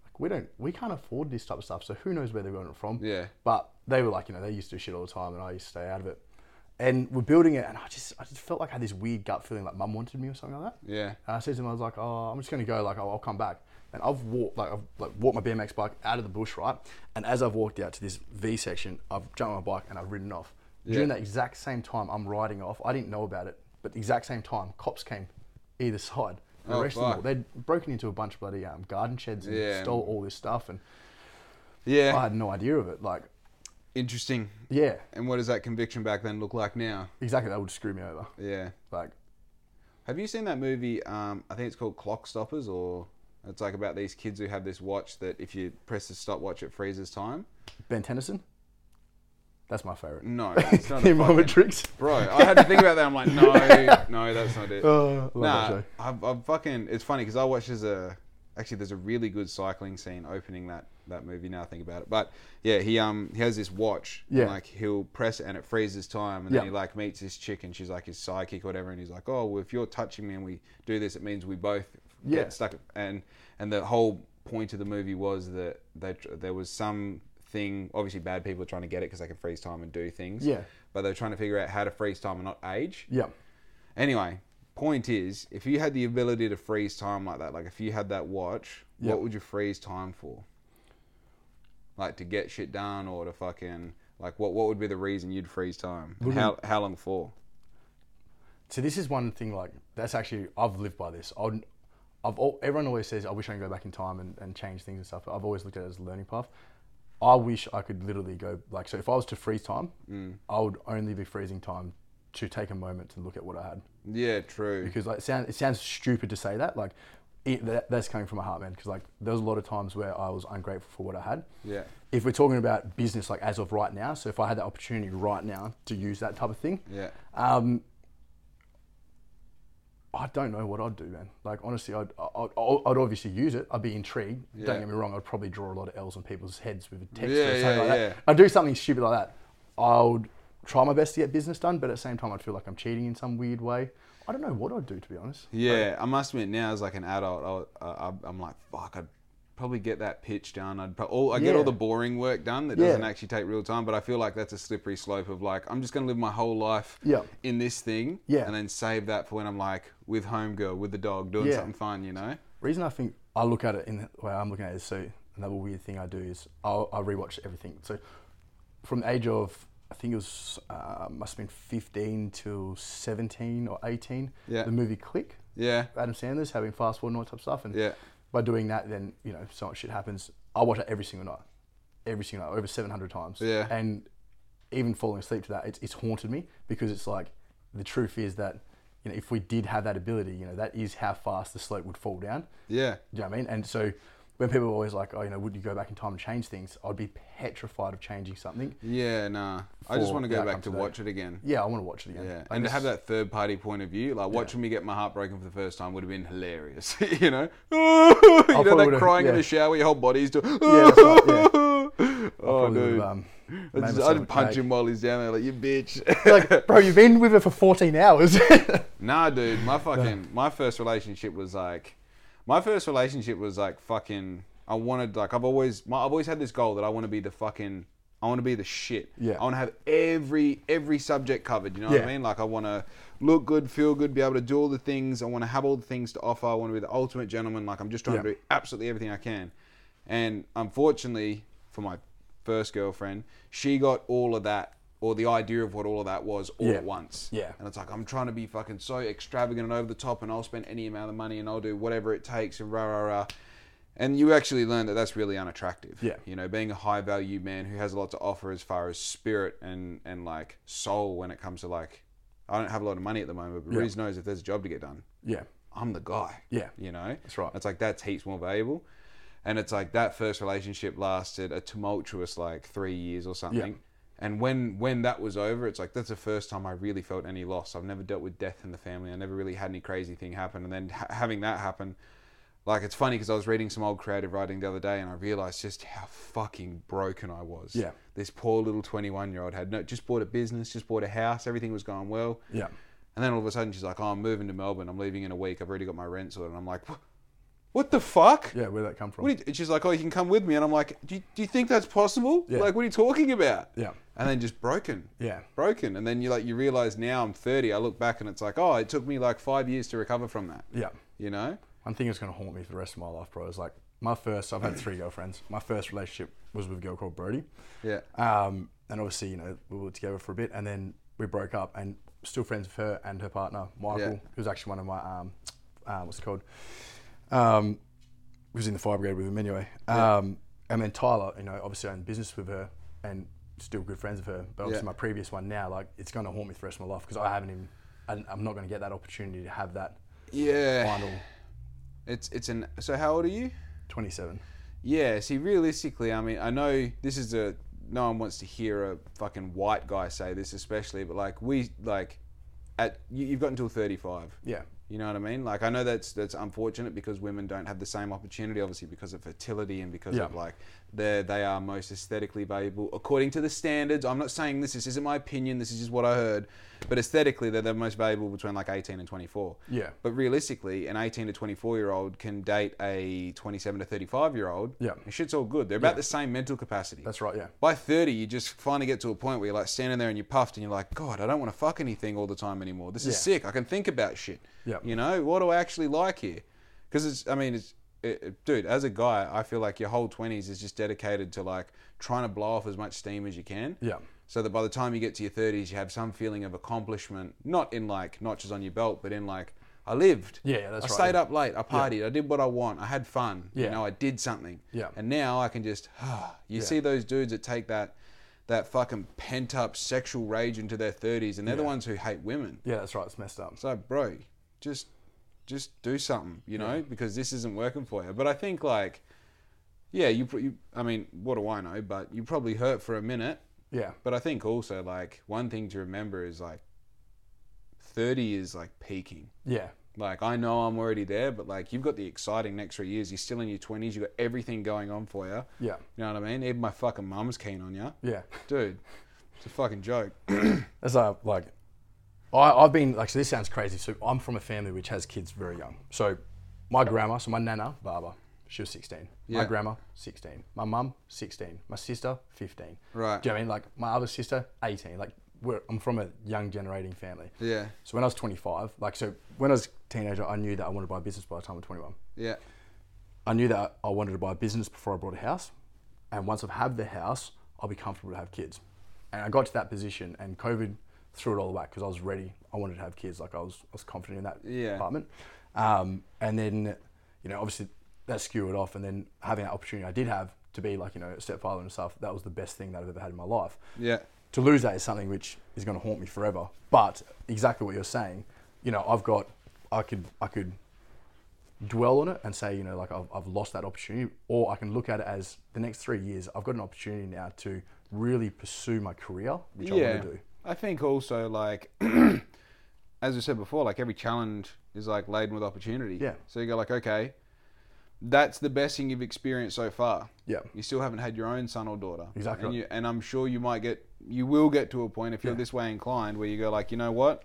S2: like we don't, we can't afford this type of stuff. So who knows where they're going from?
S1: Yeah.
S2: But they were like, you know, they used to do shit all the time, and I used to stay out of it. And we're building it, and I just, I just felt like I had this weird gut feeling like mum wanted me or something like that.
S1: Yeah.
S2: And I said to him, I was like, oh, I'm just gonna go, like, I'll, I'll come back. And I've walked, like, I've like, walked my BMX bike out of the bush, right? And as I've walked out to this V section, I've jumped on my bike and I've ridden off. During that exact same time, I'm riding off. I didn't know about it, but the exact same time, cops came either side
S1: Oh,
S2: arrested them all.
S1: fuck.
S2: They'd broken into a bunch of bloody um, garden sheds and
S1: Yeah.
S2: stole all this stuff, and
S1: Yeah.
S2: I had no idea of it. Like,
S1: Interesting.
S2: yeah,
S1: And what does that conviction back then look like now?
S2: exactly. That would screw me over.
S1: Yeah.
S2: Like,
S1: Have you seen that movie? Um, I think it's called Clock Stoppers, or it's like about these kids who have this watch that if you press the stopwatch, it freezes time.
S2: Ben Tennyson. That's my favorite.
S1: No, Mm, it's not. a
S2: Him
S1: fucking-
S2: Robert Tricks.
S1: Bro, I had to think about that. I'm like, no, no, that's not it.
S2: Oh, I
S1: Uh,
S2: love that
S1: Nah,
S2: show.
S1: I've, I've fucking. It's funny because I watched as a. Actually, there's a really good cycling scene opening that that movie. Now I think about it, but yeah, he um he has this watch. and,
S2: Yeah.
S1: like he'll press it and it freezes time, and then
S2: Yeah.
S1: he like meets this chick and she's like his sidekick or whatever, and he's like, oh, well, if you're touching me and we do this, it means we both
S2: Yeah.
S1: get stuck. And and the whole point of the movie was that they, tr- there was some thing. Obviously, bad people are trying to get it because they can freeze time and do things.
S2: Yeah.
S1: But they're trying to figure out how to freeze time and not age.
S2: Yeah.
S1: Anyway, point is, if you had the ability to freeze time like that, like if you had that watch,
S2: Yep.
S1: what would you freeze time for? Like to get shit done or to fucking like what what would be the reason you'd freeze time? And how how long for?
S2: So this is one thing. Like, that's actually I've lived by this. I'll, I've all, everyone always says I wish I could go back in time and, and change things and stuff. But I've always looked at it as a learning path. I wish I could literally go like so. If I was to freeze time,
S1: Mm.
S2: I would only be freezing time to take a moment to look at what I had.
S1: Yeah, true.
S2: because like it sounds it sounds stupid to say that like it, that, that's coming from my heart man because like there was a lot of times where i was ungrateful for what i had
S1: Yeah.
S2: if we're talking about business like as of right now so if i had that opportunity right now to use that type of thing
S1: Yeah.
S2: um i don't know what i'd do man like honestly i'd i'd, I'd I'd obviously use it i'd be intrigued
S1: Yeah.
S2: don't get me wrong i'd probably draw a lot of l's on people's heads with a text
S1: Yeah,
S2: or something
S1: yeah,
S2: like
S1: yeah.
S2: that i'd do something stupid like that i would try my best to get business done but at the same time i'd feel like i'm cheating in some weird way i don't know what i'd do to be honest
S1: Yeah, I must admit now as like an adult, I, I, I'm like, fuck, I'd probably get that pitch done. I'd pro- all, I get
S2: Yeah.
S1: all the boring work done that
S2: Yeah.
S1: doesn't actually take real time, but I feel like that's a slippery slope of like, I'm just going to live my whole life
S2: Yeah.
S1: in this thing
S2: Yeah.
S1: and then save that for when I'm like with homegirl, with the dog, doing
S2: Yeah.
S1: something fun, you know?
S2: reason I think I look at it in the way I'm looking at it is so another weird thing I do is I'll, I rewatch everything. So from the age of I think it was uh, must have been 15 till 17 or 18.
S1: Yeah.
S2: The movie Click.
S1: Yeah.
S2: Adam Sandler's having fast forward and all that type of stuff. And
S1: Yeah.
S2: by doing that, then you know so much shit happens. I watch it every single night, every single night, over 700 times.
S1: Yeah.
S2: And even falling asleep to that, it's, it's haunted me because it's like the truth is that you know if we did have that ability, you know that is how fast the slope would fall down.
S1: Yeah.
S2: Do you know what I mean? And so when people are always like, oh, you know, would you go back in time and change things? I'd be petrified of changing something.
S1: Yeah, nah. I just
S2: For
S1: want to
S2: the
S1: go
S2: outcome
S1: back to
S2: today.
S1: watch it again.
S2: Yeah, I want to watch it again.
S1: Yeah,
S2: Like,
S1: and to
S2: this-
S1: have that third party point of view, like watching me get my heart broken for the first time would have been hilarious. you know, you know
S2: probably
S1: that
S2: would've-
S1: crying in
S2: yeah.
S1: the shower, your whole body's doing.
S2: that's right, yeah.
S1: oh
S2: probably would've,
S1: dude,
S2: um,
S1: I'd,
S2: made
S1: just-
S2: myself
S1: I'd punch
S2: mad.
S1: him while he's down there, like you bitch.
S2: like, bro, you've been with it for 14 hours.
S1: nah, dude, my fucking my first relationship was like, my first relationship was like fucking. I wanted like I've always my, I've always had this goal that I want to be the fucking I want to be the shit.
S2: Yeah.
S1: I want to have every every subject covered. You know what I
S2: Yeah.
S1: mean? Like I want to look good, feel good, be able to do all the things. I want to have all the things to offer. I want to be the ultimate gentleman. Like I'm just trying
S2: Yeah.
S1: to do absolutely everything I can. And unfortunately for my first girlfriend, she got all of that or the idea of what all of that was all
S2: Yeah.
S1: at once.
S2: Yeah.
S1: And it's like I'm trying to be fucking so extravagant and over the top, and I'll spend any amount of money, and I'll do whatever it takes, and rah rah rah. And you actually learn that that's really unattractive.
S2: Yeah.
S1: You know, being a high value man who has a lot to offer as far as spirit and and like soul when it comes to like, I don't have a lot of money at the moment, but
S2: Yeah.
S1: Riz knows if there's a job to get done,
S2: yeah.
S1: I'm the guy.
S2: Yeah.
S1: You know?
S2: That's right.
S1: It's like that's heaps more valuable. And it's like that first relationship lasted a tumultuous like three years or something. And when when that was over, it's like that's the first time I really felt any loss. I've never dealt with death in the family. I never really had any crazy thing happen. And then ha- having that happen, like it's funny because I was reading some old creative writing the other day, and I realized just how fucking broken I was.
S2: Yeah.
S1: This poor little twenty-one year old had no just bought a business, just bought a house, everything was going well.
S2: Yeah.
S1: And then all of a sudden she's like, "Oh, I'm moving to Melbourne. I'm leaving in a week. I've already got my rent sorted." And I'm like, "Wha- "What the fuck?"
S2: Yeah, where'd that come from?
S1: What do you- and she's like, "Oh, you can come with me." And I'm like, "Do you, do you think that's possible?
S2: Yeah.
S1: Like, what are you talking about?"
S2: Yeah.
S1: And then just broken.
S2: Yeah.
S1: Broken. And then you like you realize now I'm 30. I look back and it's like, "Oh, it took me like 5 years to recover from that."
S2: yeah.
S1: You know?
S2: One thing that's going to haunt me for the rest of my life, bro, is like my first, I've had three girlfriends. My first relationship was with a girl called Brody.
S1: Yeah.
S2: Um, and obviously, you know, we were together for a bit and then we broke up and still friends with her and her partner, Michael,
S1: Yeah.
S2: who's actually one of my um, uh, what's it called? Um, was in the fire brigade with him anyway. Um, And then Tyler, you know, obviously I own business with her and still good friends with her. But obviously
S1: Yeah.
S2: my previous one now, like it's going to haunt me for the rest of my life because I haven't even, I- I'm not going to get that opportunity to have that
S1: Yeah.
S2: final
S1: It's it's an. So how old are you?
S2: 27.
S1: Yeah. See, realistically, I mean, I know this is a. No one wants to hear a fucking white guy say this, especially. But like we like, at you, you've got until thirty-five.
S2: Yeah.
S1: You know what I mean? Like I know that's that's unfortunate because women don't have the same opportunity, obviously because of fertility and because of
S2: Yeah.
S1: like they they are most aesthetically valuable according to the standards. I'm not saying this. This isn't my opinion. This is just what I heard. But aesthetically, they're the most valuable between like 18 and 24.
S2: Yeah.
S1: But realistically, an 18 to 24 year old can date a 27 to 35 year old.
S2: Yeah.
S1: and shit's all good. They're about the same mental capacity.
S2: That's right. Yeah.
S1: By 30, you just finally get to a point where you're like standing there and you're puffed and you're like, God, I don't want to fuck anything all the time anymore. This is
S2: Yeah.
S1: sick. I can think about shit.
S2: Yeah.
S1: You know, what do I actually like here? Because it's, I mean, it's, it, it- dude, as a guy, I feel like your whole 20s is just dedicated to like trying to blow off as much steam as you can.
S2: Yeah.
S1: So that by the time you get to your 30s, you have some feeling of accomplishment, not in like notches on your belt, but in like, I lived.
S2: Yeah, yeah, that's
S1: I
S2: right,
S1: stayed
S2: yeah.
S1: up late. I partied. I did what I want. I had fun. You
S2: Yeah.
S1: know, I did something.
S2: Yeah.
S1: And now I can just, you see those dudes that take that, that fucking pent up sexual rage into their 30s, and they're the
S2: Yeah.
S1: ones who hate women.
S2: Yeah. That's right. It's messed up.
S1: It's like, bro, just, just do something, you know, because this isn't working for you. But I think like, yeah, you, pr- you, I mean, what do I know? But you probably hurt for a minute.
S2: Yeah.
S1: But I think also like one thing to remember is like, 30 is like peaking.
S2: Yeah.
S1: Like I know I'm already there, but like you've got the exciting next three years. You're still in your twenties. You've got everything going on for you.
S2: Yeah.
S1: You know what I mean? Even my fucking mum's keen on you,
S2: Yeah.
S1: dude. It's a fucking joke.
S2: That's uh, like, I, I've been, like, so this sounds crazy. So I'm from a family which has kids very young. So my grandma, so my nana, Barbara, she was 16.
S1: Yeah.
S2: My grandma, 16. My mum, 16. My sister, 15.
S1: Right.
S2: Do you know what I mean? Like, my other sister, 18. Like, we're, I'm from a young generating family.
S1: yeah,
S2: So when I was 25, like, so when I was a teenager, I knew that I wanted to buy a business by the time I'm 21.
S1: yeah,
S2: I knew that I wanted to buy a business before I bought a house. And once I've had the house, I'll be comfortable to have kids. And I got to that position and COVID threw it all back because I was ready. I wanted to have kids. Like I was, I was confident in that
S1: Yeah.
S2: apartment. Um, and then, you know, obviously that skewered off. And then having that opportunity I did have to be like, you know, a stepfather and stuff, that was the best thing that I've ever had in my life
S1: yeah,
S2: to lose that is something which is going to haunt me forever. But exactly what you're saying, you know, I've got, I could, I could dwell on it and say, you know, like I've, I've lost that opportunity, or I can look at it as the next three years, I've got an opportunity now to really pursue my career, which I
S1: yeah.
S2: want to do.
S1: I think also like, as we said before, like every challenge is like laden with opportunity.
S2: Yeah.
S1: So you go like, okay, that's the best thing you've experienced so far.
S2: Yeah.
S1: You still haven't had your own son or daughter.
S2: Exactly.
S1: And, you, and I'm sure you might get, you will get to a point if you're
S2: Yeah.
S1: this way inclined where you go like, you know what,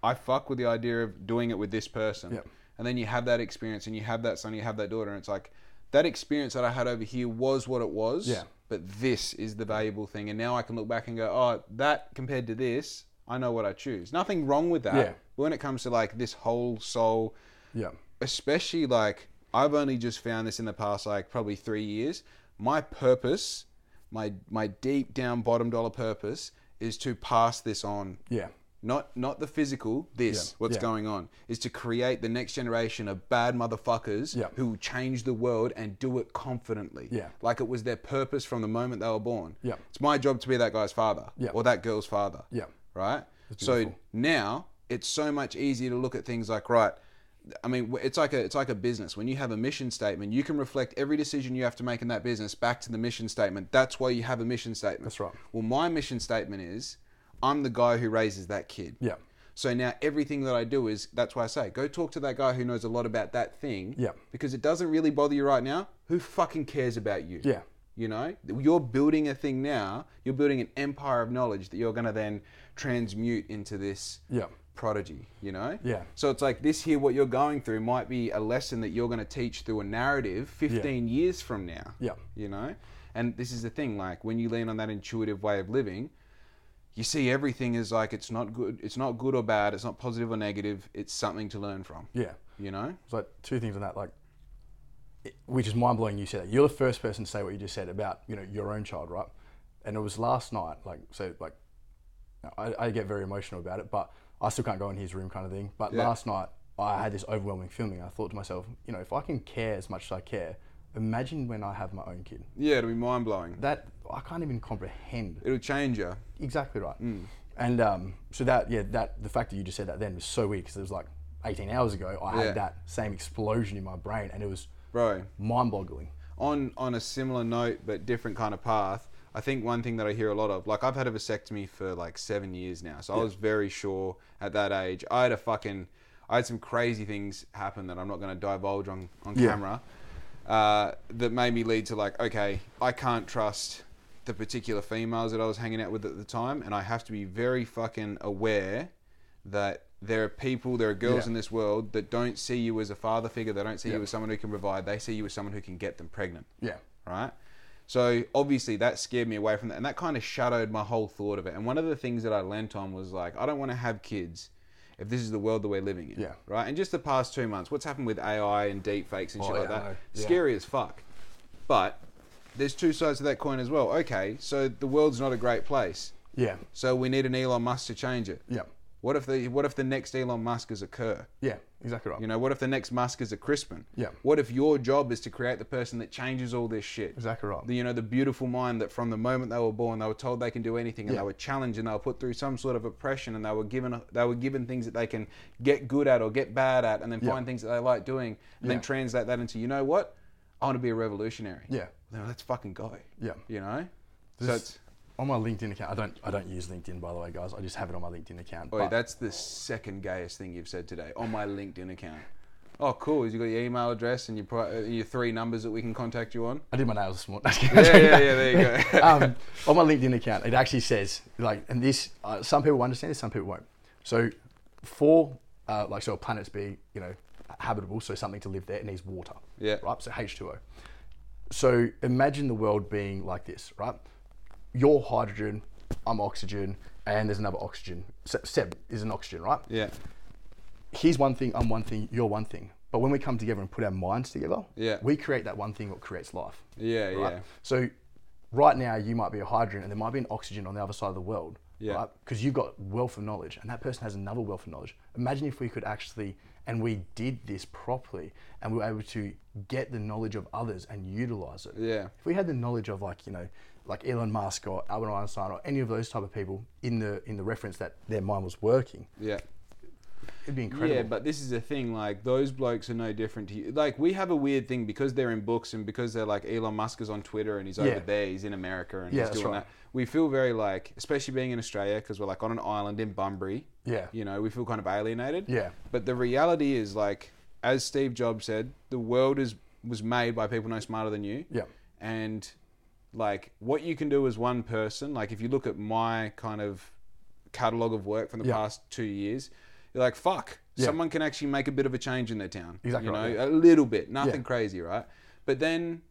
S1: I fuck with the idea of doing it with this person.
S2: Yeah.
S1: And then you have that experience, and you have that son, you have that daughter, and it's like that experience that I had over here was what it was.
S2: Yeah.
S1: But this is the valuable thing, and now I can look back and go, oh, that compared to this, I know what I choose. Nothing wrong with that.
S2: Yeah.
S1: But when it comes to like this whole soul
S2: Yeah.
S1: especially like I've only just found this in the past like probably three years. My purpose, my my deep down bottom dollar purpose is to pass this on.
S2: Yeah.
S1: Not not the physical, this,
S2: Yeah.
S1: what's
S2: Yeah.
S1: going on, is to create the next generation of bad motherfuckers
S2: Yeah.
S1: who will change the world and do it confidently.
S2: Yeah.
S1: Like it was their purpose from the moment they were born.
S2: Yeah.
S1: It's my job to be that guy's father
S2: Yeah.
S1: or that girl's father
S2: Yeah.
S1: right? So now it's so much easier to look at things like right. I mean, w- it's like a it's like a business. When you have a mission statement, you can reflect every decision you have to make in that business back to the mission statement. That's why you have a mission statement.
S2: That's right.
S1: Well, my mission statement is, I'm the guy who raises that kid.
S2: Yeah.
S1: So now everything that I do is that's why I say go talk to that guy who knows a lot about that thing.
S2: Yeah.
S1: Because it doesn't really bother you right now. Who fucking cares about you?
S2: Yeah.
S1: You know, you're building a thing now. You're building an empire of knowledge that you're going to then transmute into this
S2: Yeah.
S1: prodigy. You know.
S2: Yeah.
S1: So it's like this here. What you're going through might be a lesson that you're going to teach through a narrative 15 years from now.
S2: Yeah.
S1: You know, and this is the thing. Like when you lean on that intuitive way of living, you see everything as like it's not good. It's not good or bad. It's not positive or negative. It's something to learn from.
S2: Yeah.
S1: You know.
S2: It's like two things on that, like, it- which is mind blowing. You said that you're the first person to say what you just said about you know your own child, right? And it was last night, like so, like I, I get very emotional about it, but I still can't go in his room, kind of thing. But last night I had this overwhelming feeling. I thought to myself, you know, if I can care as much as I care, imagine when I have my own kid.
S1: Yeah, it'll be mind blowing.
S2: That I can't even comprehend.
S1: It'll change you.
S2: Exactly right.
S1: Hmm.
S2: And um, so that yeah, that the fact that you just said that then was so weird because it was like 18 hours ago. I
S1: Yeah.
S2: had that same explosion in my brain, and it was
S1: Bro,
S2: mind-boggling.
S1: on on a similar note but different kind of path i think one thing that i hear a lot of like i've had a vasectomy for like seven years now so i was very sure at that age i had a fucking i had some crazy things happen that i'm not going to divulge on on
S2: Yeah.
S1: camera uh, that made me lead to like okay i can't trust the particular females that i was hanging out with at the time and i have to be very fucking aware that there are people, there are girls
S2: Yeah.
S1: in this world that don't see you as a father figure. They don't see you
S2: Yeah.
S1: as someone who can provide. They see you as someone who can get them pregnant
S2: Yeah.
S1: right? So obviously that scared me away from that, and that kind of shadowed my whole thought of it. And one of the things that I lent on was like, I don't want to have kids if this is the world that we're living in,
S2: Yeah.
S1: right? And just the past two months, what's happened with AI and deep fakes and shit
S2: Oh,
S1: like
S2: yeah, I
S1: that,
S2: know. Yeah.
S1: scary as fuck. But there's two sides to that coin as well. Okay, so the world's not a great place,
S2: Yeah.
S1: so we need an Elon Musk to change it.
S2: Yeah.
S1: What if the what if the next Elon Musk is a Kerr?
S2: Yeah. Exactly right.
S1: You know, what if the next Musk is a Crispin?
S2: Yeah.
S1: What if your job is to create the person that changes all this shit?
S2: Exactly right.
S1: The, you know, the beautiful mind that from the moment they were born, they were told they can do anything, and
S2: Yeah.
S1: they were challenged, and they were put through some sort of oppression, and they were given a, they were given things that they can get good at or get bad at, and then
S2: Yeah.
S1: find things that they like doing, and then
S2: Yeah.
S1: translate that into you know what, I want to be a revolutionary.
S2: Yeah.
S1: Then let's fucking go.
S2: Yeah.
S1: You know. so
S2: This-
S1: it's,
S2: on my LinkedIn account, I don't I don't use LinkedIn by the way, guys. I just have it on my LinkedIn account.
S1: Oi,
S2: but-
S1: that's the second gayest thing you've said today on my LinkedIn account. Oh, cool. You got your email address and your pri- uh, your three numbers that we can contact you on.
S2: I did my nails this morning.
S1: Yeah, yeah, yeah. There you go.
S2: um, on my LinkedIn account, it actually says like, and this uh, some people understand this, some people won't. So, for uh, like so, planets being you know habitable, so something to live there, it needs water.
S1: Yeah.
S2: Right. So H two O. So imagine the world being like this, right? You're hydrogen, I'm oxygen, and there's another oxygen. Se- Seb is an oxygen, right?
S1: yeah,
S2: he's one thing, I'm one thing, you're one thing. But when we come together and put our minds together,
S1: Yeah.
S2: we create that one thing that creates life.
S1: Yeah,
S2: right?
S1: yeah.
S2: So right now you might be a hydrogen and there might be an oxygen on the other side of the world.
S1: Yeah.
S2: Because you've got wealth of knowledge and that person has another wealth of knowledge. Imagine if we could actually and we did this properly and we were able to get the knowledge of others and utilize it.
S1: Yeah.
S2: If we had the knowledge of like, you know, like Elon Musk or Albert Einstein or any of those type of people in the in the reference that their mind was working,
S1: yeah.
S2: it'd be incredible.
S1: Yeah, but this is the thing. Like those blokes are no different to you. Like we have a weird thing because they're in books and because they're like Elon Musk is on Twitter and he's
S2: Yeah.
S1: over there, he's in America and
S2: Yeah,
S1: he's
S2: that's
S1: doing
S2: right.
S1: that. We feel very like, especially being in Australia, because we're like on an island in Bunbury.
S2: Yeah.
S1: you know, we feel kind of alienated.
S2: Yeah.
S1: but the reality is like, as Steve Jobs said, the world is was made by people no smarter than you.
S2: Yeah.
S1: and like what you can do as one person, like if you look at my kind of catalog of work from the
S2: Yeah.
S1: past two years, you're like, fuck,
S2: Yeah.
S1: someone can actually make a bit of a change in their town.
S2: Exactly
S1: You know,
S2: right,
S1: a little bit, nothing
S2: Yeah.
S1: crazy, right? But then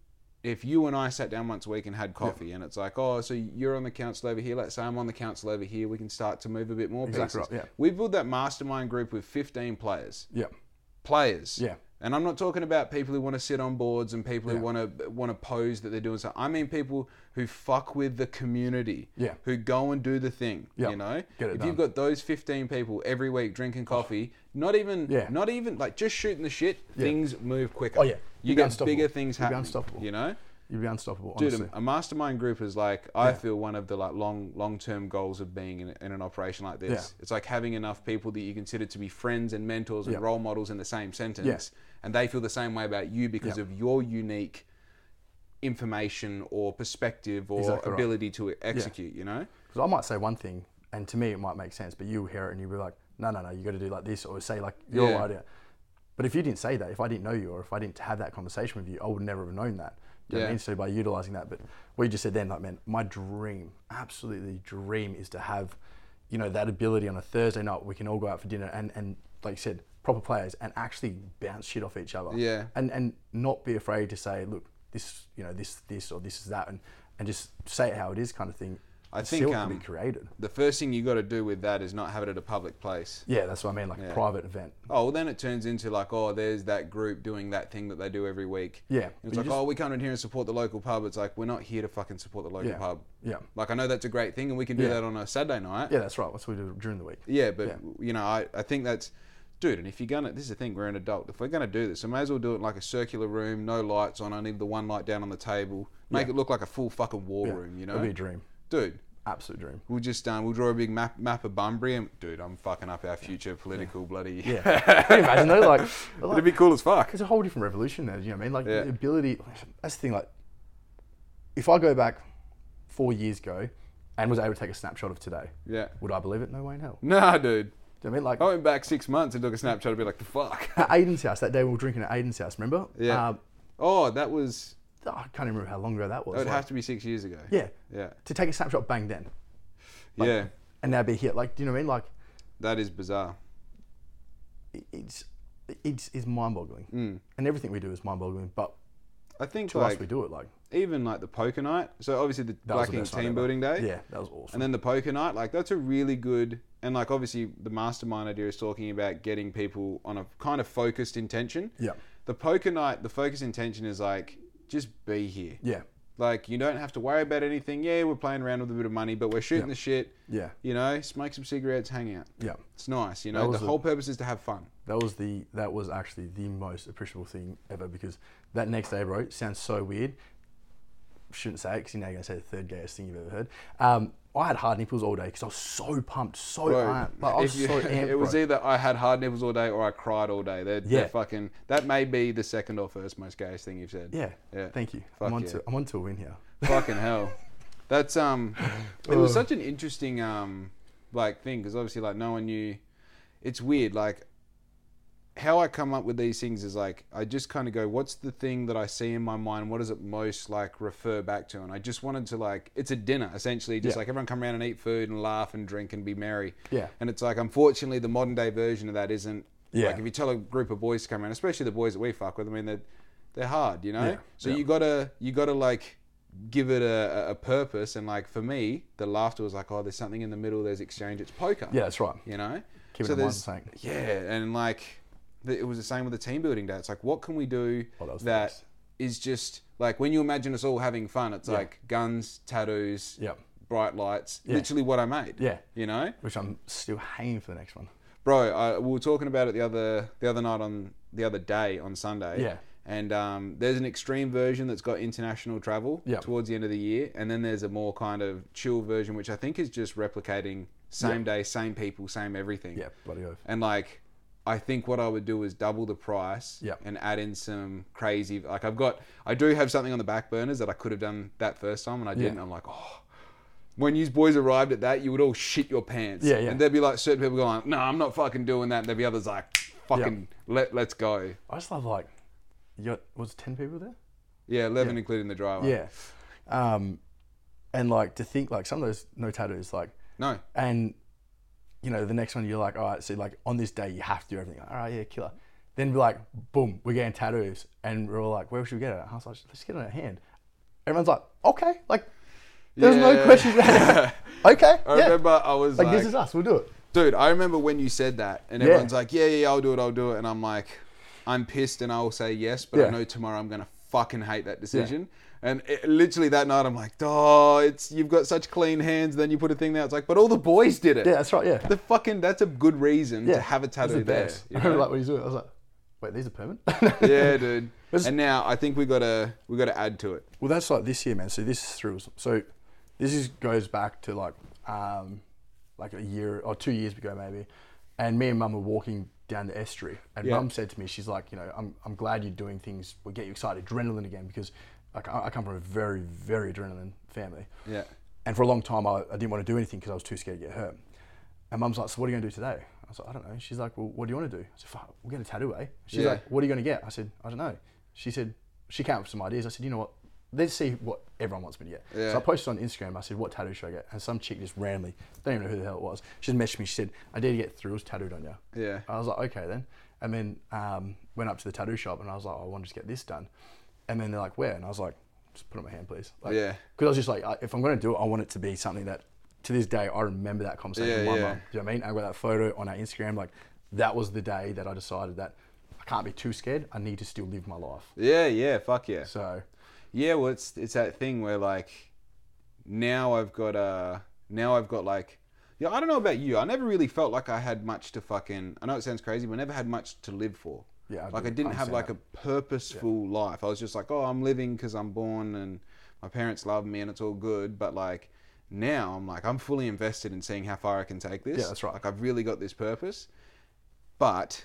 S1: if you and I sat down once a week and had coffee and it's like, oh, so you're on the council over here, let's say I'm on the council over here, we can start to move a bit more
S2: Exactly
S1: pieces.
S2: right, yeah.
S1: We built that mastermind group with 15 players
S2: Yeah.
S1: players.
S2: Yeah.
S1: And I'm not talking about people who want to sit on boards and people who
S2: Yeah.
S1: want to want to pose that they're doing something. I mean people who fuck with the community.
S2: Yeah.
S1: Who go and do the thing.
S2: Yeah.
S1: You know.
S2: Get it
S1: if you've
S2: done.
S1: got those 15 people every week drinking coffee, not even,
S2: Yeah.
S1: not even like just shooting the shit, things move quicker.
S2: Oh, yeah.
S1: You
S2: You'd be
S1: get
S2: unstoppable.
S1: bigger things
S2: You'd be
S1: happening.
S2: unstoppable.
S1: You know.
S2: You'd be unstoppable,
S1: Dude,
S2: honestly.
S1: a- a mastermind group is like I feel one of the like long long term goals of being in, in an operation like this.
S2: Yeah.
S1: It's like having enough people that you consider to be friends and mentors and
S2: Yeah.
S1: role models in the same sentence, and they feel the same way about you because
S2: Yeah.
S1: of your unique information or perspective or
S2: Exactly right.
S1: ability to execute. You know,
S2: Because I might say one thing, and to me it might make sense, but you'll hear it and you'll be like, no, no, no, you got to do like this, or say like your
S1: Yeah.
S2: idea. But if you didn't say that, if I didn't know you, or if I didn't have that conversation with you, I would never have known that. Do you know what
S1: Yeah.
S2: I mean? So by utilizing that, but what you just said then, like, man, my dream, absolutely dream, is to have, you know, that ability on a Thursday night we can all go out for dinner and and like you said, proper players and actually bounce shit off each other.
S1: Yeah.
S2: And and not be afraid to say, look, this, you know, this, this, or this is that, and and just say it how it is, kind of thing.
S1: I
S2: It
S1: think,
S2: still can
S1: um,
S2: be created.
S1: the first thing you got to do with that is not have it at a public place.
S2: Yeah, that's what I mean, like a private event.
S1: Oh, well, then it turns into like, oh, there's that group doing that thing that they do every week.
S2: Yeah,
S1: And
S2: but
S1: it's
S2: you
S1: like,
S2: just-
S1: oh, we come in here and support the local pub. It's like, we're not here to fucking support the local
S2: Yeah,
S1: pub.
S2: yeah.
S1: Like, I know that's a great thing and we can do
S2: Yeah.
S1: that on a Saturday night.
S2: Yeah, that's right. That's what we do during the week.
S1: Yeah, but,
S2: Yeah.
S1: you know, I, I think that's dude, and if you're gonna, this is the thing, we're an adult. If we're gonna do this, I may as well do it in like a circular room, no lights on, only the one light down on the table, make
S2: Yeah.
S1: it look like a full fucking war room, you know?
S2: It'd be a dream.
S1: dude,
S2: Absolute dream.
S1: we'll just um, we'll draw a big map map of Bunbury, and dude, I'm fucking up our future political bloody.
S2: Yeah. Can you imagine though? Like,
S1: It'd
S2: like
S1: be cool as fuck.
S2: it's a whole different revolution there. You know what I mean? Like
S1: Yeah.
S2: the ability. That's the thing. Like, if I go back four years ago and was able to take a snapshot of today,
S1: Yeah.
S2: would I believe it? No way in hell.
S1: Nah, dude.
S2: Do you know what I mean? Like
S1: I went back six months and took a Snapchat and be like, the fuck.
S2: at Aiden's house that day we were drinking at Aiden's house. Remember?
S1: Yeah.
S2: Um,
S1: Oh, that was.
S2: I can't even remember how long ago that
S1: Oh,
S2: was.
S1: It would
S2: like,
S1: have to be six years ago.
S2: yeah.
S1: Yeah.
S2: To take a snapshot, bang, then,
S1: yeah.
S2: and now be here. Like, do you know what I mean? Like,
S1: That is bizarre.
S2: it- it's it's, it's mind-boggling, mm. and everything we do is mind-boggling. But
S1: I think
S2: to us,
S1: like
S2: we do it like
S1: even like the poker night. So obviously the
S2: that was the
S1: Blacking
S2: best night
S1: team
S2: ever.
S1: building day.
S2: Yeah, that was awesome.
S1: And then the poker night, like that's a really good and like obviously the mastermind idea is talking about getting people on a kind of focused intention.
S2: Yeah.
S1: The poker night, the focused intention is like just be here.
S2: yeah,
S1: Like you don't have to worry about anything. Yeah, we're playing around with a bit of money, but we're shooting the shit.
S2: Yeah.
S1: You know, smoke some cigarettes, hang out.
S2: Yeah.
S1: It's nice, you know. The
S2: was a-
S1: whole purpose is to have fun.
S2: that was the that was actually the most appreciable thing ever because that next day, bro, sounds so weird. Shouldn't say it because you're now going to say the third gayest thing you've ever heard. Um, I had hard nipples all day because I was so pumped, so
S1: Bro,
S2: amped. Like, I was
S1: if you-
S2: so amped.
S1: it was
S2: bro.
S1: either I had hard nipples all day or I cried all day. They're,
S2: Yeah.
S1: they're fucking. That may be the second or first most gayest thing you've said.
S2: yeah.
S1: Yeah.
S2: Thank you.
S1: Fuck
S2: I'm on
S1: yeah.
S2: to I'm on to a win here.
S1: fucking hell that's um it
S2: Oh.
S1: was such an interesting um like thing because obviously like no one knew it's weird like how i come up with these things is like i just kind of go what's the thing that i see in my mind what does it most like refer back to and i just wanted to like it's a dinner essentially just
S2: Yeah.
S1: like everyone come around and eat food and laugh and drink and be merry
S2: Yeah.
S1: and it's like unfortunately the modern day version of that isn't
S2: Yeah.
S1: like if you tell a group of boys to come around especially the boys that we fuck with i mean they're they're hard you know
S2: Yeah,
S1: so
S2: yeah.
S1: you gotta you gotta like give it a, a- a purpose and like for me the laughter was like oh there's something in the middle there's exchange it's poker
S2: Yeah, that's right.
S1: you know
S2: Keep it in mind
S1: there's
S2: the same.
S1: yeah and like the, it was the same with the team building day it's like what can we do
S2: Oh, that was the
S1: that
S2: best.
S1: is just like when you imagine us all having fun it's like guns tattoos
S2: Yep.
S1: bright lights literally what i made
S2: Yeah.
S1: you know
S2: Which I'm still hanging for the next one.
S1: bro I, we were talking about it the other the other night on the other day on sunday
S2: Yeah.
S1: and um, there's an extreme version that's got international travel
S2: Yeah.
S1: towards the end of the year and then there's a more kind of chill version which i think is just replicating same day same people same everything
S2: Yeah, bloody oath.
S1: and like I think what I would do is double the price
S2: Yep.
S1: and add in some crazy like I've got I do have something on the back burners that I could have done that first time and I didn't. I'm like, oh when you boys arrived at that, you would all shit your pants.
S2: Yeah, yeah.
S1: And there'd be like certain people going, No, I'm not fucking doing that and there'd be others like fucking let let's go.
S2: I just love like you got was it ten people there?
S1: Yeah, eleven including the driver.
S2: Yeah. Um, and like to think like some of those no tattoos like
S1: No.
S2: and you know the next one you're like all right so like on this day you have to do everything like, all right yeah killer then be like boom we're getting tattoos and we're all like where should we get it I was like let's get it at hand everyone's like okay like there's
S1: Yeah.
S2: no questions okay
S1: I
S2: yeah
S1: remember I was
S2: like,
S1: like,
S2: this is us we'll do it
S1: Dude, I remember when you said that, and
S2: Yeah.
S1: everyone's like, "Yeah, yeah, I'll do it, I'll do it," and I'm like, "I'm pissed, and I'll say yes, but I
S2: Yeah.
S1: know tomorrow I'm gonna fucking hate that decision." And it, literally that night, I'm like, "Oh, it's you've got such clean hands." Then you put a thing there, it's like, "But all the boys did it."
S2: yeah that's right yeah
S1: The fucking that's a good reason
S2: yeah
S1: to have a
S2: It was
S1: tattoo
S2: the
S1: there.
S2: best.
S1: you
S2: I
S1: know?
S2: remember like when you do it I was like wait these are permanent
S1: yeah, dude.
S2: It's-
S1: and now I think we gotta we gotta add to it.
S2: Well, that's like this year, man. So this thrills. So this is goes back to like um, like a year or two years ago, maybe. And me and mum were walking down the estuary, and
S1: Yeah.
S2: mum said to me, she's like, you know, I'm, I'm glad you're doing things. We get you excited, adrenaline again, because like, I, I come from a very very adrenaline family.
S1: Yeah.
S2: And for a long time, I, I didn't want to do anything because I was too scared to get hurt. And mum's like, so what are you going to do today? I was like, I don't know. She's like, well, what do you want to do? I said, fuck, we'll get a tattoo, eh? She's
S1: Yeah.
S2: like, what are you going to get? I said, I don't know. She said, she came up with some ideas. I said, you know what? Let's see what everyone wants me to get.
S1: Yeah.
S2: So I posted on Instagram. I said, what tattoo should I get? And some chick just randomly, don't even know who the hell it was, she just messaged me. She said, I dare to get thrills tattooed on you.
S1: Yeah.
S2: I was like, okay then. And then um, went up to the tattoo shop and I was like, "Oh, I want to just get this done. And then they're like, where? And I was like, just put it on my hand, please. Like,
S1: Yeah.
S2: because I was just like, I- if I'm going to do it, I want it to be something that to this day I remember that conversation with
S1: Yeah,
S2: my
S1: yeah.
S2: mum. Do you know what I mean? I got that photo on our Instagram. Like that was the day that I decided that I can't be too scared. I need to still live my life.
S1: Yeah, yeah, fuck yeah.
S2: So
S1: Yeah, well, it's it's that thing where like now I've got uh now I've got like Yeah, I don't know about you. I never really felt like I had much to fucking. I know it sounds crazy, but I never had much to live for.
S2: Yeah, I
S1: like I
S2: do
S1: didn't have
S2: understand
S1: like
S2: that.
S1: a purposeful life. I was just like, oh, I'm living because I'm born and my parents love me and it's all good. But like now, I'm like, I'm fully invested in seeing how far I can take this.
S2: Yeah, that's right.
S1: Like I've really got this purpose. But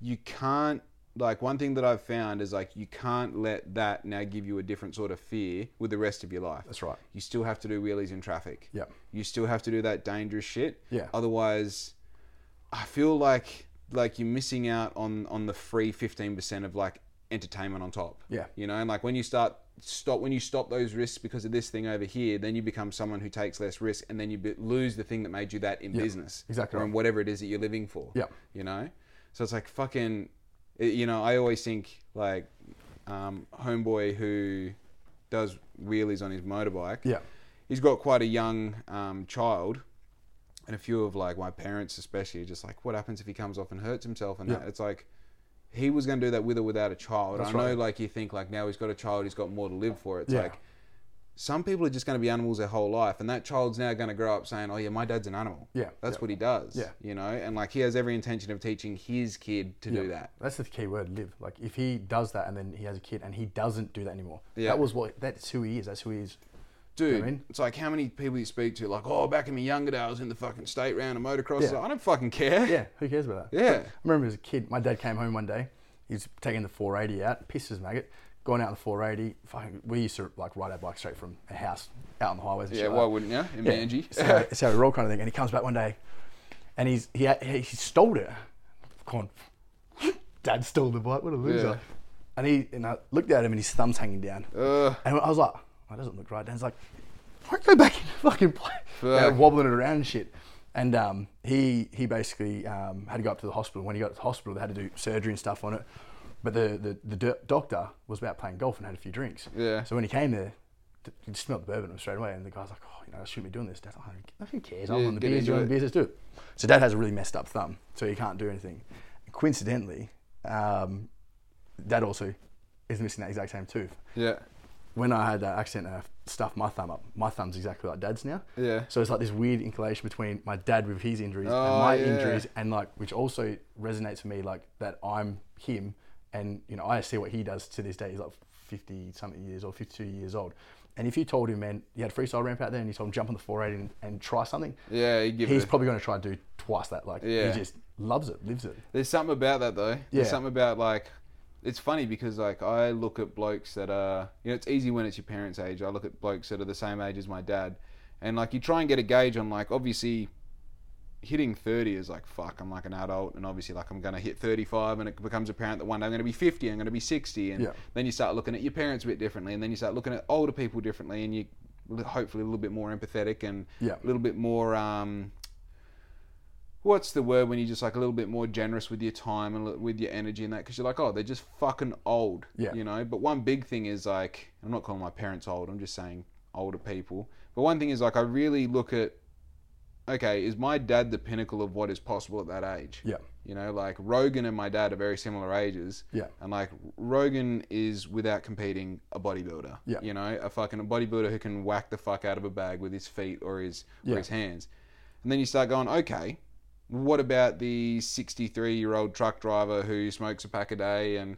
S1: you can't like one thing that I've found is like you can't let that now give you a different sort of fear with the rest of your life.
S2: That's right.
S1: You still have to do wheelies in traffic.
S2: Yep.
S1: You still have to do that dangerous shit.
S2: Yeah.
S1: Otherwise, I feel like like you're missing out on on the free fifteen percent of like entertainment on top.
S2: Yeah.
S1: You know, and like when you start stop when you stop those risks because of this thing over here, then you become someone who takes less risk, and then you be, lose the thing that made you that in business,
S2: exactly
S1: or
S2: right.
S1: in whatever it is that you're living for.
S2: Yeah.
S1: You know, so it's like fucking, it- you know, I always think like, um, homeboy who does wheelies on his motorbike
S2: Yeah.
S1: he's got quite a young um, child, and a few of like my parents, especially, are just like, what happens if he comes off and hurts himself? And
S2: Yeah.
S1: that it's like, he was going to do that with or without a child.
S2: That's
S1: I know,
S2: right.
S1: like you think, like now he's got a child, he's got more to live for. It's
S2: Yeah.
S1: like some people are just going to be animals their whole life, and that child's now going to grow up saying, oh yeah, my dad's an animal.
S2: Yeah.
S1: that's
S2: Yeah.
S1: what he does.
S2: Yeah.
S1: you know, and like he has every intention of teaching his kid to do
S2: Yeah.
S1: that.
S2: That's the key word, live. Like if he does that and then he has a kid and he doesn't do that anymore.
S1: Yeah.
S2: That was what that's who he is. That's who he is.
S1: Dude,
S2: I mean?
S1: it's like how many people you speak to, like, oh, back in my younger day, I was in the fucking state round of motocross. It's
S2: Yeah.
S1: like, I don't fucking care.
S2: Yeah, who cares about that?
S1: Yeah.
S2: I remember as a kid, my dad came home one day, he's taking the four eighty out, pissed his maggot, gone out in the four eighty, fucking we used to like ride our bike straight from a house out on the highways and
S1: Yeah,
S2: shit
S1: why
S2: like that.
S1: wouldn't you? In Manji.
S2: It's how, it's how we roll kind of thing. And he comes back one day and he's he had- he, he stole it. Gone. Dad stole the bike. What a loser.
S1: Yeah.
S2: And he and I looked at him and his thumb's hanging down.
S1: Ugh.
S2: And I was like, that doesn't look right. Dan's like, I go back in the fucking play.
S1: Fuck.
S2: wobbling it around and shit. And um, he he basically um, had to go up to the hospital. When he got to the hospital, they had to do surgery and stuff on it. But the, the, the do- doctor was about playing golf and had a few drinks.
S1: Yeah.
S2: So when he came there, th- he smelled the bourbon on straight away. And the guy's like, oh, you know, I shouldn't be doing this. Dad's like, "Oh, who cares? I'm
S1: Yeah,
S2: on the
S1: get
S2: beers,
S1: into
S2: you're on
S1: it.
S2: the beers, let's do it. So dad has a really messed up thumb, so he can't do anything. Coincidentally, um, dad also is missing that exact same tooth
S1: Yeah.
S2: when I had that accident and I stuffed my thumb up, my thumb's exactly like dad's now.
S1: Yeah.
S2: So it's like this weird inclination between my dad with his injuries
S1: Oh,
S2: and my
S1: yeah.
S2: injuries, and like which also resonates for me, like that I'm him, and you know I see what he does to this day. He's like fifty something years old, fifty two years old, and if you told him, man, you had a freestyle ramp out there, and you told him jump on the four eighty and, and try something,
S1: Yeah, you give
S2: he's
S1: it. a-
S2: probably going to try and do twice that. Like
S1: Yeah.
S2: he just loves it, lives it.
S1: There's something about that though.
S2: Yeah.
S1: There's something about like it's funny because like I look at blokes that are you know it's easy when it's your parents' age. I look at blokes that are the same age as my dad, and like you try and get a gauge on like obviously hitting 30 is like fuck i'm like an adult and obviously like i'm gonna hit 35 and it becomes apparent that one day i'm gonna be 50 i'm gonna be 60 and
S2: Yeah.
S1: then you start looking at your parents a bit differently and then you start looking at older people differently and you hopefully a little bit more empathetic and
S2: Yeah.
S1: a little bit more um what's the word when you're just like a little bit more generous with your time and li- with your energy and that because you're like oh they're just fucking old
S2: Yeah.
S1: you know but one big thing is like i'm not calling my parents old i'm just saying older people but one thing is like i really look at okay is my dad the pinnacle of what is possible at that age
S2: Yeah.
S1: you know like rogan and my dad are very similar ages
S2: Yeah.
S1: and like rogan is without competing a bodybuilder
S2: Yeah.
S1: you know a fucking bodybuilder who can whack the fuck out of a bag with his feet or his
S2: Yeah.
S1: or his hands and then you start going, okay, what about the 63 year old truck driver who smokes a pack a day and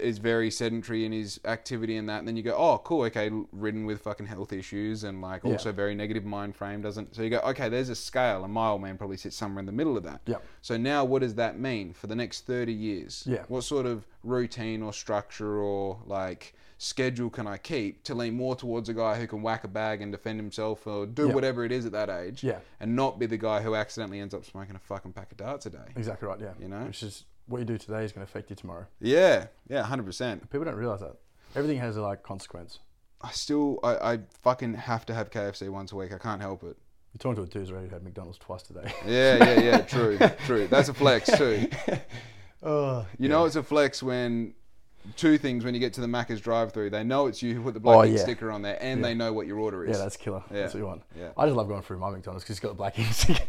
S1: is very sedentary in his activity and that? And then you go, oh, cool, okay, ridden with fucking health issues and like
S2: Yeah.
S1: also very negative mind frame doesn't. So you go, okay, there's a scale. A mile man probably sits somewhere in the middle of that.
S2: Yep.
S1: So now what does that mean for the next 30 years?
S2: Yeah.
S1: What sort of routine or structure or like schedule can I keep to lean more towards a guy who can whack a bag and defend himself or do
S2: Yeah.
S1: whatever it is at that age?
S2: Yeah.
S1: and not be the guy who accidentally ends up smoking a fucking pack of darts a day.
S2: Exactly right. Yeah.
S1: You know?
S2: which is what you do today is going to affect you tomorrow.
S1: Yeah, yeah, hundred percent.
S2: People don't realize that everything has a like consequence.
S1: I still, I, I fucking have to have KFC once a week. I can't help it.
S2: You're talking to a dude's already had McDonald's twice today.
S1: Yeah, yeah, yeah. true, true. That's a flex too.
S2: oh,
S1: You know, it's a flex when two things when you get to the Macca's drive-through, they know it's you who put the black
S2: Oh,
S1: ink
S2: yeah.
S1: sticker on there, and they know what your order is.
S2: yeah, that's killer.
S1: Yeah.
S2: That's what you want.
S1: Yeah.
S2: I just love going through my McDonald's because it's got a black ink.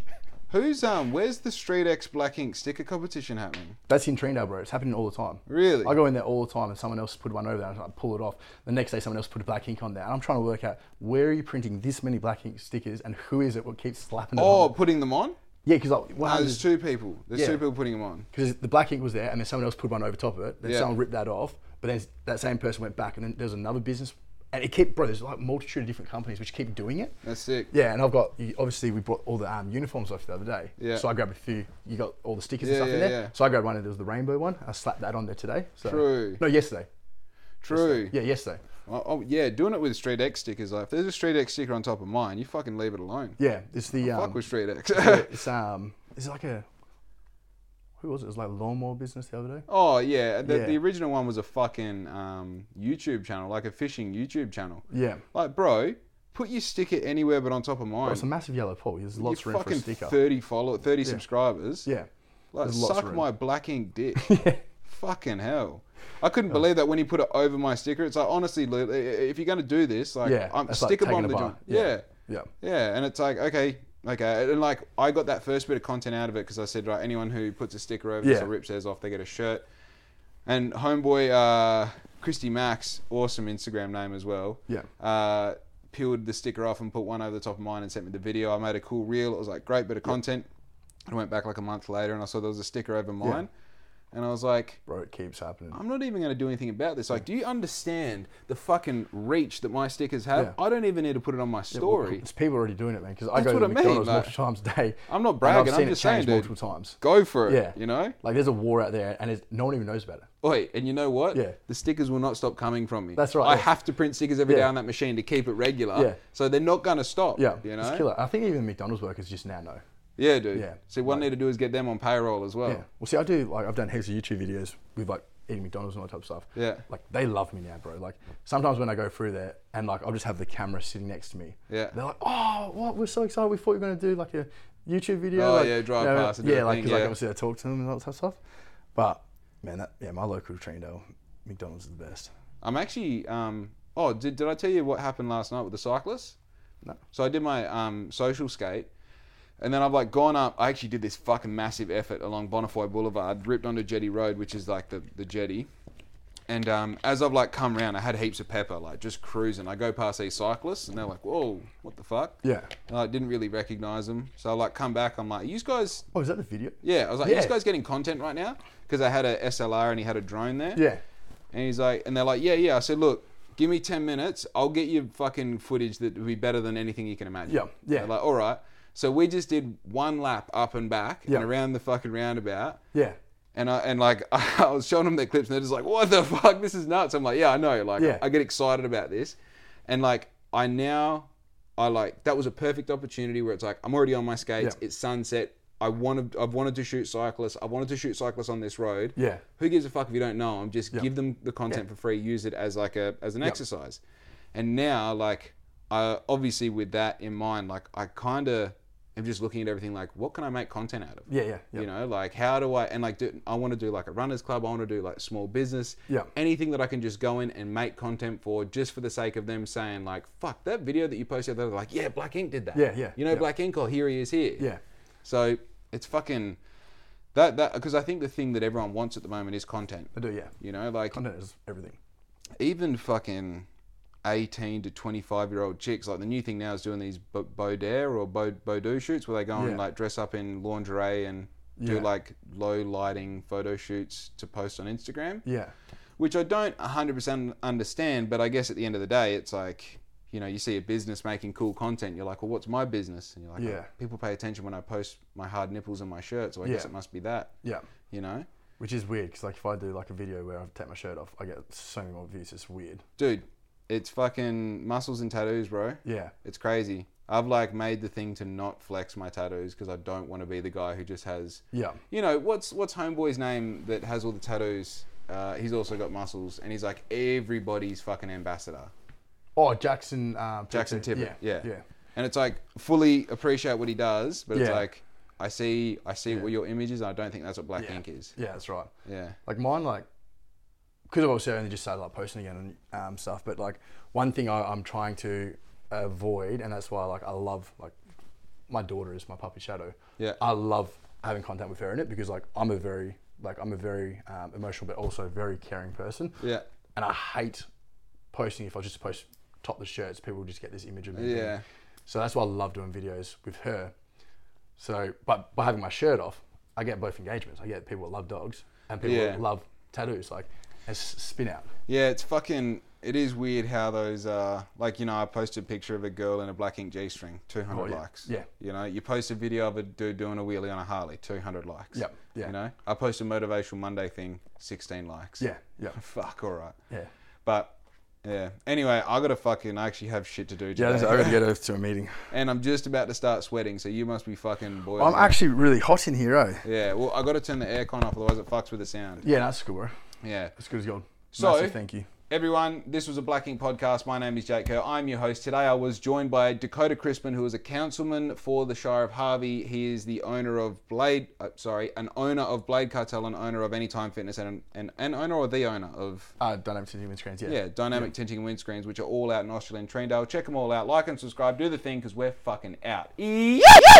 S1: Who's um? Where's the Street X Black Ink sticker competition happening?
S2: That's in Trindale, bro. It's happening all the time.
S1: Really?
S2: I go in there all the time, and someone else put one over there, and I pull it off. The next day, someone else put a black ink on there, and I'm trying to work out where are you printing this many black ink stickers, and who is it what keeps slapping it
S1: Oh,
S2: on?
S1: putting them on?
S2: Yeah, because like, what
S1: No,
S2: happens
S1: there's
S2: is-
S1: two people. There's
S2: Yeah.
S1: two people putting them on.
S2: because the black ink was there, and then someone else put one over top of it. Then
S1: Yeah.
S2: someone ripped that off, but then that same person went back, and then there's another business, and it kept bro. There's like multitude of different companies which keep doing it.
S1: That's sick.
S2: Yeah, and I've got you- obviously we brought all the um, uniforms off the other day.
S1: Yeah.
S2: So I grabbed a few. You got all the stickers
S1: Yeah,
S2: and stuff in
S1: yeah,
S2: there.
S1: yeah.
S2: So I grabbed one, and there was the rainbow one. I slapped that on there today. So,
S1: True.
S2: No, yesterday.
S1: True.
S2: Yeah, yesterday.
S1: Oh, oh, yeah, doing it with Street X stickers. Like, if there's a Street X sticker on top of mine, you fucking leave it alone.
S2: Yeah, it's the um,
S1: Oh, Fuck with Street X.
S2: it's um, it's like a who was it? It was like a lawnmower business the other day.
S1: oh yeah, the,
S2: Yeah.
S1: the original one was a fucking um, YouTube channel, like a fishing YouTube channel.
S2: Yeah.
S1: Like, bro, put your sticker anywhere but on top of mine.
S2: It's a massive yellow pole. There's
S1: you
S2: lots of room for a
S1: fucking
S2: sticker.
S1: thirty follow, thirty subscribers.
S2: yeah.
S1: Like,
S2: There's lots of
S1: suck
S2: room.
S1: my black ink dick. Fucking hell. I couldn't believe that when he put it over my sticker. It's like, honestly, Lou, i- i- if you're going to do this, like,
S2: Yeah,
S1: I'm
S2: that's like
S1: sticker
S2: taking
S1: bomb
S2: a
S1: the
S2: bar.
S1: joint. Yeah.
S2: Yeah.
S1: Yeah. And it's like, okay, okay. And like, I got that first bit of content out of it because I said, right, anyone who puts a sticker over this
S2: Yeah.
S1: or rips theirs off, they get a shirt. And homeboy, uh, Christy Max, awesome Instagram name as well.
S2: Yeah.
S1: Uh, peeled the sticker off and put one over the top of mine and sent me the video. I made a cool reel. It was like great bit of content. I went back like a month later and I saw there was a sticker over mine, and I was like,
S2: Bro, it keeps happening.
S1: I'm not even going to do anything about this. Like, do you understand the fucking reach that my stickers have?
S2: Yeah.
S1: I don't even need to put it on my story.
S2: It's people already doing it, man. Because I
S1: That's
S2: go to
S1: what I mean,
S2: McDonald's
S1: mate.
S2: multiple times a day.
S1: I'm not
S2: and I've
S1: bragging, I'm
S2: seen it
S1: just saying,
S2: change
S1: dude.
S2: multiple times.
S1: Go for it.
S2: Yeah.
S1: You know.
S2: Like there's a war out there, and it's, no one even knows about it.
S1: Oi, and you know what?
S2: Yeah.
S1: The stickers will not stop coming from me.
S2: That's right,
S1: I
S2: yeah.
S1: have to print stickers every day
S2: Yeah.
S1: on that machine to keep it regular.
S2: Yeah.
S1: So they're not going to stop.
S2: Yeah.
S1: You
S2: It's
S1: know.
S2: killer. I think even McDonald's workers just now know.
S1: Yeah, dude.
S2: Yeah.
S1: So what I need to do is get them on payroll as well.
S2: Yeah. Well, see, I do like I've done heaps of YouTube videos with like eating McDonald's and all that type of stuff.
S1: Yeah.
S2: Like they love me now, bro. Like sometimes when I go through there and like I'll just have the camera sitting next to me.
S1: Yeah.
S2: They're like, oh, what? We're so excited. We thought you were gonna do like a YouTube video.
S1: Oh,
S2: like,
S1: yeah, drive past and do
S2: yeah,
S1: the
S2: like
S1: thing,
S2: because like
S1: yeah.
S2: obviously I talk to them and all that type of stuff. But man, that yeah, my local Traindale McDonald's is the best.
S1: I'm actually. Um, oh, did, did I tell you what happened last night with the cyclists?
S2: No.
S1: So I did my um, social skate, and then I've like gone up. I actually did this fucking massive effort along Bonifoy Boulevard, ripped onto Jetty Road, which is like the the jetty. And um, as I've like come round, I had heaps of pepper, like just cruising. I go past these cyclists, and they're like, "Whoa, what the fuck?"
S2: Yeah.
S1: And I didn't really recognize them, so I like come back. I'm like, "You guys
S2: Oh, is that the video?
S1: Yeah, I was like, "Are
S2: Yeah.
S1: this guy's getting content right now because I had a SLR and he had a drone there.
S2: Yeah.
S1: And he's like, and they're like, yeah, yeah. I said, look, give me 10 minutes. I'll get you fucking footage that will be better than anything you can imagine.
S2: Yeah, yeah.
S1: They're like, all right. So we just did one lap up and back
S2: Yeah.
S1: and around the fucking roundabout.
S2: Yeah.
S1: And I and like I was showing them their clips and they're just like, what the fuck? This is nuts. I'm like, yeah, I know. Like
S2: Yeah.
S1: I get excited about this. And like I now I like that was a perfect opportunity where it's like I'm already on my skates,
S2: Yeah.
S1: it's sunset. I wanted I've wanted to shoot cyclists. I wanted to shoot cyclists on this road.
S2: Yeah.
S1: Who gives a fuck if you don't know them? Just give them the content for free, use it as like a as an exercise. And now like I obviously with that in mind, like I kinda am just looking at everything like what can I make content out of?
S2: Yeah. Yeah. Yeah.
S1: You know, like how do I and like do, I want to do like a runners club. I want to do like small business.
S2: Yeah.
S1: Anything that I can just go in and make content for, just for the sake of them saying like, "Fuck that video that you posted." They're like, "Yeah, Black Ink did that."
S2: Yeah, yeah,
S1: You know,
S2: yeah.
S1: Black Ink. Or here he is here.
S2: Yeah.
S1: So it's fucking that that because I think the thing that everyone wants at the moment is content.
S2: I do. Yeah.
S1: You know, like
S2: Content is everything.
S1: even fucking 18 to 25 year old chicks like the new thing now is doing these b- bodere or bo- bodo shoots where they go and
S2: Yeah.
S1: like dress up in lingerie and do
S2: Yeah.
S1: like low lighting photo shoots to post on instagram
S2: Yeah.
S1: which i don't 100% understand but i guess at the end of the day it's like you know you see a business making cool content you're like well what's my business and you're like "Oh,
S2: Yeah.
S1: people pay attention when i post my hard nipples and my shirt so i guess
S2: Yeah.
S1: it must be that
S2: Yeah.
S1: you know
S2: Which is weird because like if I do like a video where I take my shirt off, I get so many more views. It's weird.
S1: dude it's fucking muscles and tattoos bro
S2: Yeah.
S1: It's crazy. I've like made the thing to not flex my tattoos because I don't want to be the guy who just has.
S2: Yeah.
S1: You know what's what's homeboy's name that has all the tattoos? Uh, he's also got muscles, and he's like everybody's fucking ambassador.
S2: Oh, Jackson. Um,
S1: Jackson
S2: Tippett.
S1: Tippett. Yeah.
S2: Yeah.
S1: And it's like fully appreciate what he does, but it's
S2: Yeah.
S1: like I see I see what your image is, and I don't think that's what black
S2: Yeah.
S1: ink is.
S2: Yeah, that's right.
S1: Yeah.
S2: Like mine, like because obviously I only just started like posting again and um, stuff. But like one thing I, I'm trying to avoid, and that's why like I love like my daughter is my puppy shadow.
S1: Yeah.
S2: I love having contact with her in it because like I'm a very like I'm a very um, emotional but also very caring person.
S1: Yeah.
S2: And I hate posting if I just post topless shirts, people just get this image of me. being-
S1: Yeah.
S2: So that's why I love doing videos with her. So, but by having my shirt off, I get both engagements. I get people that love dogs and people
S1: Yeah.
S2: that love tattoos, like and s- spin out.
S1: Yeah, it's fucking. It is weird how those uh like you know I posted a picture of a girl in a black ink g-string, 200
S2: Oh, yeah.
S1: likes.
S2: Yeah.
S1: You know, you post a video of a dude doing a wheelie on a Harley, 200 likes.
S2: Yep, yeah.
S1: You know, I post a motivational Monday thing, 16 likes.
S2: Yeah, yeah,
S1: Fuck, all right.
S2: yeah.
S1: But yeah. Anyway, I gotta fucking. I actually have shit to do today,
S2: get over to a meeting.
S1: and I'm just about to start sweating. So you must be fucking boiling.
S2: I'm actually really hot in here, eh?
S1: Yeah. Well, I gotta turn the aircon off, otherwise it fucks with the sound.
S2: Yeah, that's good, bro.
S1: Yeah.
S2: That's good as gold.
S1: So-
S2: Massive thank you.
S1: Everyone, this was a Black Ink podcast. My name is Jake Kerr. I'm your host. Today I was joined by Dakota Crispin, who is a councilman for the Shire of Harvey. He is the owner of Blade, uh, sorry, an owner of Blade Cartel, an owner of Anytime Fitness, and an, an owner or the owner of,
S2: Uh, dynamic tinting and screens, yeah.
S1: yeah, Dynamic Tinting and Windscreens, which are all out in Australia and Treendale. Check them all out. Like and subscribe. Do the thing because we're fucking out. Yeah!